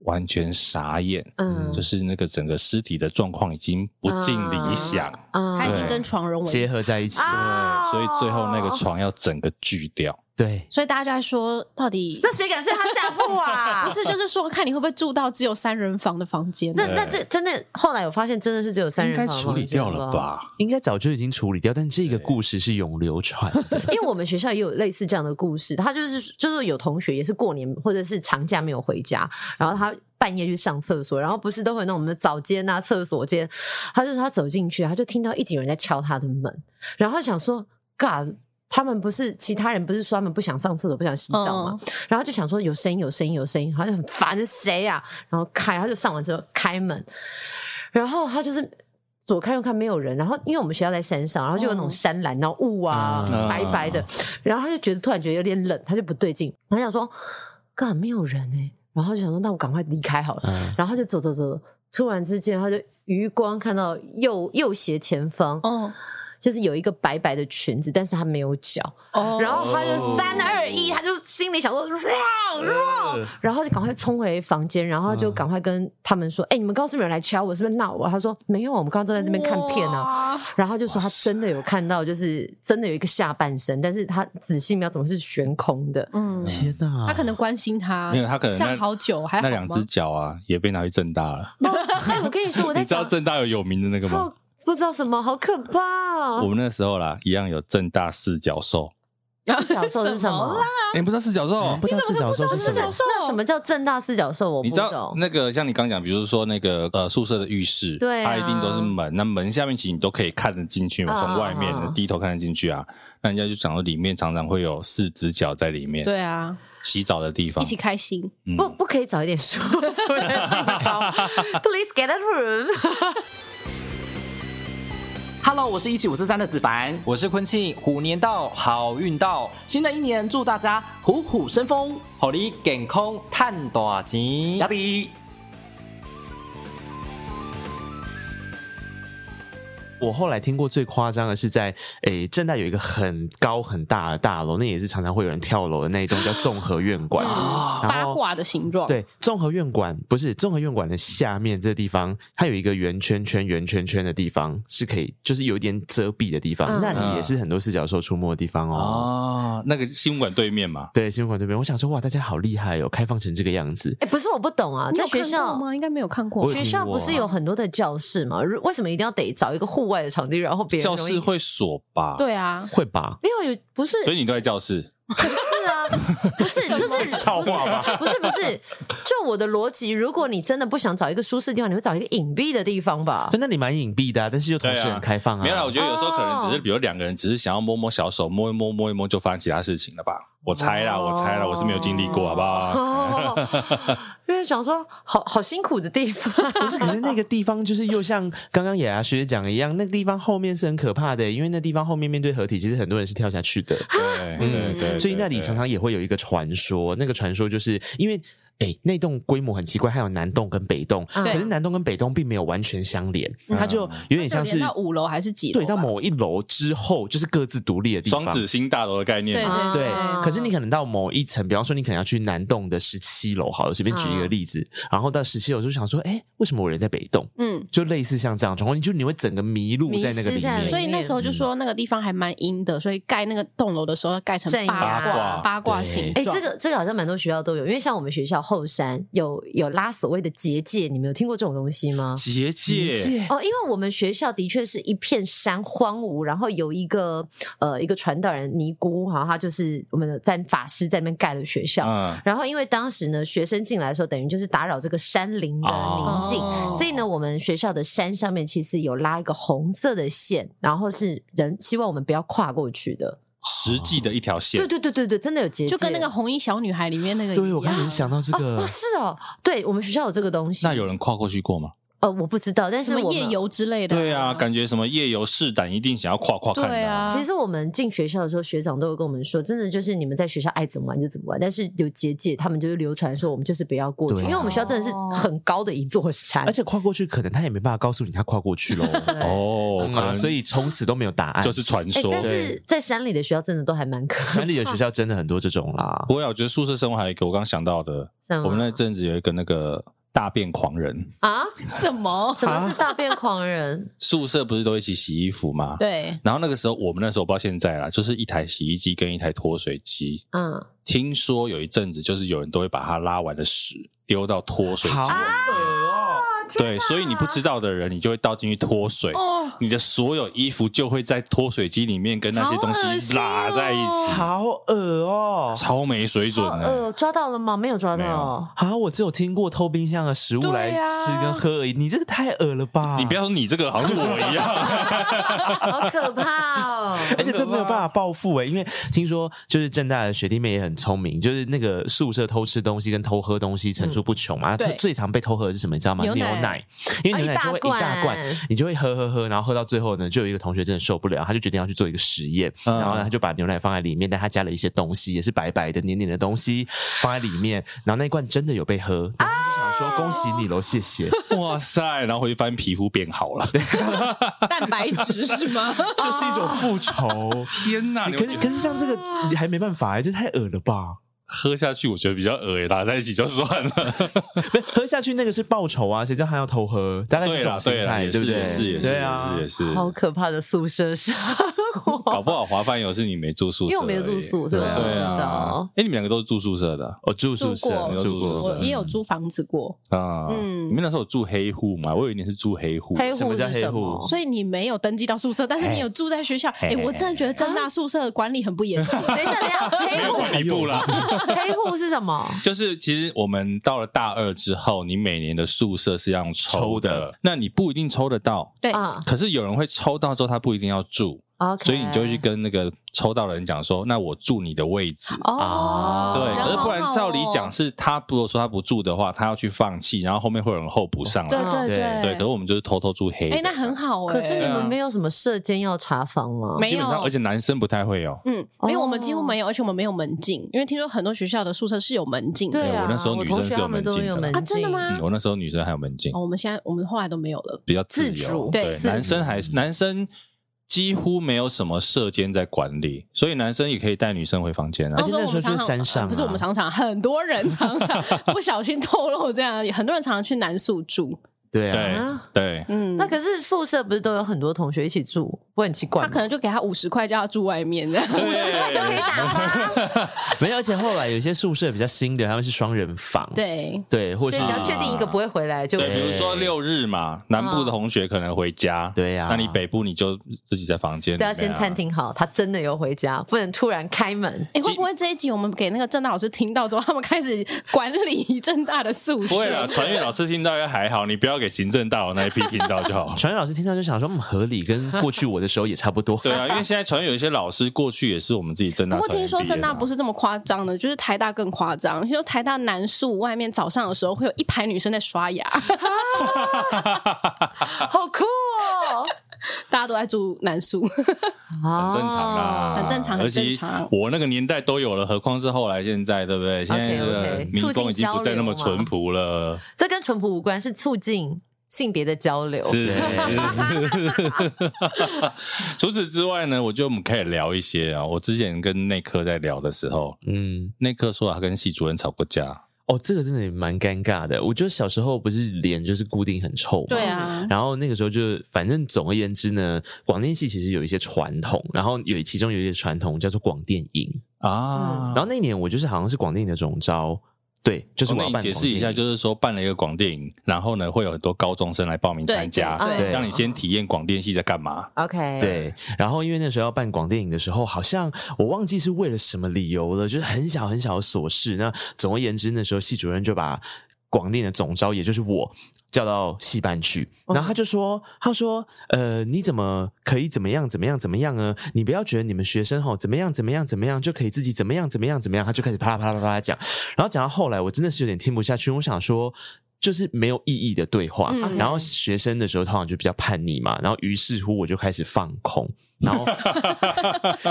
Speaker 1: 完全傻眼，
Speaker 4: 嗯
Speaker 1: 就是那个整个尸体的状况已经不尽理想，
Speaker 4: 啊
Speaker 5: 它已经
Speaker 1: 对
Speaker 5: 跟床融为一
Speaker 3: 结合在一起，
Speaker 1: 对，所以最后那个
Speaker 4: 哦
Speaker 1: 床要整个锯掉。
Speaker 3: 对，
Speaker 5: 所以大家就在说，到底
Speaker 4: 那谁敢睡他下铺啊
Speaker 5: 不？是就是说，看你会不会住到只有三人房的房间？
Speaker 4: 那那这真的，后来我发现真的是只有 三
Speaker 1: 哎应该
Speaker 4: 人房
Speaker 1: 处理掉了？
Speaker 4: 房间
Speaker 1: 吧？
Speaker 3: 应该早就已经处理掉，但这
Speaker 1: 对
Speaker 3: 个故事是永流传的，
Speaker 4: 因为我们学校也有类似这样的故事，他就是就是有同学也是过年或者是长假没有回家，然后他半夜去上厕所，然后不是都会有那种我们的早间啊、厕所间，他就是他走进去，他就听到一直有人在敲他的门，然后想说，God，他们不是其他人不是说他们不想上厕所、不想洗澡吗？然后就想说有声音、有声音、有声音，他就很烦，是谁呀、然后开，他就上完之后开门，然后他就是。左看右看没有人，然后因为我们学校在山上，然后就有那种
Speaker 5: 嗯
Speaker 4: 山岚，然后雾啊、
Speaker 1: 嗯
Speaker 4: 白白的，然后他就觉得突然觉得有点冷，他就不对劲，他想说，干没有人哎、然后就想说那我赶快离开好了，
Speaker 3: 嗯，
Speaker 4: 然后他就走走走，突然之间他就余光看到右右斜前方，
Speaker 5: 嗯
Speaker 4: 就是有一个白白的裙子，但是他没有脚，
Speaker 5: 哦
Speaker 4: 然后他就三二一，他就心里想说，然后就赶快冲回房间，然后就赶快跟他们说，哎、你们刚刚是不是有人来敲我，是不是闹我？他说没有，啊我们刚刚都在那边看片啊。
Speaker 5: 啊，
Speaker 4: 然后就说他真的有看到，就是真的有一个下半身，但是他仔细瞄怎么是悬空的，
Speaker 5: 嗯，
Speaker 3: 天哪，
Speaker 5: 他可能关心他，
Speaker 1: 啊没有，他可能那
Speaker 5: 上好久，还好
Speaker 1: 那
Speaker 5: 吗
Speaker 1: 两只脚啊，也被拿去正大了。
Speaker 4: 哎，我 跟你 说，我在
Speaker 1: 你知道
Speaker 4: 讲
Speaker 1: 正大有有名的那个吗
Speaker 4: 超？不知道什么，好可怕、
Speaker 1: 我
Speaker 4: 哦！
Speaker 1: 们那时候啦，一样有正大四角兽。
Speaker 4: 四角兽是什 么？
Speaker 1: 你不知道啊四角兽？
Speaker 3: 不知道四角兽
Speaker 4: 不
Speaker 3: 是
Speaker 4: 是
Speaker 3: 什么，
Speaker 4: 那什么叫正大四角兽？我不
Speaker 1: 你知道
Speaker 4: 懂。
Speaker 1: 那个像你刚讲，比如说那个呃宿舍的浴室，
Speaker 4: 对啊
Speaker 1: 它一定都是门，那门下面其实你都可以看得进去嘛，
Speaker 4: 啊
Speaker 1: 从外面
Speaker 4: 啊啊
Speaker 1: 低头看得进去啊。那人家就讲说里面常常会有四只脚在里面，
Speaker 5: 对啊，
Speaker 1: 洗澡的地方
Speaker 5: 一起。开心，
Speaker 1: 嗯
Speaker 4: 不，不可以找一点舒服的 地方？Please get a room。
Speaker 9: Hello，我是一七五四三的子凡，我是昆庆，虎年到，好运到，新的一年祝大家虎虎生风，虎力健康，探大钱，亚比。
Speaker 3: 我后来听过最夸张的是在诶，正大有一个很高很大的大楼，那也是常常会有人跳楼的那一栋叫综合院馆，
Speaker 1: 啊
Speaker 3: 然
Speaker 5: 八
Speaker 3: 后。
Speaker 5: 卦的哦形状，，
Speaker 3: 对，综合院馆不是综合院馆的下面这地方，它有一个圆圈圈、圆圈圈的地方是可以，就是有一点遮蔽的地方，
Speaker 4: 嗯
Speaker 3: 那里也是很多四角兽出没的地方哦。
Speaker 1: 哦，那个新闻馆对面嘛，
Speaker 3: 对，新闻馆这边，我想说，哇，大家好厉害哦，开放成这个样子。
Speaker 4: 哎，不是我不懂啊，
Speaker 5: 你
Speaker 4: 在
Speaker 5: 有
Speaker 4: 学
Speaker 5: 看过
Speaker 4: 校
Speaker 5: 吗？应该没有看
Speaker 3: 我
Speaker 5: 过
Speaker 1: 啊
Speaker 3: 有，
Speaker 4: 学
Speaker 3: 听
Speaker 4: 校
Speaker 3: 过
Speaker 4: 不是有很多的教室吗？如为什么一定要得找一个户外的场地，然后别人
Speaker 1: 教
Speaker 4: 容
Speaker 1: 室
Speaker 4: 易？
Speaker 1: 会锁吧？，
Speaker 5: 对啊，
Speaker 3: 会吧？
Speaker 4: 没有有不是
Speaker 1: 所以你都在教室。
Speaker 4: 不是啊， 不是就是不是
Speaker 3: 套话吧
Speaker 4: 不是不是，就我的逻辑，如果你真的不想找一个舒适地方，你会找一个隐蔽的地方吧？
Speaker 3: 在那里蛮隐蔽的啊、但是又同时
Speaker 1: 对啊
Speaker 3: 很开放啊。
Speaker 1: 没有啦，我觉得有时候可能只
Speaker 4: 哦
Speaker 1: 是，比如两个人只是想要摸摸小手，摸一摸摸一摸，就发生其他事情了吧？我猜
Speaker 4: 哦
Speaker 1: 啦，我猜啦，我是没有经历过，好不好？
Speaker 4: 因为想说，好好辛苦的地 方，
Speaker 3: 不是，可是那个地方就是又像刚刚雅雅学姐讲的一样，那个地方后面是很可怕的，因为那地方后面面对河体，其实很多人是跳下去的。
Speaker 1: 对对对，
Speaker 3: 所以那里
Speaker 1: 对
Speaker 3: 常常也会有一个传说，那个传说就是因为。哎，那栋规模很奇怪，还有南栋跟北栋，
Speaker 4: 嗯
Speaker 3: 可是南栋跟北栋并没有完全相连，它就有点像是
Speaker 5: 就连到五楼还是几楼吧？
Speaker 3: 对到某一楼之后，就是各自独立的地方。
Speaker 1: 双子星大楼的概念
Speaker 5: 对
Speaker 1: 嘛，
Speaker 5: 对
Speaker 3: 对，可是你可能到某一层，比方说你可能要去南栋的十七楼，好了，随便举一个例子，然后到十七楼就想说，哎，为什么我人在北栋？
Speaker 5: 嗯，
Speaker 3: 就类似像这样的状况，你就你会整个迷路在那个
Speaker 4: 迷
Speaker 3: 里
Speaker 4: 失在
Speaker 3: 面。
Speaker 5: 所以那时候就说那个地方还蛮阴的，所以盖那个栋楼的时候盖成
Speaker 4: 正
Speaker 1: 阳
Speaker 5: 八卦八卦形
Speaker 4: 哎、
Speaker 5: 状。
Speaker 4: 这个这个好像蛮多学校都有，因为像我们学校后山有有拉所谓的结界，你们有听过这种东西吗？
Speaker 1: 结界，
Speaker 4: 哦，因为我们学校的确是一片山荒芜，然后有一个呃一个传道人尼姑，好，他就是我们的在法师在那边盖的学校。
Speaker 1: 嗯，
Speaker 4: 然后，因为当时呢，学生进来的时候，等于就是打扰这个山林的宁静，
Speaker 5: 哦
Speaker 4: 所以呢，我们学校的山上面其实有拉一个红色的线，然后是人希望我们不要跨过去的。
Speaker 1: 实际的一条线
Speaker 4: 对，对对对对，真的有结界，
Speaker 5: 就跟那个红衣小女孩里面那个一
Speaker 3: 对，
Speaker 5: 样
Speaker 3: 我刚才想到这
Speaker 4: 哦
Speaker 3: 个
Speaker 4: 哦，是哦，对我们学校有这个东
Speaker 1: 嗯
Speaker 4: 西。
Speaker 1: 那有人跨过去过吗？
Speaker 4: 呃，我不知道，但
Speaker 5: 什
Speaker 4: 是
Speaker 5: 么
Speaker 4: 我
Speaker 5: 夜
Speaker 4: 们。
Speaker 5: 游之类的，
Speaker 1: 对啊，感觉什么夜游试胆一定想要跨跨看
Speaker 5: 对
Speaker 1: 的啊，
Speaker 5: 啊，
Speaker 4: 其实我们进学校的时候，学长都有跟我们说，真的就是你们在学校爱怎么玩就怎么玩，但是有结界，他们就是流传说我们就是不要过去，
Speaker 3: 对啊
Speaker 4: 因为我们学校真的是很高的一座山，
Speaker 3: 而且跨过去可能他也没办法告诉你他跨过去喽。
Speaker 4: 对。
Speaker 1: 哦，
Speaker 3: 嗯
Speaker 1: 可
Speaker 3: 啊
Speaker 1: 能
Speaker 3: 所以从此都没有答案。
Speaker 1: 就是传
Speaker 4: 哎
Speaker 1: 说。
Speaker 4: 但是在山里的学校真的都还蛮可
Speaker 3: 山里的学校真的很多这种啦
Speaker 1: 不。过我觉得宿舍生活还有一个我刚想到的，
Speaker 4: 像
Speaker 1: 我们那阵子有一个那个大便狂人，
Speaker 4: 啊，
Speaker 5: 什么？
Speaker 4: 什
Speaker 3: 啊
Speaker 4: 么是大便狂 人？
Speaker 1: 宿舍不是都一起洗衣服吗？。
Speaker 5: 对，
Speaker 1: 然后那个时候，我们那时候我不知道现在啦，就是一台洗衣机跟一台脱水机。
Speaker 4: 嗯，
Speaker 1: 听说有一阵子，就是有人都会把它拉完的屎丢到脱水机
Speaker 3: 好
Speaker 1: 里面，
Speaker 3: 恶哦！
Speaker 1: 对，所以你不知道的人，你就会倒进去脱水，
Speaker 5: 哦，
Speaker 1: 你的所有衣服就会在脱水机里面跟那些东
Speaker 5: 好恶
Speaker 1: 西
Speaker 5: 心哦
Speaker 1: 拉在一起，
Speaker 3: 好恶哦！
Speaker 1: 超没水准
Speaker 4: 好
Speaker 1: 的、
Speaker 4: 呃，抓到了吗？没有抓
Speaker 1: 没
Speaker 4: 到
Speaker 1: 有。
Speaker 3: 啊，我只有听过偷冰箱的食物来
Speaker 5: 对啊
Speaker 3: 吃跟喝而已，你这个太恶了吧！
Speaker 1: 你不要，说你这个好像我一 样，
Speaker 4: 好可怕哦！
Speaker 3: 而且这没有办法报复哎、因为听说就是正大的学弟妹也很聪明，就是那个宿舍偷吃东西跟偷喝东西层出不穷嘛。
Speaker 5: 对
Speaker 3: 最常被偷喝的是什么？你知道吗？
Speaker 5: 牛
Speaker 3: 牛
Speaker 5: 奶
Speaker 3: 奶，因
Speaker 4: 哦
Speaker 3: 为牛奶就会一大罐，你就会喝喝喝，然后喝到最后呢，就有一个同学真的受不了，他就决定要去做一个实验，
Speaker 1: 嗯
Speaker 3: 然后呢他就把牛奶放在里面，但他加了一些东西，也是白白的、黏黏的东西放在里面，然后那一罐真的有被喝，然后他就想说恭喜你喽，谢谢。
Speaker 1: 哇塞！然后回去发现皮肤变好了，
Speaker 5: 蛋白质 是吗？
Speaker 3: 就是一种复仇。
Speaker 1: 天哪！
Speaker 3: 你
Speaker 1: 你
Speaker 3: 可
Speaker 1: 会
Speaker 3: 是
Speaker 1: 觉得
Speaker 3: 可是像这个，你还没办法欸，这太恶了吧？
Speaker 1: 喝下去，我觉得比较恶欸心，拉在一起就算了。
Speaker 3: 不是喝下去那个是报仇啊，谁知道他要偷喝？大概是
Speaker 1: 对
Speaker 3: 这
Speaker 1: 啦
Speaker 3: 种
Speaker 1: 对
Speaker 3: 心
Speaker 1: 啦，
Speaker 3: 态，
Speaker 1: 也
Speaker 3: 对
Speaker 1: 是
Speaker 3: 不对？
Speaker 1: 也是也是
Speaker 3: 对啊
Speaker 1: 也。是也是。
Speaker 4: 好可怕的宿舍生
Speaker 1: 搞
Speaker 4: 活，
Speaker 1: 不好滑板友是你没住宿舍而已，
Speaker 4: 因为我没有住宿，所以我不
Speaker 1: 对
Speaker 4: 知
Speaker 1: 啊
Speaker 4: 道。。
Speaker 1: 哎，你们两个都是住宿舍的
Speaker 3: 我哦住宿
Speaker 5: 住过
Speaker 3: 舍，
Speaker 1: 住过
Speaker 5: 我
Speaker 1: 我
Speaker 5: 也有租房子过，
Speaker 1: 啊？
Speaker 5: 嗯
Speaker 1: 你们那时候有住黑户吗？我有一年是住黑户，
Speaker 4: 黑
Speaker 3: 什么
Speaker 4: 户
Speaker 3: 叫
Speaker 4: 是
Speaker 3: 黑
Speaker 4: 什
Speaker 3: 户
Speaker 4: 么？
Speaker 5: 所以你没有登记到宿舍，但是你有住在学校。哎，我真的觉得正大宿舍的管理很不严谨。
Speaker 4: 等一下，等一下，黑 户
Speaker 1: 一步啦。
Speaker 4: 黑户是什么？
Speaker 1: 就是其实我们到了大二之后，你每年的宿舍是要用抽
Speaker 3: 抽
Speaker 1: 的
Speaker 3: 的，
Speaker 1: 那你不一定抽得到，
Speaker 5: 对
Speaker 4: 啊
Speaker 1: 可是有人会抽到之后，他不一定要住，
Speaker 4: ，OK，
Speaker 1: 所以你就会去跟那个抽到的人讲说，那我住你的位置。
Speaker 3: 啊
Speaker 5: 哦，
Speaker 1: 对，
Speaker 5: 人
Speaker 1: 可是
Speaker 5: 好
Speaker 1: 不然
Speaker 5: 好
Speaker 1: 照理
Speaker 5: 哦
Speaker 1: 讲，是他如果说他不住的话，他要去放弃，然后后面会有人候补上来。
Speaker 5: 对对
Speaker 3: 对
Speaker 1: 对，可是我们就是偷偷住黑的。
Speaker 5: 哎，那很好哎。
Speaker 4: 可是你
Speaker 1: 对啊
Speaker 4: 们没有什么射监要查房吗？
Speaker 5: 没
Speaker 1: 基
Speaker 5: 有
Speaker 1: 本上，而且男生不太会有。
Speaker 5: 嗯，没有，
Speaker 4: 哦
Speaker 5: 我们几乎没有，而且我们没有门禁，因为听说很多学校的宿舍是有门禁的
Speaker 4: 对啊，
Speaker 1: 我那时候
Speaker 4: 我
Speaker 1: 女
Speaker 4: 同
Speaker 1: 生
Speaker 4: 学
Speaker 1: 是有
Speaker 4: 他们
Speaker 1: 门
Speaker 4: 都
Speaker 1: 禁
Speaker 4: 有
Speaker 1: 的
Speaker 4: 门
Speaker 5: 啊，真的吗？
Speaker 1: 嗯我那时候女生还有门禁
Speaker 5: 哦，，我们现在我们后来都没有了。
Speaker 1: 比较自
Speaker 4: 自
Speaker 1: 由
Speaker 4: 主。
Speaker 5: 对自
Speaker 1: 男生还是男生几乎没有什么射间在管理，所以男生也可以带女生回房间啊
Speaker 5: 哦
Speaker 3: 而。且那时候就是山上啊
Speaker 5: 不是我们常常很多人常常不小心透露这样，很多人常常去南宿住，
Speaker 3: 对啊，
Speaker 1: 对
Speaker 4: 啊
Speaker 1: 对，
Speaker 5: 嗯，
Speaker 4: 那可是宿舍不是都有很多同学一起住，不会很奇怪
Speaker 5: 他
Speaker 4: 吗？
Speaker 5: 可能就给他五十块，叫他住外面这样。
Speaker 1: 对，
Speaker 3: 没有。而且后来有一些宿舍比较新的，他们是双人房，
Speaker 5: 对，
Speaker 3: 对，或
Speaker 4: 所
Speaker 3: 者
Speaker 4: 以只要确定一个不会回来就
Speaker 1: 啊对，比如说六日嘛，
Speaker 5: 嗯
Speaker 1: 南部的同学可能回家，
Speaker 3: 对呀。
Speaker 1: 那你北部你就自己在房间里
Speaker 4: 就
Speaker 1: 面
Speaker 4: 要
Speaker 1: 啊，
Speaker 4: 先探听好，他真的有回家，不能突然开门。
Speaker 5: 哎，会不会这一集我们给那个郑大老师听到之后，他们开始管理郑大的宿舍？
Speaker 1: 不会 啦，传阅老师听到也还好，你不要给行政大佬那一批听到就好
Speaker 3: 传人老师听到就想说，嗯，合理，跟过去我的的时候也差不多。
Speaker 1: 对啊，因为现在传有一些老师过去也是我们自己正大
Speaker 5: 不
Speaker 1: 传院
Speaker 5: 过
Speaker 1: 毕业的啊，
Speaker 5: 听说真大不是这么夸张的，就是台大更夸张。听说台大南宿外面早上的时候会有一排女生在 刷牙，
Speaker 4: 好酷哦！
Speaker 5: 大家都在住南宿。
Speaker 1: 哦很正常
Speaker 4: 哦
Speaker 1: 啦，
Speaker 5: 很正常
Speaker 1: 而且
Speaker 5: 很正常
Speaker 1: 我那个年代都有了，何况是后来现在，对不对？现在这个
Speaker 4: OK，OK
Speaker 1: 民工已经不再那么
Speaker 4: 促进交流
Speaker 1: 淳
Speaker 4: 嘛
Speaker 1: 朴了，
Speaker 4: 这跟淳朴无关，是促进性别的交流。
Speaker 1: 是。是 除此之外呢，我觉得我们可以聊一些啊。我之前跟内科在聊的时候，
Speaker 3: 嗯，
Speaker 1: 内科说他跟系主任吵过架，
Speaker 3: 哦，这个真的也蛮尴尬的。我觉得小时候不是脸就是固定很臭嘛，
Speaker 5: 对啊，
Speaker 3: 然后那个时候就，反正总而言之呢，广电系其实有一些传统，然后有其中有一些传统叫做广电营。
Speaker 1: 啊。
Speaker 3: 然后那一年我就是好像是广电营的总招，对，就是
Speaker 1: 哦
Speaker 3: 我
Speaker 1: 那
Speaker 3: 要
Speaker 1: 你
Speaker 3: 办
Speaker 1: 解
Speaker 3: 广
Speaker 1: 释一
Speaker 3: 电
Speaker 1: 下，
Speaker 3: 营
Speaker 1: 就是说办了一个广电营，然后呢会有很多高中生来报名
Speaker 5: 对
Speaker 1: 参加，
Speaker 5: 对
Speaker 3: 对
Speaker 1: 啊让你先体验广电系在干嘛。
Speaker 4: OK，，
Speaker 3: 对，然后因为那时候要办广电影的时候，好像我忘记是为了什么理由了，就是很小很小的琐事。那总而言之，那时候系主任就把广电的总招，也就是我。叫到戏班去，
Speaker 1: 哦
Speaker 3: 然后他就说：“他说，呃，你怎么可以怎么样怎么样怎么样呢？你不要觉得你们学生吼怎么样怎么样怎么样就可以自己怎么样怎么样怎么样。”他就开始啪啦啪啦啪啦讲，然后讲到后来，我真的是有点听不下去，我想说。就是没有意义的对话，
Speaker 5: 嗯
Speaker 3: 然后学生的时候通常就比较叛逆嘛，然后于是乎我就开始放空，然 后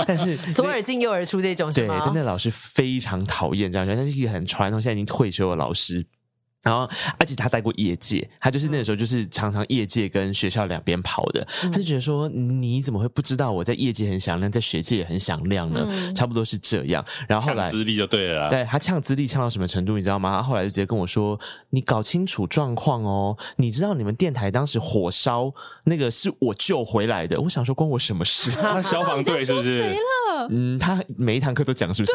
Speaker 3: 但是那
Speaker 4: 左耳进右耳出这种
Speaker 3: 对，
Speaker 5: 啊
Speaker 4: 是
Speaker 3: 但
Speaker 4: 吗？
Speaker 3: 那老师非常讨厌这样，他是一个很传统，现在已经退休的老师。然后，而且他待过业界，他就是那个时候就是常常业界跟学校两边跑的。
Speaker 5: 嗯
Speaker 3: 他就觉得说，你怎么会不知道我在业界很响亮，在学界也很响亮呢？
Speaker 5: 嗯
Speaker 3: 差不多是这样。然后后
Speaker 1: 呛
Speaker 3: 来
Speaker 1: 资历就对了啦。
Speaker 3: 对他呛资历呛到什么程度，你知道吗？他后来就直接跟我说：“你搞清楚状况哦，你知道你们电台当时火烧那个是我救回来的。”我想说关我什么事？
Speaker 1: 他消防队是不 是？
Speaker 5: 谁了？
Speaker 3: 嗯，他每一堂课都讲是不是？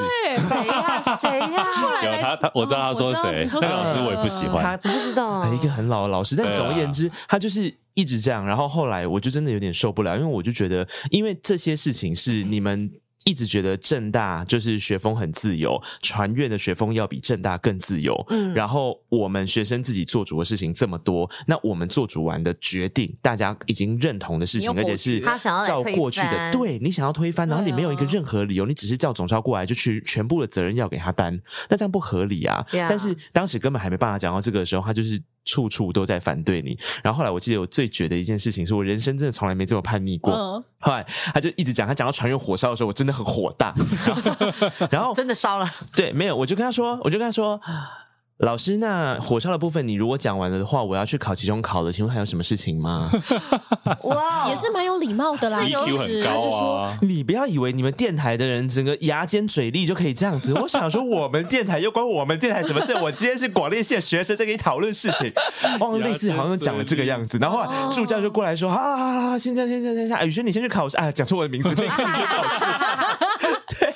Speaker 4: 谁呀？谁呀？
Speaker 1: 有他，他我知道他说谁，那个老师我也不喜欢。
Speaker 3: 他
Speaker 4: 不知
Speaker 1: 哎
Speaker 4: 道
Speaker 3: 一个很老的老师，但
Speaker 1: 对啊
Speaker 3: 总而言之，他就是一直这样。然后后来我就真的有点受不了，因为我就觉得，因为这些事情是你们。一直觉得正大就是学风很自由，传院的学风要比正大更自由。
Speaker 4: 嗯
Speaker 3: 然后我们学生自己做主的事情这么多，那我们做主完的决定，大家已经认同的事情，
Speaker 5: 你
Speaker 3: 而
Speaker 5: 又否
Speaker 3: 且是
Speaker 5: 决
Speaker 4: 他想要来
Speaker 3: 照
Speaker 4: 推
Speaker 3: 过去的，
Speaker 4: 翻
Speaker 3: 对你想要推翻，然后你没有一个
Speaker 5: 对啊
Speaker 3: 任何理由，你只是叫总招过来就去全部的责任要给他担，那这样不合理啊。
Speaker 4: Yeah
Speaker 3: 但是当时根本还没办法讲到这个的时候，他就是处处都在反对你。然后后来我记得我最绝的一件事情，是我人生真的从来没这么叛逆过。
Speaker 5: 嗯，
Speaker 3: 后来他就一直讲，他讲到船员火烧的时候，我真的很火 大。然后
Speaker 4: 真的烧了，
Speaker 3: 对，没有，我就跟他说，我就跟他说。老师，那火烧的部分你如果讲完了的话，我要去考期中考了，请问还有什么事情吗？
Speaker 4: 哇
Speaker 5: 哦
Speaker 4: 哦
Speaker 5: 也是蛮有礼貌的啦，
Speaker 1: 是 EQ 很高
Speaker 5: 就
Speaker 1: 啊
Speaker 5: 是
Speaker 3: 你不要以为你们电台的人整个牙尖嘴利就可以这样 子。我想说，我们电台又关我们电台什么事？我今天是广电系的学生，在跟你讨论事 情。哦，类似好像讲了这个样子。然后后来助教就过来说：“啊，好好好现在现在现在，哎宇轩你先去考试啊，讲出我的名字，那个你先考 试。”对，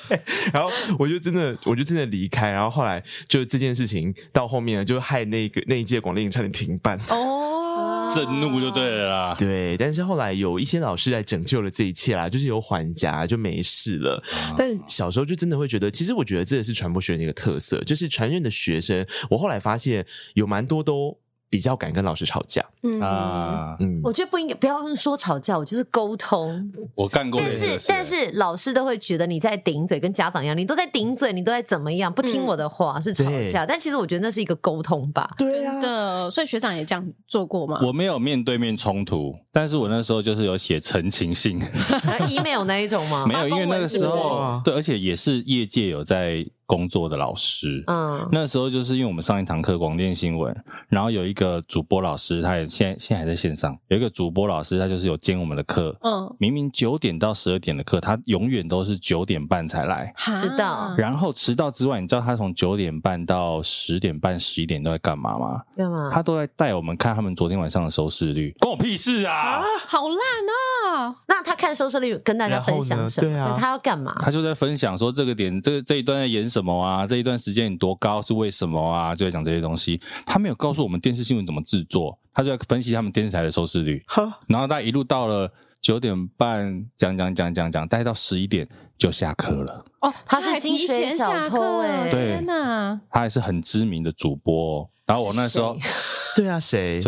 Speaker 3: 然后我就真的，我就真的离开。然后后来就这件事情到后面就害那个那一届广电差点停办。
Speaker 5: 哦，
Speaker 1: 震怒就对了啦。
Speaker 3: 对，但是后来有一些老师来拯救了这一切啦，就是有缓夹就没事了。但小时候就真的会觉得，其实我觉得这也是传播学的一个特色，就是传院的学生，我后来发现有蛮多都比较敢跟老师吵架。
Speaker 5: 嗯
Speaker 1: 啊，
Speaker 3: 嗯，
Speaker 4: 我觉得不应该，不要用说吵架，我就是沟通。
Speaker 1: 我干过类
Speaker 4: 但
Speaker 1: 似的
Speaker 4: 是
Speaker 1: 事，
Speaker 4: 但是老师都会觉得你在顶嘴，跟家长一样，你都在顶嘴，你都在怎么样，不听我的话、是吵
Speaker 3: 对
Speaker 4: 架。但其实我觉得那是一个沟通 吧。
Speaker 3: 对啊，
Speaker 5: 的，所以学长也这样做过嘛？
Speaker 1: 我没有面对面冲突，但是我那时候就是有写陈情信，
Speaker 4: 然后 email 那一种 吗
Speaker 1: 没？有，因为那个时
Speaker 5: 发公
Speaker 1: 候
Speaker 3: 文
Speaker 1: 对，而且也是业界有在工作的老师，
Speaker 4: 嗯，
Speaker 1: 那时候就是因为我们上一堂课广电新闻，然后有一个主播老师，他也现在现在还在线上，有一个主播老师，他就是有兼我们的课，
Speaker 5: 嗯，
Speaker 1: 明明九点到十二点的课，他永远都是九点半才来，
Speaker 5: 哈
Speaker 4: 知道
Speaker 1: 然后迟到之外，你知道他从九点半到十点半、十一点都在干嘛吗？
Speaker 4: 对吗？
Speaker 1: 他都在带我们看他们昨天晚上的收视率，关我屁事啊！
Speaker 5: 好烂啊！
Speaker 4: 那他看收视率跟大家分享什么？
Speaker 3: 然后呢对啊
Speaker 4: 他要干嘛？
Speaker 1: 他就在分享说这个点，这这一段在演什么啊？这一段时间你多高是为什么啊？就在讲这些东西。他没有告诉我们电视新闻怎么制作，他就在分析他们电视台的收视率。
Speaker 3: 哈，
Speaker 1: 然后他一路到了九点半，讲讲讲讲讲，待到十一点就下课了。
Speaker 5: 哦，
Speaker 4: 他是
Speaker 5: 还
Speaker 4: 薪
Speaker 5: 提
Speaker 4: 水
Speaker 5: 前
Speaker 4: 小
Speaker 5: 下
Speaker 4: 偷
Speaker 5: 课
Speaker 4: 欸
Speaker 1: 对
Speaker 5: 天哪！
Speaker 1: 他还是很知名的主播哦、然后我那时候
Speaker 3: 对啊，谁？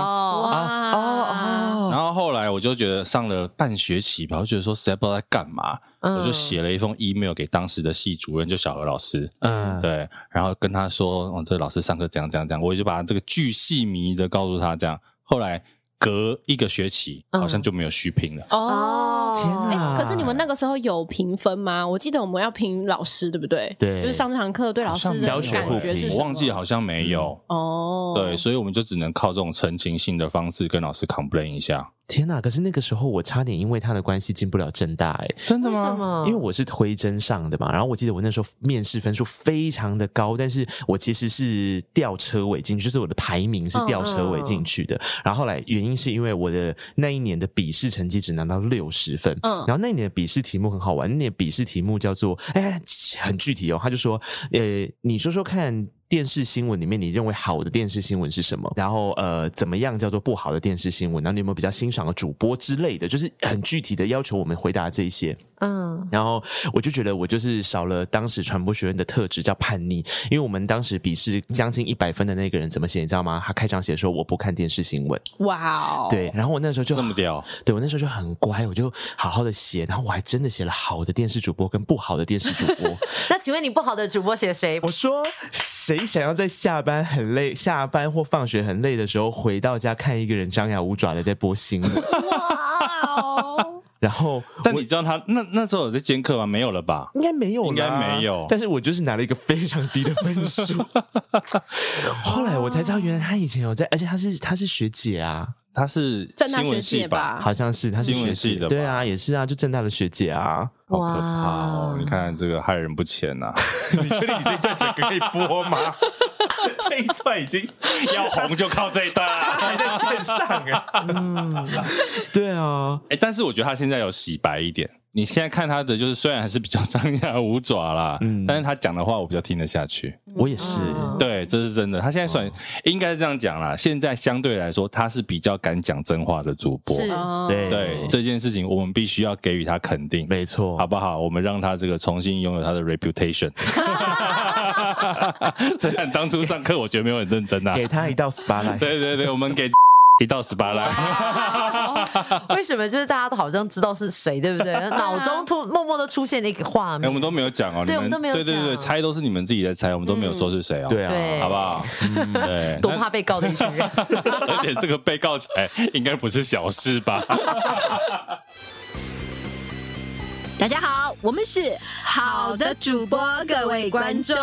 Speaker 4: 哦
Speaker 3: 啊
Speaker 5: 嗯
Speaker 3: 哦
Speaker 1: 然
Speaker 3: 哦，
Speaker 1: 后后来我就觉得上了半学期吧，我就觉得说实在不知道在干嘛，
Speaker 4: 嗯
Speaker 1: 我就写了一封 email 给当时的系主任，就小何老师，
Speaker 3: 嗯，
Speaker 1: 对，然后跟他说，哦，这老师上课怎样怎样怎样，我就把这个巨细迷的告诉他这样。后来隔一个学期，
Speaker 4: 嗯
Speaker 1: 好像就没有续聘了。
Speaker 5: 哦。
Speaker 3: 天
Speaker 5: 哎、
Speaker 3: 哪！
Speaker 1: 啊
Speaker 5: 可是你们那个时候有评分吗？我记得我们要评老师，对不对？
Speaker 3: 对
Speaker 5: 就是上这堂课对老师
Speaker 1: 好像
Speaker 5: 的
Speaker 3: 教学
Speaker 5: 感觉
Speaker 3: 互
Speaker 5: 是
Speaker 3: 评
Speaker 5: 什
Speaker 1: 我
Speaker 5: 么？
Speaker 1: 忘记好像没有，
Speaker 5: 哦，
Speaker 1: 对，所以我们就只能靠这种澄清性的方式跟老师 complain 一下。
Speaker 3: 天哪！可是那个时候我差点因为他的关系进不了正大哎、
Speaker 1: 真
Speaker 4: 为什？么？
Speaker 3: 因为我是推甄上的嘛，然后我记得我那时候面试分数非常的高，但是我其实是吊车尾进去，就是我的排名是吊车尾进去的。然后后来原因是因为我的那一年的笔试成绩只拿到六十分，
Speaker 5: 嗯
Speaker 3: 然后那一年的笔试题目很好玩，那年笔试题目叫做哎很具体哦，他就说呃你说说看。电视新闻里面，你认为好的电视新闻是什么？然后呃，怎么样叫做不好的电视新闻？然后你有没有比较欣赏的主播之类的？就是很具体的要求我们回答这一些。
Speaker 4: 嗯
Speaker 3: 然后我就觉得我就是少了当时传播学院的特质叫叛逆，因为我们当时笔试将近一百分的那个人怎么写，你知道吗？他开场写说我不看电视新闻，
Speaker 5: 哇哦，
Speaker 3: 对，，然后我那时候就
Speaker 1: 这么屌，
Speaker 3: 对我那时候就很乖，我就好好的写，然后我还真的写了好的电视主播跟不好的电视主 播，
Speaker 4: 那请问你不好的主播写谁？
Speaker 3: 我说，谁想要在下班很累、下班或放学很累的时候回到家看一个人张牙舞爪的在播新闻？ 然后
Speaker 1: 但你知道他那那时候有在兼课吗？没有了吧？
Speaker 3: 应该没有啦，
Speaker 1: 应该没有
Speaker 3: 但是我就是拿了一个非常低的分数。后来我才知道，原来他以前有在，而且他是他是学姐啊，
Speaker 1: 他是
Speaker 5: 正大
Speaker 1: 新
Speaker 5: 学
Speaker 1: 闻系
Speaker 5: 姐
Speaker 1: 吧？
Speaker 5: 吧
Speaker 3: 好？像是他是
Speaker 1: 新闻
Speaker 3: 学
Speaker 1: 系
Speaker 3: 姐
Speaker 1: 的吧
Speaker 3: 对啊，也是啊，就正大的学姐啊。
Speaker 1: 好可怕哦
Speaker 4: 哇！
Speaker 1: 你看这个害人不浅啊呐、
Speaker 3: 你确定你这一段整个可以播吗？这
Speaker 9: 啊
Speaker 3: 一段已经
Speaker 1: 要 红就靠这一段啦、
Speaker 3: 还在线上啊。 对啊，
Speaker 1: 哎、但是我觉得他现在有洗白一点。你现在看他的，就是虽然还是比较张牙舞爪 啦，
Speaker 3: 嗯
Speaker 1: 但是他讲的话我比较听得下去。
Speaker 3: 我也是。
Speaker 4: 嗯
Speaker 1: 对，这是真的。他现在算、应该是这样讲啦。现在相对来说，他是比较敢讲真话的主播。
Speaker 5: 是，哦
Speaker 3: 对
Speaker 1: 对这件事情，我们必须要给予他肯定，
Speaker 3: 没错，
Speaker 1: 好不好？我们让他这个重新拥有他的 reputation。虽然当初上课我觉得没有很认真啊，
Speaker 3: 给他一道 SPA 来。
Speaker 1: 对对对，我们 给一到十八啦。
Speaker 4: 为什么就是大家都好像知道是谁，对不对？脑中突默默的出现了一个 画
Speaker 1: 哎，
Speaker 4: 面，
Speaker 1: 我们都没有讲哦，
Speaker 4: 对
Speaker 1: 你
Speaker 4: 我们都没有
Speaker 1: 对对对，
Speaker 4: 讲
Speaker 1: 猜都是你们自己在猜，我们都没有说是谁哦，
Speaker 3: 对
Speaker 4: 对
Speaker 3: 啊，
Speaker 1: 好不好？ 对，
Speaker 4: 多怕被告的一群 人。
Speaker 1: 那而且这个被告起来应该不是小事吧？
Speaker 2: 大家好，我们是
Speaker 11: 好的主播，各位观众，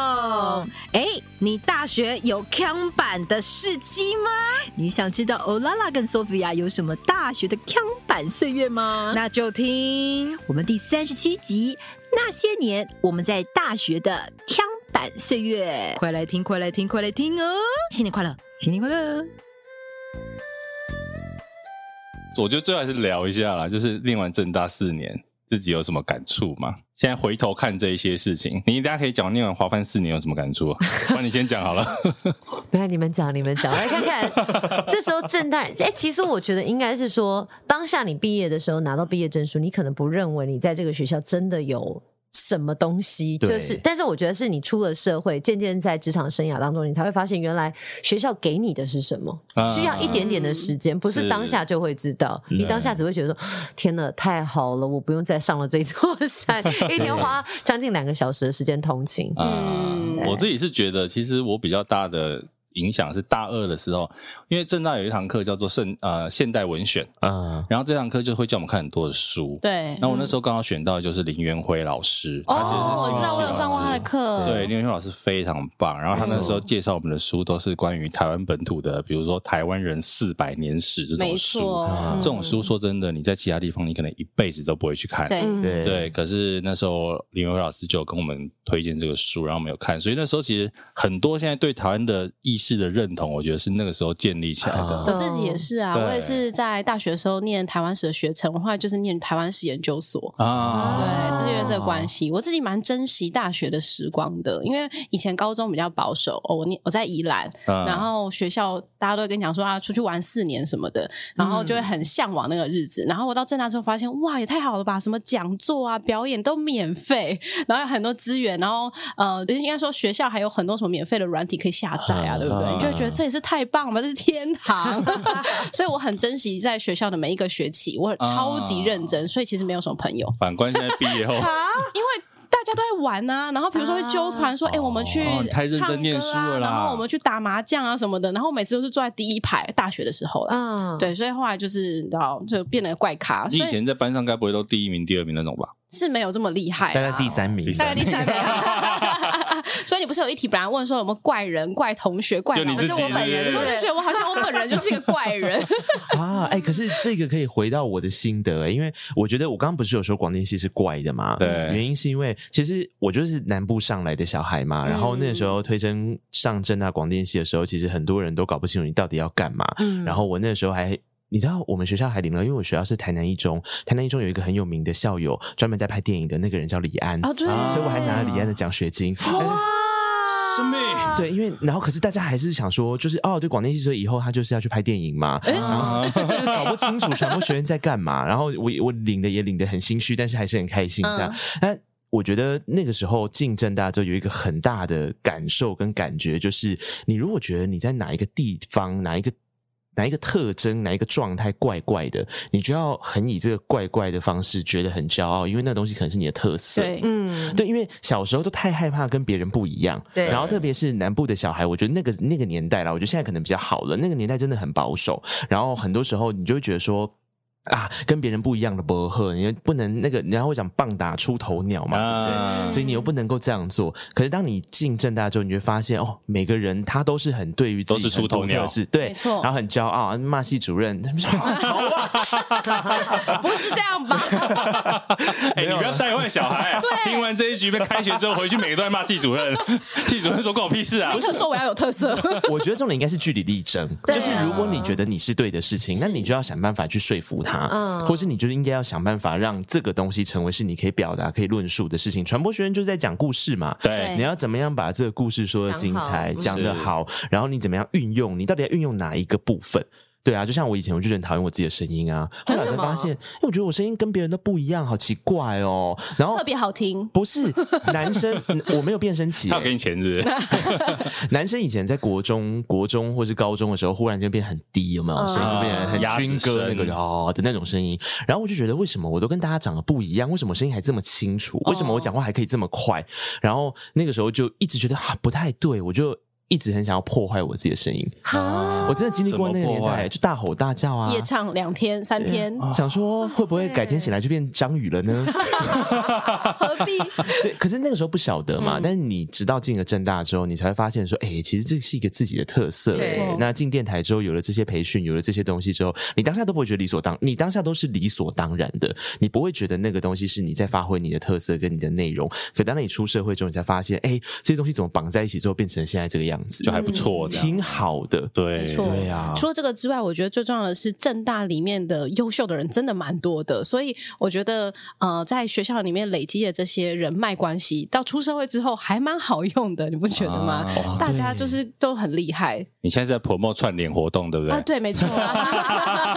Speaker 11: 哎，你大学有康版的事迹吗？
Speaker 2: 你想知道欧拉拉跟索菲亚有什么大学的康版岁月吗？
Speaker 11: 那就听
Speaker 2: 我们第三十七集《那些年我们在大学的康版岁月
Speaker 11: 快来听，快来听，快来听哦！新年快乐！》，
Speaker 2: 新年快乐！
Speaker 1: 我觉得最后还是聊一下啦，就是念完正大四年，自己有什么感触吗？现在回头看这一些事情，你大家可以讲我念完华范四年有什么感触、啊？ 那你先讲好了。
Speaker 4: 来，你们讲，你们讲，来看看。这时候正大人，哎、其实我觉得应该是说，当下你毕业的时候拿到毕业证书，你可能不认为你在这个学校真的有。什么东西？
Speaker 3: 对
Speaker 4: 就是，但是我觉得是你出了社会，渐渐在职场生涯当中，你才会发现原来学校给你的是什么，
Speaker 1: 啊
Speaker 4: 需要一点点的时间，不是
Speaker 1: 是
Speaker 4: 当下就会知道。你当下只会觉得说：“天哪，太好了，我不用再上了这座 山，一天花将近两个小时的时间通勤。”
Speaker 3: 啊
Speaker 1: 嗯，我自己是觉得，其实我比较大的影响是大二的时候，因为正大有一堂课叫做圣呃现代文选，
Speaker 3: 嗯，
Speaker 1: 然后这堂课就会叫我们看很多的书。
Speaker 5: 对嗯
Speaker 1: 那我那时候刚好选到的就是林元辉老师，他其实
Speaker 5: 哦，我
Speaker 1: 是
Speaker 5: 知道，我有上过他的课，
Speaker 1: 对，林元辉老师非常棒。然后他那时候介绍我们的书都是关于台湾本土的，比如说《台湾人四百年史》这
Speaker 5: 没
Speaker 1: 种书。
Speaker 5: 错，嗯
Speaker 3: 啊
Speaker 1: 这种书说真的，你在其他地方你可能一辈子都不会去看。
Speaker 5: 对，
Speaker 4: 嗯
Speaker 3: 对
Speaker 1: 对，可是那时候林文辉老师就有跟我们推荐这个书，然后我们有看，所以那时候其实很多现在对台湾的意识的认同，我觉得是那个时候建立起来的。
Speaker 5: 我自己也是啊，
Speaker 1: 对
Speaker 5: 我也是在大学的时候念台湾史的学程，我后来就是念台湾史研究所。
Speaker 1: 啊，
Speaker 5: 对，是因为这个关系，我自己蛮珍惜大学的时光的，因为以前高中比较保守，哦、我念我在宜兰，
Speaker 1: 嗯
Speaker 5: 然后学校大家都会跟你讲说啊，出去玩四年什么的，然后就会很向往那个日子。然后我到正大之后发现，哇，也太好了吧！什么讲座啊、表演都免费，然后有很多资源，然后呃，应该说学校还有很多什么免费的软体可以下载啊，
Speaker 3: 嗯
Speaker 5: 对不不对？
Speaker 1: 啊
Speaker 5: 你就会觉得这也是太棒了，这是天堂。 所以我很珍惜在学校的每一个学期，我超级认真，所以其实没有什么朋友。，
Speaker 1: 反观现在毕业后
Speaker 5: 因为大家都在玩啊，然后比如说会揪团说，哎、我们去、啊
Speaker 1: 哦你太认真念书了啦
Speaker 5: 然后我们去打麻将啊什么的，然后每次都是坐在第一排，大学的时候啦，
Speaker 4: 嗯，
Speaker 5: 对，所以后来就是然后就变得怪咖，
Speaker 1: 你
Speaker 5: 所
Speaker 1: 以
Speaker 5: 以
Speaker 1: 前在班上该不会都第一名、第二名那种吧？
Speaker 5: 是没有这么厉害、啊，
Speaker 3: 三名
Speaker 5: 大概第三名 啊。所以你不是有一题本来问说有没有怪人、怪同学、怪
Speaker 1: 就你
Speaker 5: 老师，
Speaker 1: 自己
Speaker 5: 我本
Speaker 1: 是
Speaker 5: 人，
Speaker 1: 不
Speaker 5: 我
Speaker 1: 是
Speaker 5: 就觉得我好像我本人就是一个 怪人。
Speaker 3: 啊，哎、可是这个可以回到我的心得、欸，因为我觉得我刚刚不是有说广电系是怪的嘛？
Speaker 1: 对
Speaker 3: 原因是因为其实我就是南部上来的小孩嘛，然后
Speaker 5: 嗯
Speaker 3: 那时候推甄上正啊大广电系的时候，其实很多人都搞不清楚你到底要干嘛。
Speaker 4: 嗯
Speaker 3: 然后我那时候还。你知道我们学校还领了，因为我学校是台南一中，台南一中有一个很有名的校友，专门在拍电影的那个人叫李安，
Speaker 1: 啊
Speaker 5: 哦对
Speaker 3: 所以我还拿了李安的奖学金。但是
Speaker 1: 生命
Speaker 3: 对，因为然后可是大家还是想说，就是哦，对广电系，所以以后他就是要去拍电影嘛，
Speaker 5: 哎
Speaker 1: 啊
Speaker 3: 然后 就是搞不清楚传播学院在干嘛。然后我我领的也领的很心虚，但是还是很开心这样
Speaker 5: 嗯。
Speaker 3: 但我觉得那个时候进正大之后有一个很大的感受跟感觉，就是你如果觉得你在哪一个地方哪一个。哪一个特征，哪一个状态怪怪的，你就要很以这个怪怪的方式觉得很骄傲，因为那东西可能是你的特色。
Speaker 5: 对，
Speaker 4: 嗯，
Speaker 3: 对，因为小时候都太害怕跟别人不一样，
Speaker 4: 对
Speaker 3: 然后特别是南部的小孩，我觉得那个那个年代啦，我觉得现在可能比较好了，那个年代真的很保守，然后很多时候你就会觉得说。啊，跟别人不一样的博客，你不能那个，人家会讲棒打出头鸟嘛，对不对？
Speaker 1: 啊，
Speaker 3: 所以你又不能够这样做。可是当你进正大之后，你就会发现哦，每个人他都是很对于自己
Speaker 1: 都是出头鸟
Speaker 3: 很独特的事对，
Speaker 5: 没错
Speaker 3: 然后很骄傲，啊骂系主任， 好
Speaker 5: 不是这样 吧？
Speaker 1: 哎，
Speaker 3: 啊
Speaker 1: 你不要带坏小 孩。听完这一局被开学之后，回去每个都在骂系主任，系主任说关我屁事啊
Speaker 5: 立！刻说我要有特色。
Speaker 3: 我觉得重点应该是据理力争，
Speaker 4: 对啊
Speaker 3: 就是如果你觉得你是对的事情，那你就要想办法去说服他，
Speaker 4: 嗯
Speaker 3: 或是你就是应该要想办法让这个东西成为是你可以表达、可以论述的事情。传播学院就是在讲故事嘛。
Speaker 1: 对，
Speaker 3: 你要怎么样把这个故事说的精彩、
Speaker 4: 讲
Speaker 3: 讲
Speaker 1: 好
Speaker 3: 得好，然后你怎么样运用？你到底要运用哪一个部分？对啊，就像我以前，我就很讨厌我自己的声音啊。后
Speaker 4: 为
Speaker 3: 来我才
Speaker 4: 什么
Speaker 3: 发现，因为我觉得我声音跟别人都不一样，好奇怪哦。然后
Speaker 5: 特别好听
Speaker 3: 不是 男生，我没有变声期、
Speaker 1: 他有给你钱是不是？
Speaker 3: 男生以前在国中、国中或是高中的时候，忽然间变很低，有没有？
Speaker 4: 嗯
Speaker 3: 声音就变得
Speaker 1: 啊
Speaker 3: 很军歌那
Speaker 1: 鸭子
Speaker 3: 个
Speaker 1: 声
Speaker 3: 哦的那种声音。然后我就觉得，为什么我都跟大家长得不一样？为什么声音还这么清楚？为什么我讲话还可以这么快？然后那个时候就一直觉得啊不太对，我就一直很想要破坏我自己的声音。
Speaker 1: 啊
Speaker 3: 我真的经历过那个
Speaker 1: 怎
Speaker 3: 年
Speaker 1: 么破坏
Speaker 3: 代，就大吼大叫啊
Speaker 5: 夜。唱两天三天，
Speaker 3: 哦想说会不会改天醒来就变张宇了呢？
Speaker 5: 何必？ 嗯
Speaker 3: 对，可是那个时候不晓得嘛。但是你直到进了正大之后，你才会发现说，哎、其实这是一个自己的特色、
Speaker 4: 对
Speaker 3: 诶那进电台之后，有了这些培训，有了这些东西之后，你当下都不会觉得理所当，你当下都是理所当然的，你不会觉得那个东西是你在发挥你的特色跟你的内容。可当你出社会之后，你才发现，哎、这些东西怎么绑在一起之后，变成现在这个样子，嗯
Speaker 1: 就还不错，这样
Speaker 3: 挺好的。
Speaker 5: 没
Speaker 1: 对
Speaker 5: 错，
Speaker 3: 对啊
Speaker 5: 除了这个之外，我觉得最重要的是正大里面的优秀的人真的蛮多的，所以我觉得呃，在学校里面累积的这些人脉关系，到出社会之后还蛮好用的，你不觉得吗？
Speaker 1: 啊
Speaker 3: 哦
Speaker 5: 大家
Speaker 3: 对
Speaker 5: 就是都很厉害
Speaker 1: 你现在是在 promo 串联活动，对不对
Speaker 5: 啊，？对，没错、 啊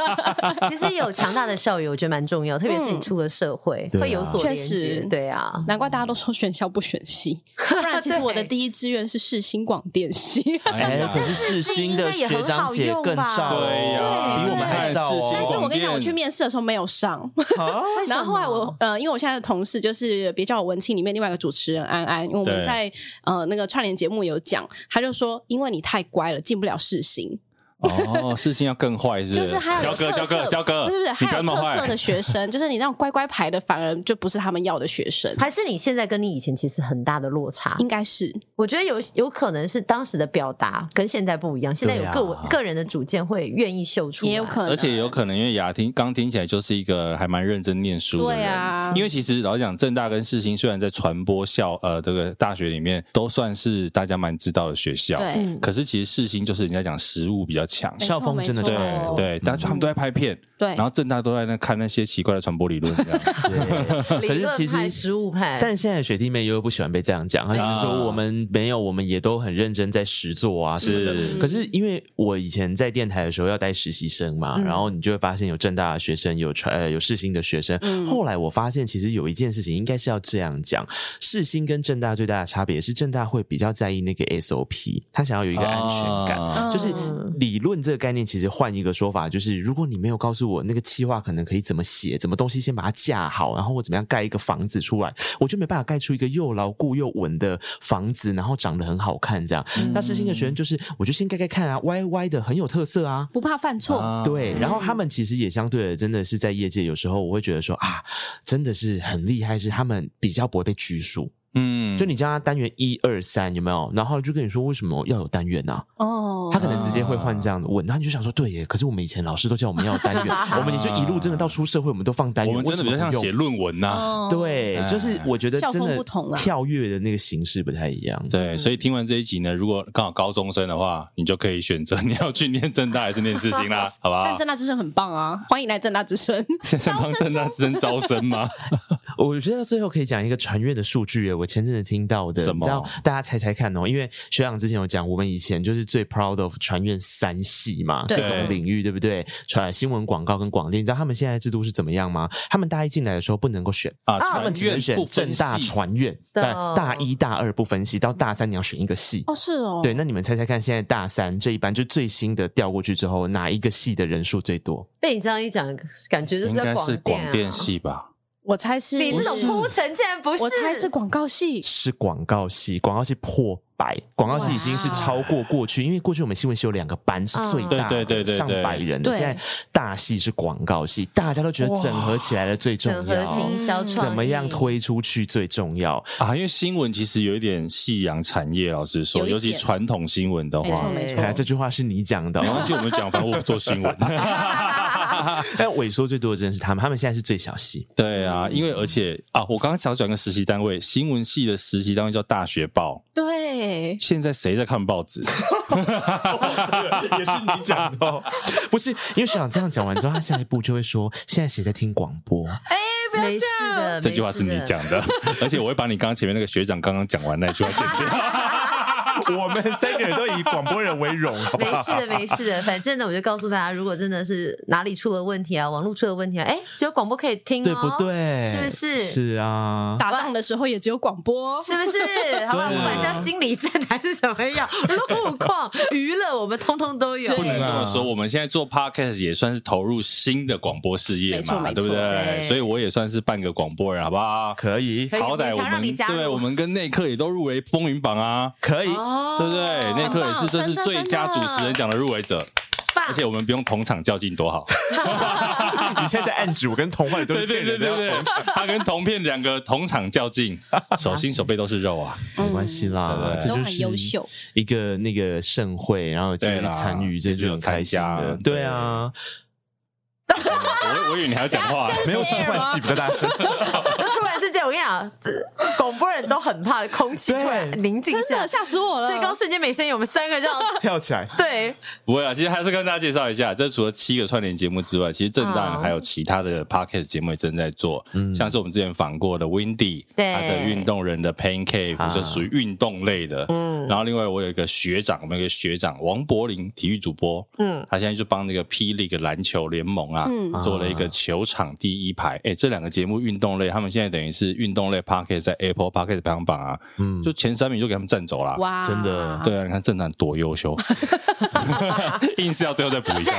Speaker 4: 其实有强大的校友，我觉得蛮重要，特别是你出了社会，
Speaker 3: 嗯对啊
Speaker 4: 会有所连接
Speaker 5: 确实
Speaker 4: 对啊，
Speaker 5: 难怪大家都说选校不选系，不然其实我的第一志愿是世新广电系。
Speaker 1: 哎
Speaker 3: 哎、
Speaker 1: 呀
Speaker 3: 可是世新的学长姐更照、哦，
Speaker 1: 对呀，
Speaker 3: 比我们还照哦。
Speaker 5: 但是我跟你讲，我去
Speaker 1: 面。
Speaker 5: 面试的时候没有上，
Speaker 3: 啊
Speaker 4: 哦
Speaker 5: 然后后来我呃，因为我现在的同事就是别叫我文庆里面另外一个主持人安安，因为我们
Speaker 1: 对
Speaker 5: 在呃那个串联节目有讲，他就说因为你太乖了，进不了世新，
Speaker 1: 哦，事情要更坏是不
Speaker 5: 就是还有
Speaker 1: 焦哥，
Speaker 5: 特
Speaker 1: 焦哥，
Speaker 5: 色，
Speaker 1: 焦哥，
Speaker 5: 不是不是，
Speaker 1: 你不
Speaker 5: 还
Speaker 1: 要
Speaker 5: 有
Speaker 1: 那么
Speaker 5: 特色的
Speaker 1: 坏。
Speaker 5: 学生，就是你那种乖乖牌的，反而就不是他们要的学生，
Speaker 4: 还是你现在跟你以前其实很大的落差
Speaker 5: 应。该是
Speaker 4: 我觉得有有可能是当时的表达跟现在不一样，现在有个、
Speaker 3: 对啊
Speaker 4: 个人的主见会愿意秀出来，
Speaker 5: 也有可能，
Speaker 1: 而且有可能，因为雅听刚听起来就是一个还蛮认真念书的人。
Speaker 5: 对啊
Speaker 1: 因为其实老实讲，正大跟世新虽然在传播校呃这个大学里面都算是大家蛮知道的学校，
Speaker 5: 对。
Speaker 1: 可是其实世新就是人家讲实务比较强，
Speaker 5: 没错校风真的没错差很多
Speaker 1: 对，大家他们都在拍片，
Speaker 5: 对
Speaker 1: 然后正大都在那看那些奇怪的传播理论，这 样
Speaker 3: 可
Speaker 4: 理
Speaker 3: 是
Speaker 4: 论
Speaker 3: 其实
Speaker 4: 派实务派
Speaker 3: 但现在学弟妹又不喜欢被这样讲，他就是说我们没有，我们也都很认真在实做啊什么的。
Speaker 1: 是嗯
Speaker 3: 可是因为我以前在电台的时候要带实习生嘛，
Speaker 1: 嗯
Speaker 3: 然后你就会发现有正大的学生，有传呃有世新的学生。
Speaker 1: 嗯
Speaker 3: 后来我发现其实有一件事情应该是要这样讲，世新跟正大最大的差别是正大会比较在意那个 SOP，他想要有一个安全感，
Speaker 5: 嗯
Speaker 1: 啊
Speaker 3: 就是理论这个概念，其实换一个说法，就是如果你没有告诉我那个企划可能可以怎么写，怎么东西先把它架好，然后我怎么样盖一个房子出来，我就没办法盖出一个又牢固又稳的房子，然后长得很好看这样。那世新的学生就是，我就先盖盖看啊，歪歪的很有特色啊。
Speaker 5: 不怕犯错。
Speaker 3: 对，然后他们其实也相对的，真的是在业界，有时候我会觉得说啊，真的是很厉害，是他们比较不会被拘束。
Speaker 1: 嗯，，
Speaker 3: 就你叫他单元一二三有没有？然后就跟你说为什么要有单元啊？
Speaker 5: 哦
Speaker 3: 他可能直接会换这样的问，然后你就想说，对耶，可是我们以前老师都叫我们要有单元 我们也就一路真的到出社会，我们都放单元，
Speaker 1: 我们真的比较像写哎论文呐、
Speaker 5: 哦
Speaker 3: 对，就是我觉得
Speaker 5: 校
Speaker 3: 真
Speaker 5: 风
Speaker 3: 的
Speaker 5: 不同啦
Speaker 3: 跳跃的那个形式不太一样。
Speaker 1: 对，所以听完这一集呢，如果刚好高中生的话，你就可以选择你要去念正大还是念世新 啦，好不好
Speaker 5: 但？正大之声很棒啊，欢迎来正大之声。
Speaker 1: 现在帮正大之声招生吗？
Speaker 3: 我觉得最后可以讲一个传阅的数据耶，我前阵子听到的，
Speaker 1: 什么
Speaker 3: 你知道大家猜猜看哦，因为学长之前有讲，我们以前就是最 proud of 传阅三系嘛，各
Speaker 1: 对
Speaker 3: 种领域对不对？传新闻、广告跟广电，你知道他们现在制度是怎么样吗？他们大一进来的时候不能够选
Speaker 1: 啊
Speaker 3: 他们只能
Speaker 1: 传院
Speaker 3: 选
Speaker 1: 不分
Speaker 3: 正
Speaker 1: 系
Speaker 3: 大传院，
Speaker 5: 对
Speaker 4: 哦
Speaker 3: 呃大一大二不分系，到大三你要选一个系。
Speaker 5: 哦，是哦，
Speaker 3: 对，那你们猜猜看，现在大三这一班就最新的调过去之后，哪一个系的人数最多？
Speaker 4: 被你这样一讲，感觉就
Speaker 1: 应
Speaker 4: 是
Speaker 1: 该是
Speaker 4: 电、啊、
Speaker 1: 广电系吧？
Speaker 5: 我猜是
Speaker 4: 你这种铺陈竟然不是，
Speaker 5: 我猜是广告系。
Speaker 3: 是广告系，广告系破百，广告系已经是超过过
Speaker 4: 啊
Speaker 3: 去，因为过去我们新闻系有两个班是最大的，
Speaker 1: 对对对对对
Speaker 3: 上百人的，
Speaker 5: 对
Speaker 3: 现在大系是广告系，大家都觉得整合起来的最重
Speaker 4: 整合
Speaker 3: 要，
Speaker 4: 行销创
Speaker 3: 怎么样
Speaker 4: 意
Speaker 3: 推出去最重要。
Speaker 1: 啊，因为新闻其实有一点夕阳产业，老实说，
Speaker 5: 有一
Speaker 1: 尤其
Speaker 5: 点
Speaker 1: 传统新闻的话，
Speaker 5: 没错
Speaker 3: 哎呀这句话是你讲的、
Speaker 1: 没关
Speaker 3: 哦，
Speaker 1: 系，我们讲，反正我不做新 闻。
Speaker 3: 但萎缩最多的真的是他们，他们现在是最小系。
Speaker 1: 对啊，因为而且啊，我刚刚想讲一个实习单位，新闻系的实习单位叫大学报。
Speaker 5: 对，
Speaker 1: 现在谁在看报纸？
Speaker 3: 也是你讲的、哦， 不是因为学长这样讲完之后，他下一步就会说：现在谁在听广播？
Speaker 4: 没事的，
Speaker 1: 这句话是你讲的， 而且我会把你刚刚前面那个学长刚刚讲完那句话剪掉。
Speaker 3: 我们三个人都以广播人为荣，好不
Speaker 4: 没
Speaker 3: 好
Speaker 4: 事的，没事的，反正呢，我就告诉大家，如果真的是哪里出了问题啊，网络出了问题啊，哎，只有广播可以听、哦，
Speaker 3: 对不？对？
Speaker 4: 是不是
Speaker 3: 是啊，
Speaker 5: 打仗的时候也只有广播。
Speaker 4: 是不是？好吧，不管是要心理战还是怎么样，路况、娱乐，我们通通都有。
Speaker 1: 不能这么说，我们现在做 podcast 也算是投入新的广播事业
Speaker 5: 没错
Speaker 1: 嘛，
Speaker 5: 没
Speaker 1: 对不
Speaker 5: 错
Speaker 1: 对？
Speaker 4: 对
Speaker 1: 所以我也算是半个广播人，好不好？
Speaker 3: 可以，
Speaker 4: 可以
Speaker 1: 好歹
Speaker 4: 勉
Speaker 1: 我
Speaker 4: 强让
Speaker 1: 们
Speaker 4: 你加入
Speaker 1: 对，我们跟内克也都入围风云榜啊，
Speaker 3: 可以，
Speaker 4: 哦
Speaker 1: 对不对？内克也是，这是最佳主持人奖的入围者，
Speaker 4: 棒
Speaker 1: 而且我们不用同场较劲，多好！
Speaker 3: 你现在在暗指我跟童话里都
Speaker 1: 对
Speaker 3: 是
Speaker 1: 对
Speaker 3: 骗
Speaker 1: 对
Speaker 3: 人
Speaker 1: 对
Speaker 3: 的，
Speaker 1: 对，他跟同片两个同场较劲，手心手背都是肉啊！
Speaker 3: 没关系啦，
Speaker 1: 嗯
Speaker 3: 这
Speaker 5: 都
Speaker 3: 就
Speaker 5: 很优秀
Speaker 3: 是一个那个盛会，然后继续
Speaker 1: 对啦
Speaker 3: 参与，这是很开心
Speaker 1: 也是有
Speaker 3: 的
Speaker 1: 参加，
Speaker 3: 对啊，
Speaker 1: 我我以为你还要讲话，
Speaker 3: 没有就是换气比较大声，
Speaker 4: 就突然之间，我跟你讲，呃广播人都很怕空气突然宁静
Speaker 5: 真
Speaker 4: 下
Speaker 5: 的
Speaker 4: 来，
Speaker 5: 吓死我了！
Speaker 4: 所以刚瞬间没声音，我们三个这样
Speaker 3: 跳起来。
Speaker 4: 对，
Speaker 1: 不会啊，其实还是跟大家介绍一下，这除了七个串联节目之外，其实正大
Speaker 4: 哦
Speaker 1: 还有其他的 podcast 节目也正在做，
Speaker 3: 嗯
Speaker 1: 像是我们之前访过的 Windy，
Speaker 4: 对
Speaker 1: 他的运动人的 Pain Cave、
Speaker 3: 啊
Speaker 1: 就属于运动类的。
Speaker 4: 嗯
Speaker 1: 然后另外我有一个学长，我们有一个学长王柏林，体育主播，
Speaker 4: 嗯，
Speaker 1: 他现在就帮那个霹雳的篮球联盟啊，
Speaker 5: 嗯
Speaker 1: 做了一个球场第一排。哎、这两个节目运动类，他们现在等于是运动类 podcast 在 Apple podcast 排行榜啊，
Speaker 3: 嗯
Speaker 1: 就前三名就给他们占走了。
Speaker 5: 哇，
Speaker 3: 真的
Speaker 1: 对啊，你看正南多优 秀，硬是要最后再补一下，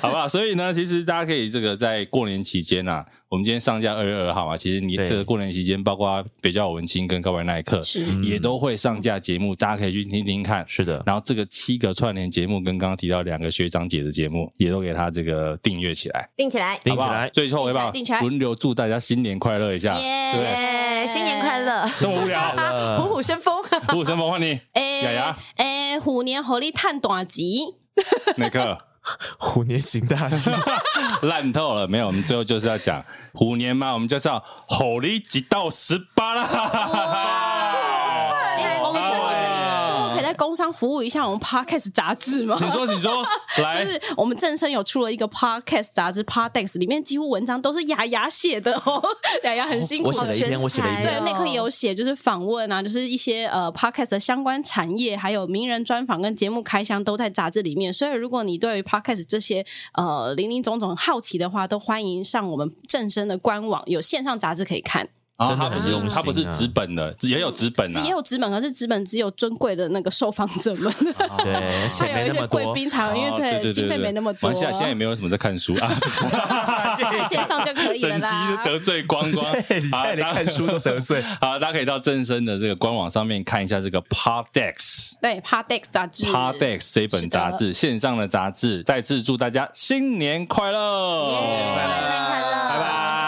Speaker 1: 好不好？所以呢，其实大家可以这个在过年期间啊，我们今天上架二月二号嘛，其实你
Speaker 3: 对
Speaker 1: 这个过年期间，包括北教文青跟高白耐克，
Speaker 5: 是
Speaker 1: 也都会上架节目，大家可以去听听看。
Speaker 3: 是的，
Speaker 1: 然后这个七个串联节目跟刚刚提到两个学长姐的节目，也都给他这个订阅起来，
Speaker 4: 定起来，
Speaker 3: 顶
Speaker 1: 好不
Speaker 3: 起
Speaker 1: 好
Speaker 3: 来，
Speaker 1: 最后，好不好
Speaker 5: 订起来？
Speaker 1: 轮流祝大家新年快乐一下，对不对？
Speaker 4: 耶，新年快乐，
Speaker 1: 这么无聊，
Speaker 4: 虎虎生风。
Speaker 1: 虎虎生风，换你，
Speaker 5: 诶
Speaker 1: 雅雅，
Speaker 5: 诶，哎虎年猴力探短集，
Speaker 1: 那个。
Speaker 3: 虎年行大 运，
Speaker 1: 烂透了，没有，我们最后就是要讲虎年嘛，我们就是要吼力几到十八啦。
Speaker 5: 哎哦诶我们最后可以最后可以再公工商服务一下我们 podcast 杂 志吗？
Speaker 1: 请说请说
Speaker 3: 哎
Speaker 1: 来
Speaker 5: 就是我们正声有出了一个 podcast 杂志 Podex，里面几乎文章都是雅雅写的哦， 雅雅很辛苦，
Speaker 3: 我写了一篇我写了
Speaker 1: 哎
Speaker 3: 一篇
Speaker 4: 哎
Speaker 5: 对，那课也有写，就是访问啊，就是一些呃 podcast 的相关产业，还有名人专访跟节目开箱都在杂志里面。所以如果你对于 podcast 这些呃林林总总好奇的话，都欢迎上我们正声的官网，有线上杂志可以看。
Speaker 1: 啊
Speaker 3: 真的
Speaker 1: 它不
Speaker 3: 很
Speaker 1: 是
Speaker 3: 用心
Speaker 1: 它不是
Speaker 3: 啊
Speaker 1: 纸本的，也有纸本
Speaker 5: 是
Speaker 1: 啊
Speaker 5: 也。有纸本，可是纸本只有尊贵的那个受访者 们，
Speaker 3: 对，钱
Speaker 5: 还
Speaker 3: 没
Speaker 5: 有一
Speaker 3: 那
Speaker 5: 些
Speaker 3: 么
Speaker 5: 贵
Speaker 3: 多。
Speaker 5: 宾才啊会，因
Speaker 1: 哦
Speaker 5: 为
Speaker 1: 对对
Speaker 5: 经费没那么多
Speaker 1: 马。来西亚现在也没有什么在看书啊，不是
Speaker 5: 在 线上就可以了
Speaker 1: 整期
Speaker 5: 啦。
Speaker 1: 得罪光光。 啊
Speaker 3: 对你现在连看书都得罪。
Speaker 1: 好，大家可以到正声的这个官网上面看一下这个 Podex。
Speaker 5: 对 p a d e x 杂志
Speaker 1: Podex 这本杂志，线上的杂志，再次祝大家新年快乐！
Speaker 5: 新年快乐
Speaker 1: 拜拜。